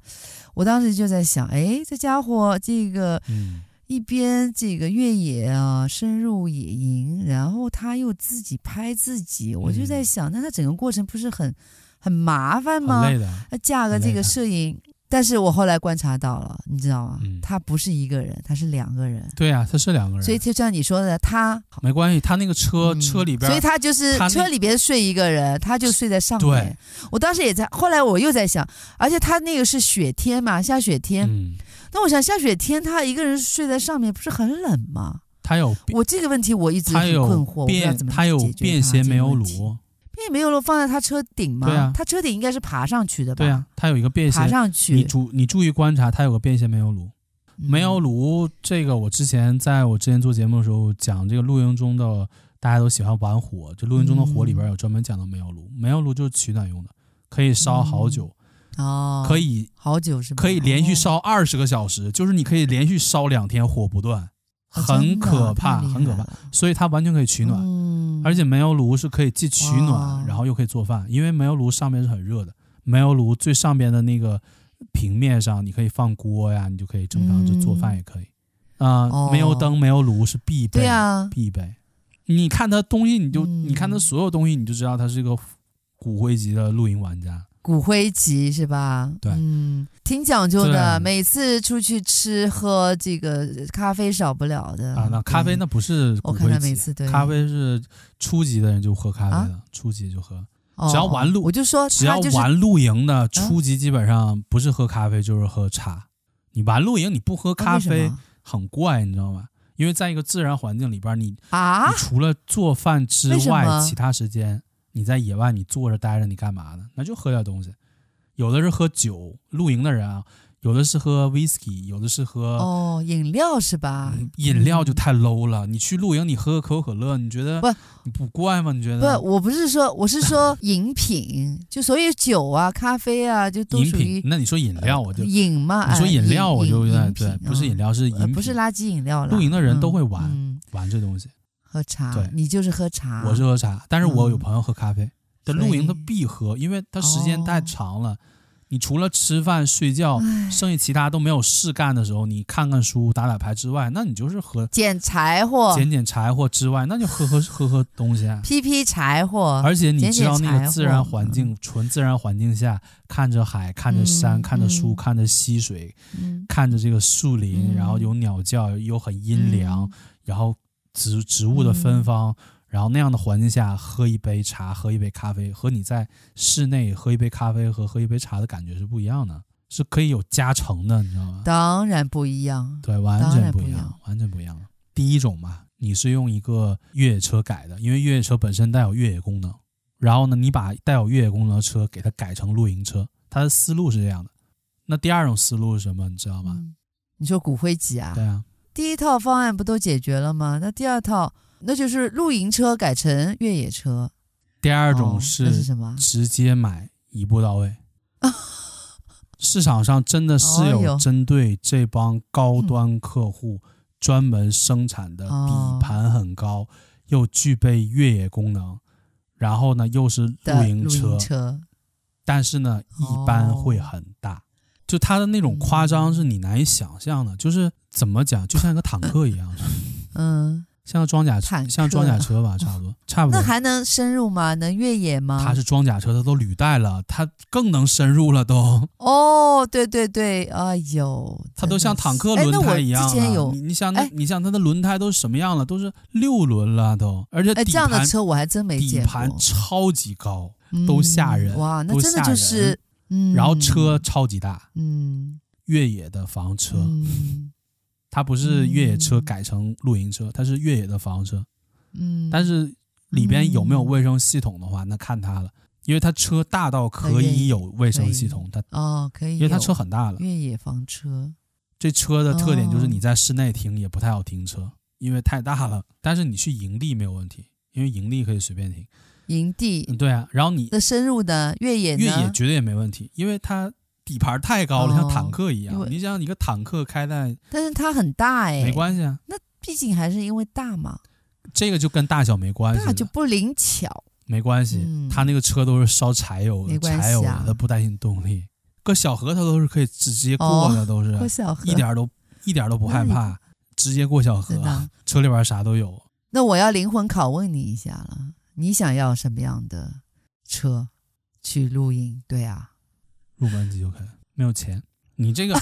[SPEAKER 2] 我当时就在想，哎，这家伙这个
[SPEAKER 1] 嗯，
[SPEAKER 2] 一边这个越野啊，深入野营，然后他又自己拍自己，我就在想，那他整个过程不是很很麻
[SPEAKER 1] 嗯
[SPEAKER 2] 烦
[SPEAKER 1] 很
[SPEAKER 2] 吗？
[SPEAKER 1] 累的。
[SPEAKER 2] 他架个
[SPEAKER 1] 很累
[SPEAKER 2] 这个
[SPEAKER 1] 的
[SPEAKER 2] 摄影，但是我后来观察到了，你知道吗？
[SPEAKER 1] 嗯
[SPEAKER 2] 他不是一个人，他是两个人，
[SPEAKER 1] 对啊，它是两个人，
[SPEAKER 2] 所以就像你说的，他
[SPEAKER 1] 没关系。它那个车、
[SPEAKER 2] 嗯
[SPEAKER 1] 车里边，
[SPEAKER 2] 所以他就是
[SPEAKER 1] 他那
[SPEAKER 2] 车里边睡一个人，他就睡在上面
[SPEAKER 1] 对。
[SPEAKER 2] 我当时也在，后来我又在想，而且他那个是雪天嘛，下雪天。
[SPEAKER 1] 嗯，
[SPEAKER 2] 那我想下雪天他一个人睡在上面，不是很冷吗？
[SPEAKER 1] 它有变
[SPEAKER 2] 我这个问题我一直
[SPEAKER 1] 它
[SPEAKER 2] 很
[SPEAKER 1] 有
[SPEAKER 2] 困惑，我不知道
[SPEAKER 1] 便，
[SPEAKER 2] 怎么
[SPEAKER 1] 它有
[SPEAKER 2] 解决
[SPEAKER 1] 便
[SPEAKER 2] 它
[SPEAKER 1] 携
[SPEAKER 2] 这个
[SPEAKER 1] 煤油
[SPEAKER 2] 问题
[SPEAKER 1] 炉，
[SPEAKER 2] 便携煤油炉放在他车顶吗？
[SPEAKER 1] 对啊
[SPEAKER 2] 他车顶应该是爬上去的吧？
[SPEAKER 1] 对啊，，它有一个便携
[SPEAKER 2] 爬。上
[SPEAKER 1] 你
[SPEAKER 2] 去。
[SPEAKER 1] 注你注意观察，它有个便携煤油炉。煤油
[SPEAKER 2] 嗯
[SPEAKER 1] 炉这个，我之前在我之前做节目的时候讲这个露营中的，大家都喜欢玩火，这露营中的火里边有专门讲到煤油炉，煤油炉就是取暖用的，可以烧好久，
[SPEAKER 2] 哦，
[SPEAKER 1] 可以
[SPEAKER 2] 好久是吧？
[SPEAKER 1] 可以连续
[SPEAKER 2] 哦
[SPEAKER 1] 烧二十个小时，就是你可以连续烧两天火不断，
[SPEAKER 2] 哦
[SPEAKER 1] 很
[SPEAKER 2] 真的
[SPEAKER 1] 可
[SPEAKER 2] 太
[SPEAKER 1] 怕，
[SPEAKER 2] 厉
[SPEAKER 1] 很可
[SPEAKER 2] 害
[SPEAKER 1] 怕
[SPEAKER 2] 了。
[SPEAKER 1] 所以它完全可以取暖，
[SPEAKER 2] 嗯，
[SPEAKER 1] 而且煤油炉是可以既取
[SPEAKER 2] 哇
[SPEAKER 1] 暖，然后又可以做饭，因为煤油炉上面是很热的，煤油炉最上边的那个平面上，你可以放锅呀，你就可以正常就做饭也可以。啊、
[SPEAKER 2] 哦
[SPEAKER 1] 煤油灯、煤油炉是必备，
[SPEAKER 2] 对啊，
[SPEAKER 1] 必备。你看他东西，你就、
[SPEAKER 2] 嗯
[SPEAKER 1] 你看他所有东西，你就知道他是一个骨灰级的露营玩家。
[SPEAKER 2] 骨灰级是吧？
[SPEAKER 1] 对
[SPEAKER 2] 嗯，挺讲究的，
[SPEAKER 1] 对
[SPEAKER 2] 每次出去吃喝，这个咖啡少不了的
[SPEAKER 1] 啊，那咖啡
[SPEAKER 2] 嗯对
[SPEAKER 1] 那不是
[SPEAKER 2] 我
[SPEAKER 1] 骨
[SPEAKER 2] 看
[SPEAKER 1] 灰
[SPEAKER 2] 他每
[SPEAKER 1] 级，
[SPEAKER 2] 次对啊
[SPEAKER 1] 咖啡是初级的人就喝咖啡的，初级就喝。
[SPEAKER 2] 哦
[SPEAKER 1] 只要玩露
[SPEAKER 2] 我就说
[SPEAKER 1] 只要
[SPEAKER 2] 他就是嗯
[SPEAKER 1] 玩露营的，初级基本上不是喝咖啡就是喝茶。你玩露营你不喝
[SPEAKER 2] 啊
[SPEAKER 1] 咖
[SPEAKER 2] 为什么
[SPEAKER 1] 啡很怪，你知道吗？因为在一个自然环境里边，你你
[SPEAKER 2] 啊，
[SPEAKER 1] 除了做饭之
[SPEAKER 2] 为什
[SPEAKER 1] 外，
[SPEAKER 2] 么
[SPEAKER 1] 其他时间你在野外你坐着待着你干嘛呢？那就喝点东西。有的是喝酒，露营的人啊，有的是喝 whisky，有的是喝、
[SPEAKER 2] 哦，饮料是吧？
[SPEAKER 1] 嗯饮料就太 low 了。你去露营你喝个可口可乐，你觉得
[SPEAKER 2] 不
[SPEAKER 1] 你不怪吗？你觉
[SPEAKER 2] 不
[SPEAKER 1] 得，
[SPEAKER 2] 我不是说，我 是说饮品，就所有酒啊、咖啡啊，就都
[SPEAKER 1] 饮
[SPEAKER 2] 属
[SPEAKER 1] 品
[SPEAKER 2] 于？
[SPEAKER 1] 那你说饮料我就
[SPEAKER 2] 饮嘛。
[SPEAKER 1] 你说
[SPEAKER 2] 哎
[SPEAKER 1] 饮料，我就有点对，不是饮，
[SPEAKER 2] 饮
[SPEAKER 1] 料是
[SPEAKER 2] 品呃
[SPEAKER 1] 饮
[SPEAKER 2] 不是
[SPEAKER 1] 品
[SPEAKER 2] 垃圾饮料了。
[SPEAKER 1] 露营的人都会
[SPEAKER 2] 嗯
[SPEAKER 1] 玩
[SPEAKER 2] 嗯
[SPEAKER 1] 玩这东西。
[SPEAKER 2] 喝茶
[SPEAKER 1] 对，
[SPEAKER 2] 你就是喝茶，
[SPEAKER 1] 我是喝茶，但是我有
[SPEAKER 2] 嗯
[SPEAKER 1] 朋友喝咖啡。这
[SPEAKER 2] 所以哦
[SPEAKER 1] 露营他必喝，因为他时间太长了。你除了吃饭睡觉，剩下其他都没有事干的时候，你看看书、打打牌之外，那你就是喝
[SPEAKER 2] 捡柴火，
[SPEAKER 1] 捡捡柴火之外，那就喝喝喝喝东西啊。
[SPEAKER 2] 劈劈柴火，
[SPEAKER 1] 而且你知道那
[SPEAKER 2] 捡
[SPEAKER 1] 个
[SPEAKER 2] 捡柴火嗯
[SPEAKER 1] 自然环境，纯自然环境下，看着海，看着山，
[SPEAKER 2] 嗯
[SPEAKER 1] 看着树，
[SPEAKER 2] 嗯
[SPEAKER 1] 看着溪水，
[SPEAKER 2] 嗯
[SPEAKER 1] 看着这个树林，
[SPEAKER 2] 嗯
[SPEAKER 1] 然后有鸟叫，又很阴凉，
[SPEAKER 2] 嗯
[SPEAKER 1] 然后植植物的芬芳，然后那样的环境下喝一杯茶，喝一杯咖啡，和你在室内喝一杯咖啡和喝一杯茶的感觉是不一样的，是可以有加成的，你知道吗？
[SPEAKER 2] 当然不一样。
[SPEAKER 1] 对，完
[SPEAKER 2] 当
[SPEAKER 1] 全
[SPEAKER 2] 然
[SPEAKER 1] 不
[SPEAKER 2] 不
[SPEAKER 1] 一
[SPEAKER 2] 一
[SPEAKER 1] 样
[SPEAKER 2] 样，
[SPEAKER 1] 完全不一样。第一种嘛，你是用一个越野车改的，因为越野车本身带有越野功能，然后呢，你把带有越野功能的车给它改成露营车，它的思路是这样的。那第二种思路是什么？你知道吗？
[SPEAKER 2] 嗯你说骨灰级啊
[SPEAKER 1] 对？啊，
[SPEAKER 2] 第一套方案不都解决了吗？那第二套，那就是露营车改成越野车。
[SPEAKER 1] 第二
[SPEAKER 2] 哦
[SPEAKER 1] 种
[SPEAKER 2] 那
[SPEAKER 1] 是
[SPEAKER 2] 是什么？
[SPEAKER 1] 直接买一步到位。
[SPEAKER 2] 啊
[SPEAKER 1] 市场上真的是
[SPEAKER 2] 哦
[SPEAKER 1] 有
[SPEAKER 2] 哟
[SPEAKER 1] 针对这帮高端客户专门生产的
[SPEAKER 2] 嗯哦
[SPEAKER 1] 底盘很高，又具备越野功能，然后呢又是露
[SPEAKER 2] 的
[SPEAKER 1] 营车，
[SPEAKER 2] 车
[SPEAKER 1] 但是呢一般会很
[SPEAKER 2] 哦
[SPEAKER 1] 大。就它的那种 夸张是你难以想象的，就是怎么讲，就像一个坦克一样，
[SPEAKER 2] 嗯，
[SPEAKER 1] 像装甲
[SPEAKER 2] 坦
[SPEAKER 1] 车，
[SPEAKER 2] 克
[SPEAKER 1] 像装甲车吧，差不多，差不
[SPEAKER 2] 那
[SPEAKER 1] 多。
[SPEAKER 2] 还能深入吗？能越野吗？
[SPEAKER 1] 它是装甲车，它都履带了，它更能深入了都。
[SPEAKER 2] 哦，对对对，哎呦，
[SPEAKER 1] 它都
[SPEAKER 2] 真的
[SPEAKER 1] 像
[SPEAKER 2] 是
[SPEAKER 1] 坦克
[SPEAKER 2] 哎那
[SPEAKER 1] 轮
[SPEAKER 2] 我
[SPEAKER 1] 胎一样啊
[SPEAKER 2] 之前
[SPEAKER 1] 了
[SPEAKER 2] 有
[SPEAKER 1] 你你想那
[SPEAKER 2] 哎，
[SPEAKER 1] 你想它的轮胎都是什么样了？都是六轮了都，而且
[SPEAKER 2] 哎，
[SPEAKER 1] 底
[SPEAKER 2] 这样的
[SPEAKER 1] 盘
[SPEAKER 2] 车我还真没
[SPEAKER 1] 底
[SPEAKER 2] 见
[SPEAKER 1] 盘
[SPEAKER 2] 过，
[SPEAKER 1] 超级高，都吓人
[SPEAKER 2] 嗯哇，那
[SPEAKER 1] 都
[SPEAKER 2] 真的
[SPEAKER 1] 吓
[SPEAKER 2] 就是
[SPEAKER 1] 人，
[SPEAKER 2] 嗯，
[SPEAKER 1] 然后车，超级大，
[SPEAKER 2] 嗯，
[SPEAKER 1] 越野的房车，
[SPEAKER 2] 嗯，
[SPEAKER 1] 它不是越野车
[SPEAKER 2] 嗯
[SPEAKER 1] 改成露营车，它是越野的房车。
[SPEAKER 2] 嗯，
[SPEAKER 1] 但是里边有没有
[SPEAKER 2] 嗯
[SPEAKER 1] 卫生系统的话，那看它了，因为它车大到可
[SPEAKER 2] 可以
[SPEAKER 1] 以有卫生
[SPEAKER 2] 可
[SPEAKER 1] 系
[SPEAKER 2] 以
[SPEAKER 1] 统，它
[SPEAKER 2] 哦，可以有，
[SPEAKER 1] 因为它车很大了。
[SPEAKER 2] 越野房车，
[SPEAKER 1] 这车的特点就是
[SPEAKER 2] 哦
[SPEAKER 1] 你在室内停也不太好停车，因为太大了。但是你去营地没有问题，因为营地可以随便停。
[SPEAKER 2] 营地
[SPEAKER 1] 嗯，对啊，然后你
[SPEAKER 2] 的深入的越野呢，
[SPEAKER 1] 越野绝对也没问题，因为它底盘太高了，像坦
[SPEAKER 2] 哦
[SPEAKER 1] 克一样
[SPEAKER 2] 因。为
[SPEAKER 1] 你想，你个坦克开在
[SPEAKER 2] 但是它很大哎，
[SPEAKER 1] 没关系啊，
[SPEAKER 2] 毕竟还是因为大嘛，
[SPEAKER 1] 这个就跟大小没关系
[SPEAKER 2] 大
[SPEAKER 1] 了，
[SPEAKER 2] 就不灵巧。
[SPEAKER 1] 没关系
[SPEAKER 2] 嗯。
[SPEAKER 1] 它那个车都是烧柴油
[SPEAKER 2] 没
[SPEAKER 1] 的，
[SPEAKER 2] 关系啊
[SPEAKER 1] 柴油的，它不担心动力。搁小河它都是可以直接过的，都
[SPEAKER 2] 郭
[SPEAKER 1] 是
[SPEAKER 2] 哦小河
[SPEAKER 1] 啊一点儿都一点儿都不害
[SPEAKER 2] 那
[SPEAKER 1] 怕，直接过小河
[SPEAKER 2] 真的，
[SPEAKER 1] 车里边啥都有。
[SPEAKER 2] 那我要灵魂拷问你一下了，你想要什么样的车去露营？对啊，
[SPEAKER 1] 入门级就可以，没有钱。你这
[SPEAKER 2] 哎
[SPEAKER 1] 个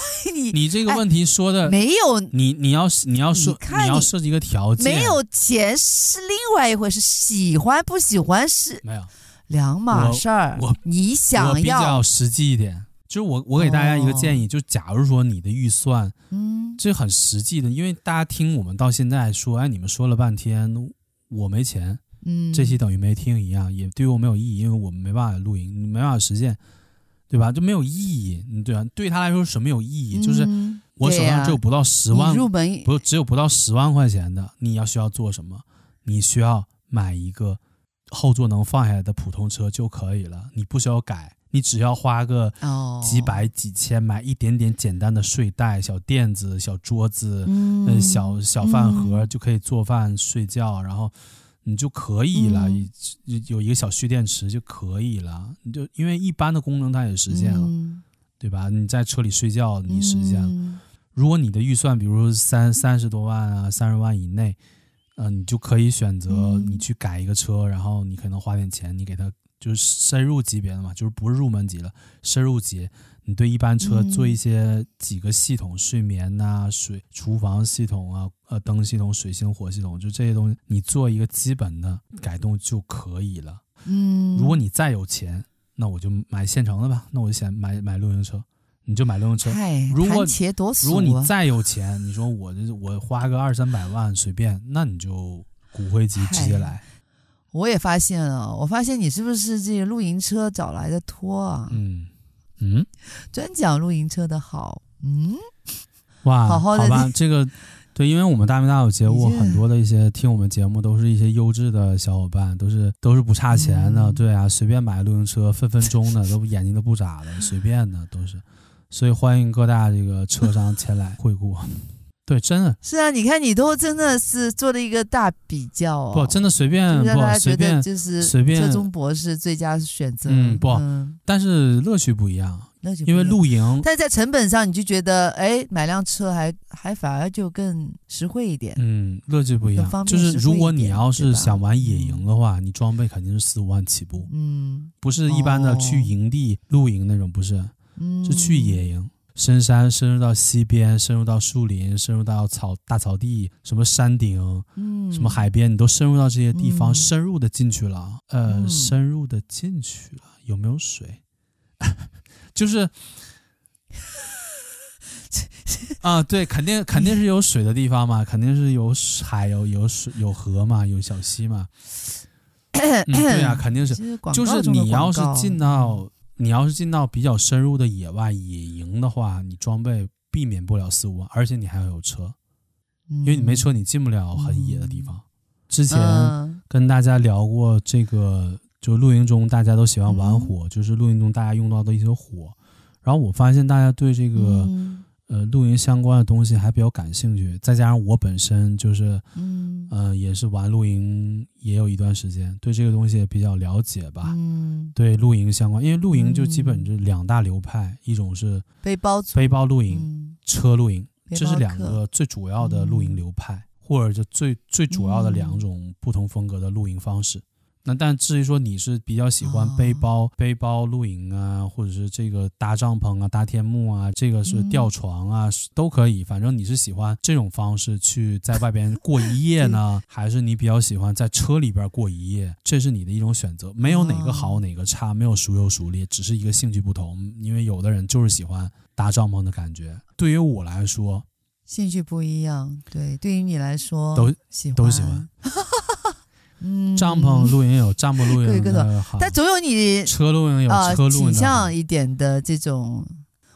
[SPEAKER 2] 你
[SPEAKER 1] 你这个问题说的，
[SPEAKER 2] 没有
[SPEAKER 1] 你你要你要说
[SPEAKER 2] 哎你看
[SPEAKER 1] 要
[SPEAKER 2] 你
[SPEAKER 1] 设计一个条件，
[SPEAKER 2] 没有钱是另外一回事，喜欢不喜欢是
[SPEAKER 1] 没有，
[SPEAKER 2] 两码事儿
[SPEAKER 1] 我我。
[SPEAKER 2] 你
[SPEAKER 1] 我
[SPEAKER 2] 想
[SPEAKER 1] 比
[SPEAKER 2] 要，哦
[SPEAKER 1] 较实际一点。就是我，我给大家一个建议，就假如说你的预算
[SPEAKER 2] 嗯，
[SPEAKER 1] 这很实际的，因为大家听我们到现在说，哎，你们说了半天我没钱，
[SPEAKER 2] 嗯，
[SPEAKER 1] 这期等于没听一样，也对我没有意义，因为我们没办法露营，没办法实现，对吧？就没有意义，嗯对啊，对他来说什么有意义？就是
[SPEAKER 2] 嗯
[SPEAKER 1] 我手
[SPEAKER 2] 对
[SPEAKER 1] 上
[SPEAKER 2] 呀
[SPEAKER 1] 只有不到十万
[SPEAKER 2] 你入门，
[SPEAKER 1] 不只有不到十万块钱的，你要需要做什么？你需要买一个后座能放下来的普通车就可以了，你不需要改，你只要花个
[SPEAKER 2] 哦，
[SPEAKER 1] 几，百几千买一点点简单的睡袋、小垫子、小桌子、
[SPEAKER 2] 嗯，
[SPEAKER 1] 呃小小饭盒
[SPEAKER 2] 嗯
[SPEAKER 1] 就可以做饭、睡觉，然后你就可以了，
[SPEAKER 2] 嗯
[SPEAKER 1] 有有一个小蓄电池就可以了，你就因为一般的功能它也实现了，
[SPEAKER 2] 嗯
[SPEAKER 1] 对吧？你在车里睡觉你实现了。
[SPEAKER 2] 嗯
[SPEAKER 1] 如果你的预算，比如说三三十多万啊，三十万以内，呃，你就可以选择
[SPEAKER 2] 嗯
[SPEAKER 1] 你去改一个车，然后你可能花点钱，你给它就是深入级别的嘛，就是不是入门级了，深入级，你对一般车
[SPEAKER 2] 嗯
[SPEAKER 1] 做一些几个系统，睡眠呐、水厨房系统啊、呃灯系统、水星火系统，就这些东西，你做一个基本的改动就可以了。
[SPEAKER 2] 嗯，
[SPEAKER 1] 如果你再有钱，那我就买现成的吧，那我就想买买露营车，你就买露营车。
[SPEAKER 2] 嗨，
[SPEAKER 1] 如果
[SPEAKER 2] 谈钱多俗啊，
[SPEAKER 1] 如果你再有钱，你说我这我花个二三百万随便，那你就骨灰级直接来。
[SPEAKER 2] 我也发现了，我发现你是不是这个露营车找来的托啊？
[SPEAKER 1] 嗯嗯，
[SPEAKER 2] 专讲露营车的好，嗯，
[SPEAKER 1] 哇，
[SPEAKER 2] 好好地
[SPEAKER 1] 吧，这个对，因为我们大明大有节目，
[SPEAKER 2] 你这
[SPEAKER 1] 很多的一些听我们节目都是一些优质的小伙伴，都是都是不差钱的，
[SPEAKER 2] 嗯
[SPEAKER 1] 对啊，随便买个露营车，分分钟的都眼睛都不眨的，随便的都是。所以欢迎各大这个车商前来惠顾。 对，真的
[SPEAKER 2] 是啊，你看你都真的是做了一个大比较哦，
[SPEAKER 1] 不真的随便
[SPEAKER 2] 就是让大
[SPEAKER 1] 不
[SPEAKER 2] 家
[SPEAKER 1] 随
[SPEAKER 2] 觉
[SPEAKER 1] 便
[SPEAKER 2] 得就是
[SPEAKER 1] 随便
[SPEAKER 2] 车中博士最佳选择，
[SPEAKER 1] 嗯不
[SPEAKER 2] 嗯
[SPEAKER 1] 但是乐趣不一样，
[SPEAKER 2] 那就不
[SPEAKER 1] 因为
[SPEAKER 2] 用，
[SPEAKER 1] 露营
[SPEAKER 2] 但是在成本上你就觉得，哎，买辆车还还反而就更实惠一点，
[SPEAKER 1] 嗯，乐趣不一
[SPEAKER 2] 更
[SPEAKER 1] 样。
[SPEAKER 2] 方
[SPEAKER 1] 就
[SPEAKER 2] 便
[SPEAKER 1] 是
[SPEAKER 2] 实
[SPEAKER 1] 如
[SPEAKER 2] 惠一
[SPEAKER 1] 果你
[SPEAKER 2] 点
[SPEAKER 1] 要
[SPEAKER 2] 对
[SPEAKER 1] 是
[SPEAKER 2] 吧
[SPEAKER 1] 想玩野营
[SPEAKER 2] 嗯
[SPEAKER 1] 的话，你装备肯定是四五万起步，
[SPEAKER 2] 嗯
[SPEAKER 1] 不是一般的去
[SPEAKER 2] 哦
[SPEAKER 1] 营地露营那种，不是，
[SPEAKER 2] 嗯，
[SPEAKER 1] 是去野营，深山深入到溪边，深入到树林，深入到草大草地，什么山顶，
[SPEAKER 2] 嗯
[SPEAKER 1] 什么 海边，你都深入到这些地方，
[SPEAKER 2] 嗯
[SPEAKER 1] 深入的进去了，呃，
[SPEAKER 2] 嗯
[SPEAKER 1] 深入的进去了，有没有水？ 就是。啊，对，肯定肯定是有水的地方嘛，肯定是有海、有有水、有河嘛，有小溪嘛。嗯、 对呀、肯定是。
[SPEAKER 2] 就是广
[SPEAKER 1] 就
[SPEAKER 2] 告
[SPEAKER 1] 是
[SPEAKER 2] 中的
[SPEAKER 1] 你要
[SPEAKER 2] 广
[SPEAKER 1] 是
[SPEAKER 2] 告嗯
[SPEAKER 1] 进到你要是进到比较深入的野外野营的话，你装备避免不了四五万，而且你还要有车，
[SPEAKER 2] 嗯
[SPEAKER 1] 因为你没车，你进不了很野的地方。之
[SPEAKER 2] 之
[SPEAKER 1] 前
[SPEAKER 2] 嗯
[SPEAKER 1] 跟大家聊过这个，就露营中大家都喜欢玩
[SPEAKER 2] 嗯
[SPEAKER 1] 火，就是露营中大家用到的一些火。然后我发现大家对这个、
[SPEAKER 2] 嗯
[SPEAKER 1] 呃露营相关的东西还比较感兴趣，再加上我本身就是
[SPEAKER 2] 嗯
[SPEAKER 1] 呃也是玩露营也有一段时间，对这个东西也比较了解吧。
[SPEAKER 2] 嗯，
[SPEAKER 1] 对露营相关，因为露营就基本
[SPEAKER 2] 嗯
[SPEAKER 1] 是两大流派，一种是
[SPEAKER 2] 背包族，
[SPEAKER 1] 背包露营、
[SPEAKER 2] 嗯，
[SPEAKER 1] 车露营，
[SPEAKER 2] 背
[SPEAKER 1] 这是
[SPEAKER 2] 包
[SPEAKER 1] 两
[SPEAKER 2] 客嗯
[SPEAKER 1] 个最主要的露营流派，或者就最最主要的两种不同风格的露营方式。那但至于说你是比较喜欢
[SPEAKER 2] 哦
[SPEAKER 1] 背包、背包露营啊，或者是这个搭帐篷啊、搭天幕啊，这个是
[SPEAKER 2] 嗯
[SPEAKER 1] 吊床啊，是都可以。反正你是喜欢这种方式去在外边过一夜呢，还是你比较喜欢在车里边过一夜？这是你的一种选择。没有哪个好，
[SPEAKER 2] 哦
[SPEAKER 1] 哪个差，没有孰优孰劣，只是一个兴趣不同。因为有的人就是喜欢搭帐篷的感觉。对于我来说，
[SPEAKER 2] 兴趣不一样，对，对于你来说
[SPEAKER 1] 都
[SPEAKER 2] 喜欢
[SPEAKER 1] 都喜欢，
[SPEAKER 2] 嗯，
[SPEAKER 1] 帐篷露营有帐篷露
[SPEAKER 2] 各有
[SPEAKER 1] 营
[SPEAKER 2] 各的
[SPEAKER 1] 的好，
[SPEAKER 2] 但总有你
[SPEAKER 1] 车露营有
[SPEAKER 2] 啊
[SPEAKER 1] 车露
[SPEAKER 2] 倾
[SPEAKER 1] 营的好
[SPEAKER 2] 向。一点的这种。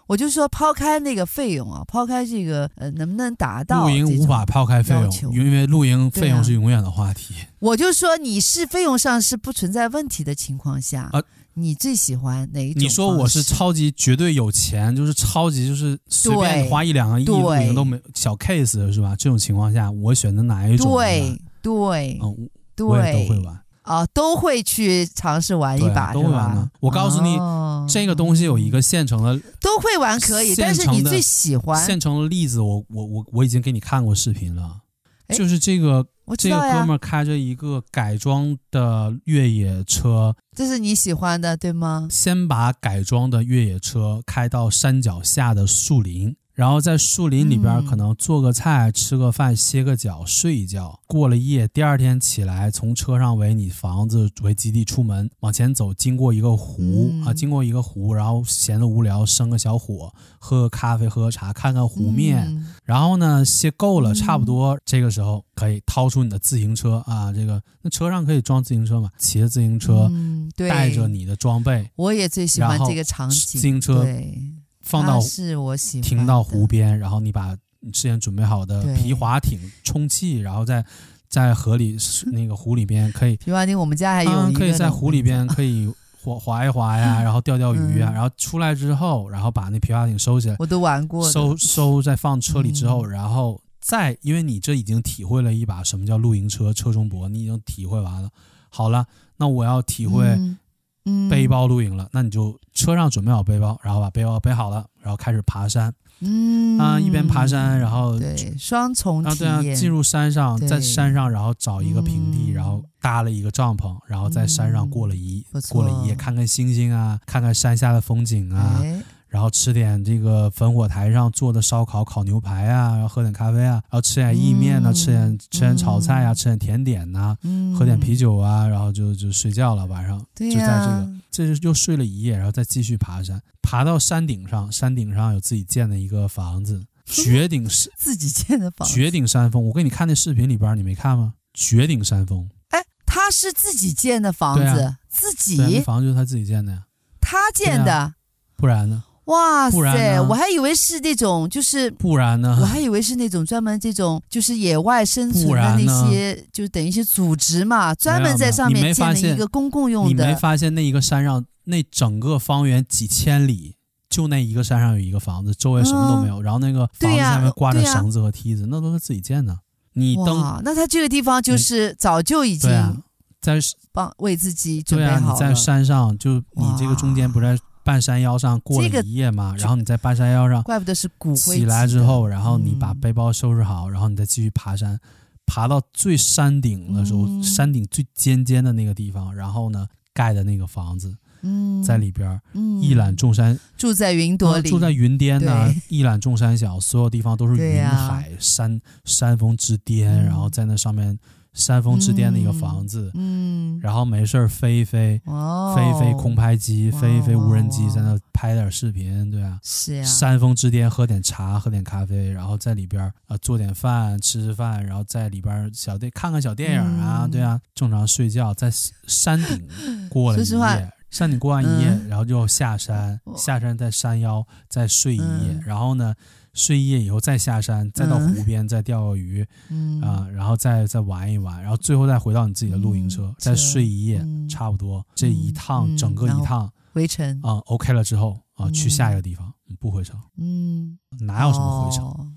[SPEAKER 2] 我就说，抛开那个费用啊，抛开这个呃，能不能达到
[SPEAKER 1] 露营
[SPEAKER 2] 这
[SPEAKER 1] 无
[SPEAKER 2] 种
[SPEAKER 1] 法抛开费
[SPEAKER 2] 要求
[SPEAKER 1] 用，因为露营费
[SPEAKER 2] 对啊
[SPEAKER 1] 用是永远的话题。
[SPEAKER 2] 我就说你是费用上是不存在问题的情况下，
[SPEAKER 1] 啊
[SPEAKER 2] 你最喜欢哪一种？
[SPEAKER 1] 你说我是，超级绝对有钱，就是超级就是随便
[SPEAKER 2] 对
[SPEAKER 1] 你花一两个亿
[SPEAKER 2] 对
[SPEAKER 1] 露营都没小 case 是吧？这种情况下，我选择哪一种？
[SPEAKER 2] 对对
[SPEAKER 1] 是吧，嗯，
[SPEAKER 2] 对，
[SPEAKER 1] 我也都会玩。
[SPEAKER 2] 啊，都会去尝试玩一
[SPEAKER 1] 对啊
[SPEAKER 2] 把，
[SPEAKER 1] 都
[SPEAKER 2] 是
[SPEAKER 1] 会玩
[SPEAKER 2] 吧
[SPEAKER 1] 的？我告诉你
[SPEAKER 2] 哦
[SPEAKER 1] 这个东西有一个现成的
[SPEAKER 2] 都会玩可以，
[SPEAKER 1] 现
[SPEAKER 2] 但是你
[SPEAKER 1] 成的
[SPEAKER 2] 最喜欢，
[SPEAKER 1] 现成的例子，我我我我已经给你看过视频了，
[SPEAKER 2] 哎
[SPEAKER 1] 就是这个
[SPEAKER 2] 我
[SPEAKER 1] 这
[SPEAKER 2] 知
[SPEAKER 1] 个
[SPEAKER 2] 道
[SPEAKER 1] 哥
[SPEAKER 2] 呀
[SPEAKER 1] 们，儿开着一个改装的越野车，
[SPEAKER 2] 这是你喜欢的，对吗？
[SPEAKER 1] 先把改装的越野车开到山脚下的树林，然后在树林里边
[SPEAKER 2] 嗯
[SPEAKER 1] 可能做个菜、吃个饭、歇个脚、睡一觉，过了夜，第二天起来从车上为你房子为基地出门，往前走，经过一个湖、
[SPEAKER 2] 嗯
[SPEAKER 1] 啊，经过一个湖，然后闲得无聊生个小火，喝个咖啡，喝个茶，看看湖面。
[SPEAKER 2] 嗯
[SPEAKER 1] 然后呢，歇够了，
[SPEAKER 2] 嗯
[SPEAKER 1] 差不多这个时候可以掏出你的自行车啊，这个那车上可以装自行车嘛，骑着自行车，
[SPEAKER 2] 嗯对，
[SPEAKER 1] 带着，你的装备
[SPEAKER 2] 我也最喜欢
[SPEAKER 1] 然后
[SPEAKER 2] 这个场
[SPEAKER 1] 自
[SPEAKER 2] 景，
[SPEAKER 1] 行车
[SPEAKER 2] 对，
[SPEAKER 1] 放到
[SPEAKER 2] 它是我喜欢的，
[SPEAKER 1] 停到湖边，然后你把你之前准备好的
[SPEAKER 2] 对
[SPEAKER 1] 皮划艇充气，然后在在河里那个湖里边可以，
[SPEAKER 2] 皮划艇，我们家还有
[SPEAKER 1] 当然
[SPEAKER 2] 一个
[SPEAKER 1] 可以在
[SPEAKER 2] 呢
[SPEAKER 1] 湖里，边可以划划一划 呀，然后钓钓鱼啊，
[SPEAKER 2] 嗯
[SPEAKER 1] 然后出来之后，然后把那皮划艇收起来，
[SPEAKER 2] 我都玩过的，
[SPEAKER 1] 收收再放车里之后，
[SPEAKER 2] 嗯
[SPEAKER 1] 然后再因为你这已经体会了一把什么叫露营车车中泊，你已经体会完了。好了，那我要体会
[SPEAKER 2] 嗯嗯
[SPEAKER 1] 背，包啊露营了，那你就车上准备好背包，然后把背包背好了，然后开始爬山
[SPEAKER 2] 嗯
[SPEAKER 1] 啊，一边爬山，然后
[SPEAKER 2] 对双重
[SPEAKER 1] 啊
[SPEAKER 2] 体
[SPEAKER 1] 对啊，
[SPEAKER 2] 验，
[SPEAKER 1] 进入山上，
[SPEAKER 2] 对
[SPEAKER 1] 在山上然后找一个平地，
[SPEAKER 2] 嗯
[SPEAKER 1] 然后搭了一个帐篷，然后在山上过了一
[SPEAKER 2] 嗯不错
[SPEAKER 1] 过了一夜，看看星星啊，看看山下的风景啊，
[SPEAKER 2] 哎，
[SPEAKER 1] 然后吃点这个烽火台上做的烧烤、烤牛排啊，然后喝点咖啡啊，然后吃点意面呐、
[SPEAKER 2] 嗯
[SPEAKER 1] 吃点吃点炒菜啊，
[SPEAKER 2] 嗯
[SPEAKER 1] 吃点甜点呐、
[SPEAKER 2] 嗯，
[SPEAKER 1] 喝点啤酒啊，然后就就睡觉了。晚上
[SPEAKER 2] 对啊
[SPEAKER 1] 就在这
[SPEAKER 2] 呀
[SPEAKER 1] 个，这就又睡了一夜，然后再继续爬山，爬到山顶上，山顶上有自己建的一个房 子，绝顶是
[SPEAKER 2] 自己建的房，
[SPEAKER 1] 绝顶山峰。我给你看那视频里边，你没看吗？绝顶山峰，
[SPEAKER 2] 哎，他是自己建的房
[SPEAKER 1] 对
[SPEAKER 2] 子
[SPEAKER 1] 啊，
[SPEAKER 2] 自
[SPEAKER 1] 对啊，那
[SPEAKER 2] 己
[SPEAKER 1] 房子就是他自己建的呀，
[SPEAKER 2] 他建
[SPEAKER 1] 对
[SPEAKER 2] 的，
[SPEAKER 1] 不然呢？
[SPEAKER 2] 哇
[SPEAKER 1] 不然
[SPEAKER 2] 塞，
[SPEAKER 1] 呢
[SPEAKER 2] 我还以为是那种就是。
[SPEAKER 1] 不然呢？
[SPEAKER 2] 我还以为是那种专门这种就是野外生存
[SPEAKER 1] 不
[SPEAKER 2] 的
[SPEAKER 1] 然
[SPEAKER 2] 那
[SPEAKER 1] 呢
[SPEAKER 2] 些，就等于是组织嘛，专门在上
[SPEAKER 1] 你
[SPEAKER 2] 面
[SPEAKER 1] 没
[SPEAKER 2] 建
[SPEAKER 1] 发
[SPEAKER 2] 了一
[SPEAKER 1] 现
[SPEAKER 2] 个公共用
[SPEAKER 1] 你没
[SPEAKER 2] 的。
[SPEAKER 1] 发现那一个山上，那整个方圆几千里，就那一个山上有一个房子，周围什么都没有，然后那个房
[SPEAKER 2] 对
[SPEAKER 1] 子
[SPEAKER 2] 呀
[SPEAKER 1] 下面挂着
[SPEAKER 2] 对呀
[SPEAKER 1] 绳子和梯子，那都是自己建的。你登
[SPEAKER 2] 哇，那他这个地方就
[SPEAKER 1] 你
[SPEAKER 2] 是早就已经
[SPEAKER 1] 对啊，在
[SPEAKER 2] 帮为自己准
[SPEAKER 1] 对
[SPEAKER 2] 备
[SPEAKER 1] 啊，
[SPEAKER 2] 好
[SPEAKER 1] 你在
[SPEAKER 2] 了。
[SPEAKER 1] 山上，就你这个中间不是在半山腰上过
[SPEAKER 2] 这个
[SPEAKER 1] 了一夜嘛，然后你在半山腰上
[SPEAKER 2] 怪不得是骨灰
[SPEAKER 1] 起来
[SPEAKER 2] 级
[SPEAKER 1] 之
[SPEAKER 2] 的
[SPEAKER 1] 后，然后你把
[SPEAKER 2] 嗯
[SPEAKER 1] 背包收拾好，然后你再继续爬山，爬到最山顶的时候，
[SPEAKER 2] 嗯
[SPEAKER 1] 山顶最尖尖的那个地方，然后呢盖的那个房子
[SPEAKER 2] 嗯，
[SPEAKER 1] 在里边儿
[SPEAKER 2] 嗯
[SPEAKER 1] 一览众山
[SPEAKER 2] 住在云朵
[SPEAKER 1] 啊
[SPEAKER 2] 里，
[SPEAKER 1] 住在云巅呐、
[SPEAKER 2] 对
[SPEAKER 1] 一览众山小，所有地方都是
[SPEAKER 2] 对
[SPEAKER 1] 云
[SPEAKER 2] 呀
[SPEAKER 1] 海、山山峰之巅，
[SPEAKER 2] 嗯
[SPEAKER 1] 然后在那上面山峰之巅的一个房子，
[SPEAKER 2] 嗯，
[SPEAKER 1] 然后没事儿飞一飞，
[SPEAKER 2] 哦，
[SPEAKER 1] 飞一飞空拍机，
[SPEAKER 2] 哇哦
[SPEAKER 1] 飞一飞无人机，
[SPEAKER 2] 哇
[SPEAKER 1] 在那拍点视频，对啊。
[SPEAKER 2] 是呀，
[SPEAKER 1] 山峰之巅，喝点茶，喝点咖啡，然后在里边啊、呃做点饭，吃吃饭，然后在里边儿小电看看小电影啊，
[SPEAKER 2] 嗯
[SPEAKER 1] 对啊，正常睡觉，在山顶过了
[SPEAKER 2] 说
[SPEAKER 1] 一
[SPEAKER 2] 实话
[SPEAKER 1] 夜，山顶过完一夜，
[SPEAKER 2] 嗯
[SPEAKER 1] 然后就下山，
[SPEAKER 2] 我
[SPEAKER 1] 下山在山腰再睡一夜，
[SPEAKER 2] 嗯
[SPEAKER 1] 然后呢睡一夜以后再下山，再到
[SPEAKER 2] 嗯
[SPEAKER 1] 湖边、再钓个鱼
[SPEAKER 2] 嗯
[SPEAKER 1] 啊、然后再再玩一玩，然后最后再回到你自己的露营车，
[SPEAKER 2] 嗯
[SPEAKER 1] 再睡一夜，
[SPEAKER 2] 嗯
[SPEAKER 1] 差不多这一趟、
[SPEAKER 2] 嗯
[SPEAKER 1] 整个
[SPEAKER 2] 然
[SPEAKER 1] 一
[SPEAKER 2] 后
[SPEAKER 1] 趟
[SPEAKER 2] 回程，
[SPEAKER 1] 啊、OK 了之后啊、去
[SPEAKER 2] 嗯
[SPEAKER 1] 下一个地方，嗯不回程。
[SPEAKER 2] 嗯，
[SPEAKER 1] 哪有什么回程？
[SPEAKER 2] 哦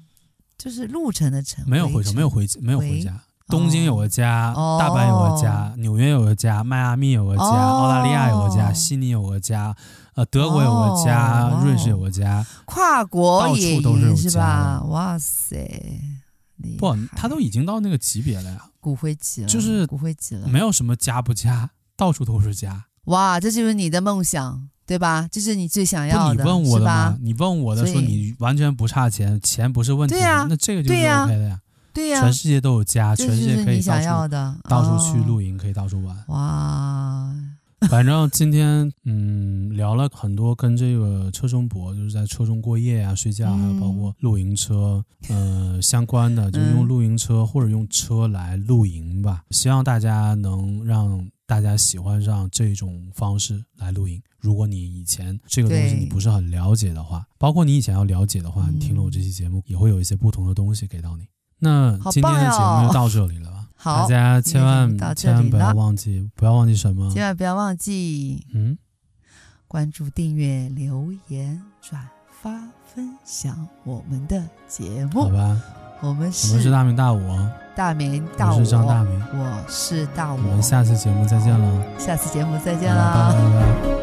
[SPEAKER 2] 就是路程的程，
[SPEAKER 1] 没有回程，没有回没有
[SPEAKER 2] 回
[SPEAKER 1] 回家。东京有个家，
[SPEAKER 2] 哦
[SPEAKER 1] 大阪有个家，纽约有个家，迈阿密有个家，
[SPEAKER 2] 哦
[SPEAKER 1] 澳大利亚有个家，悉尼有个家，呃，德国有个家，
[SPEAKER 2] 哦哇哦
[SPEAKER 1] 瑞士有个家，
[SPEAKER 2] 跨国
[SPEAKER 1] 到处
[SPEAKER 2] 野
[SPEAKER 1] 都是
[SPEAKER 2] 营
[SPEAKER 1] 有
[SPEAKER 2] 是
[SPEAKER 1] 家
[SPEAKER 2] 吧？
[SPEAKER 1] 的
[SPEAKER 2] 哇塞，厉
[SPEAKER 1] 不
[SPEAKER 2] 害，
[SPEAKER 1] 他都已经到那个级别了呀，
[SPEAKER 2] 骨灰级了，
[SPEAKER 1] 就是
[SPEAKER 2] 骨灰级了。
[SPEAKER 1] 没有什么加不加，到处都是加。
[SPEAKER 2] 哇，这就是你的梦想，对吧？这是你最想
[SPEAKER 1] 不，
[SPEAKER 2] 要
[SPEAKER 1] 你
[SPEAKER 2] 的，
[SPEAKER 1] 问我
[SPEAKER 2] 是
[SPEAKER 1] 的
[SPEAKER 2] 吧
[SPEAKER 1] 吗？？你问我的
[SPEAKER 2] 所
[SPEAKER 1] 说
[SPEAKER 2] 以
[SPEAKER 1] 你完全不差钱，钱不是问题，
[SPEAKER 2] 对呀
[SPEAKER 1] 那这个就是
[SPEAKER 2] 对呀
[SPEAKER 1] OK 的呀。
[SPEAKER 2] 对呀、
[SPEAKER 1] 全世界都有家，
[SPEAKER 2] 这
[SPEAKER 1] 全
[SPEAKER 2] 就
[SPEAKER 1] 世界
[SPEAKER 2] 是
[SPEAKER 1] 可以
[SPEAKER 2] 你
[SPEAKER 1] 到
[SPEAKER 2] 想要
[SPEAKER 1] 处
[SPEAKER 2] 的，
[SPEAKER 1] 到处去
[SPEAKER 2] 哦。。
[SPEAKER 1] 露营，可以到处玩
[SPEAKER 2] 哇，
[SPEAKER 1] 反正今天嗯聊了很多跟这个车中泊，就是在车中过夜啊、睡觉啊，还有包
[SPEAKER 2] 嗯
[SPEAKER 1] 括露营车，呃相关的，就是
[SPEAKER 2] 嗯
[SPEAKER 1] 用露营车或者用车来露营吧。嗯希望大家能让。大家喜欢上这种方式来露营。如果你以前这个东西
[SPEAKER 2] 对
[SPEAKER 1] 你不是很了解的话，包括你以前要了解的话，你听了我这期节目也会有一些不同的东西给到你。那
[SPEAKER 2] 好
[SPEAKER 1] 今天的
[SPEAKER 2] 棒
[SPEAKER 1] 节目
[SPEAKER 2] 哟
[SPEAKER 1] 就到这里了吧？
[SPEAKER 2] 好
[SPEAKER 1] 大家千
[SPEAKER 2] 今天就到
[SPEAKER 1] 万
[SPEAKER 2] 这
[SPEAKER 1] 千
[SPEAKER 2] 里
[SPEAKER 1] 万不要
[SPEAKER 2] 了
[SPEAKER 1] 忘记，不要忘记什么？
[SPEAKER 2] 千万不要忘记
[SPEAKER 1] 嗯，
[SPEAKER 2] 关注、订阅、留言、转发、分享我们的节
[SPEAKER 1] 好
[SPEAKER 2] 目。
[SPEAKER 1] 吧，我
[SPEAKER 2] 我们
[SPEAKER 1] 们是
[SPEAKER 2] 是
[SPEAKER 1] 大明大我，
[SPEAKER 2] 大明大
[SPEAKER 1] 我
[SPEAKER 2] 我，
[SPEAKER 1] 是张大明，
[SPEAKER 2] 我是大
[SPEAKER 1] 我
[SPEAKER 2] 我。
[SPEAKER 1] 们下次节目再见了，
[SPEAKER 2] 下次节目再见
[SPEAKER 1] 好
[SPEAKER 2] 啦，
[SPEAKER 1] 拜拜拜拜。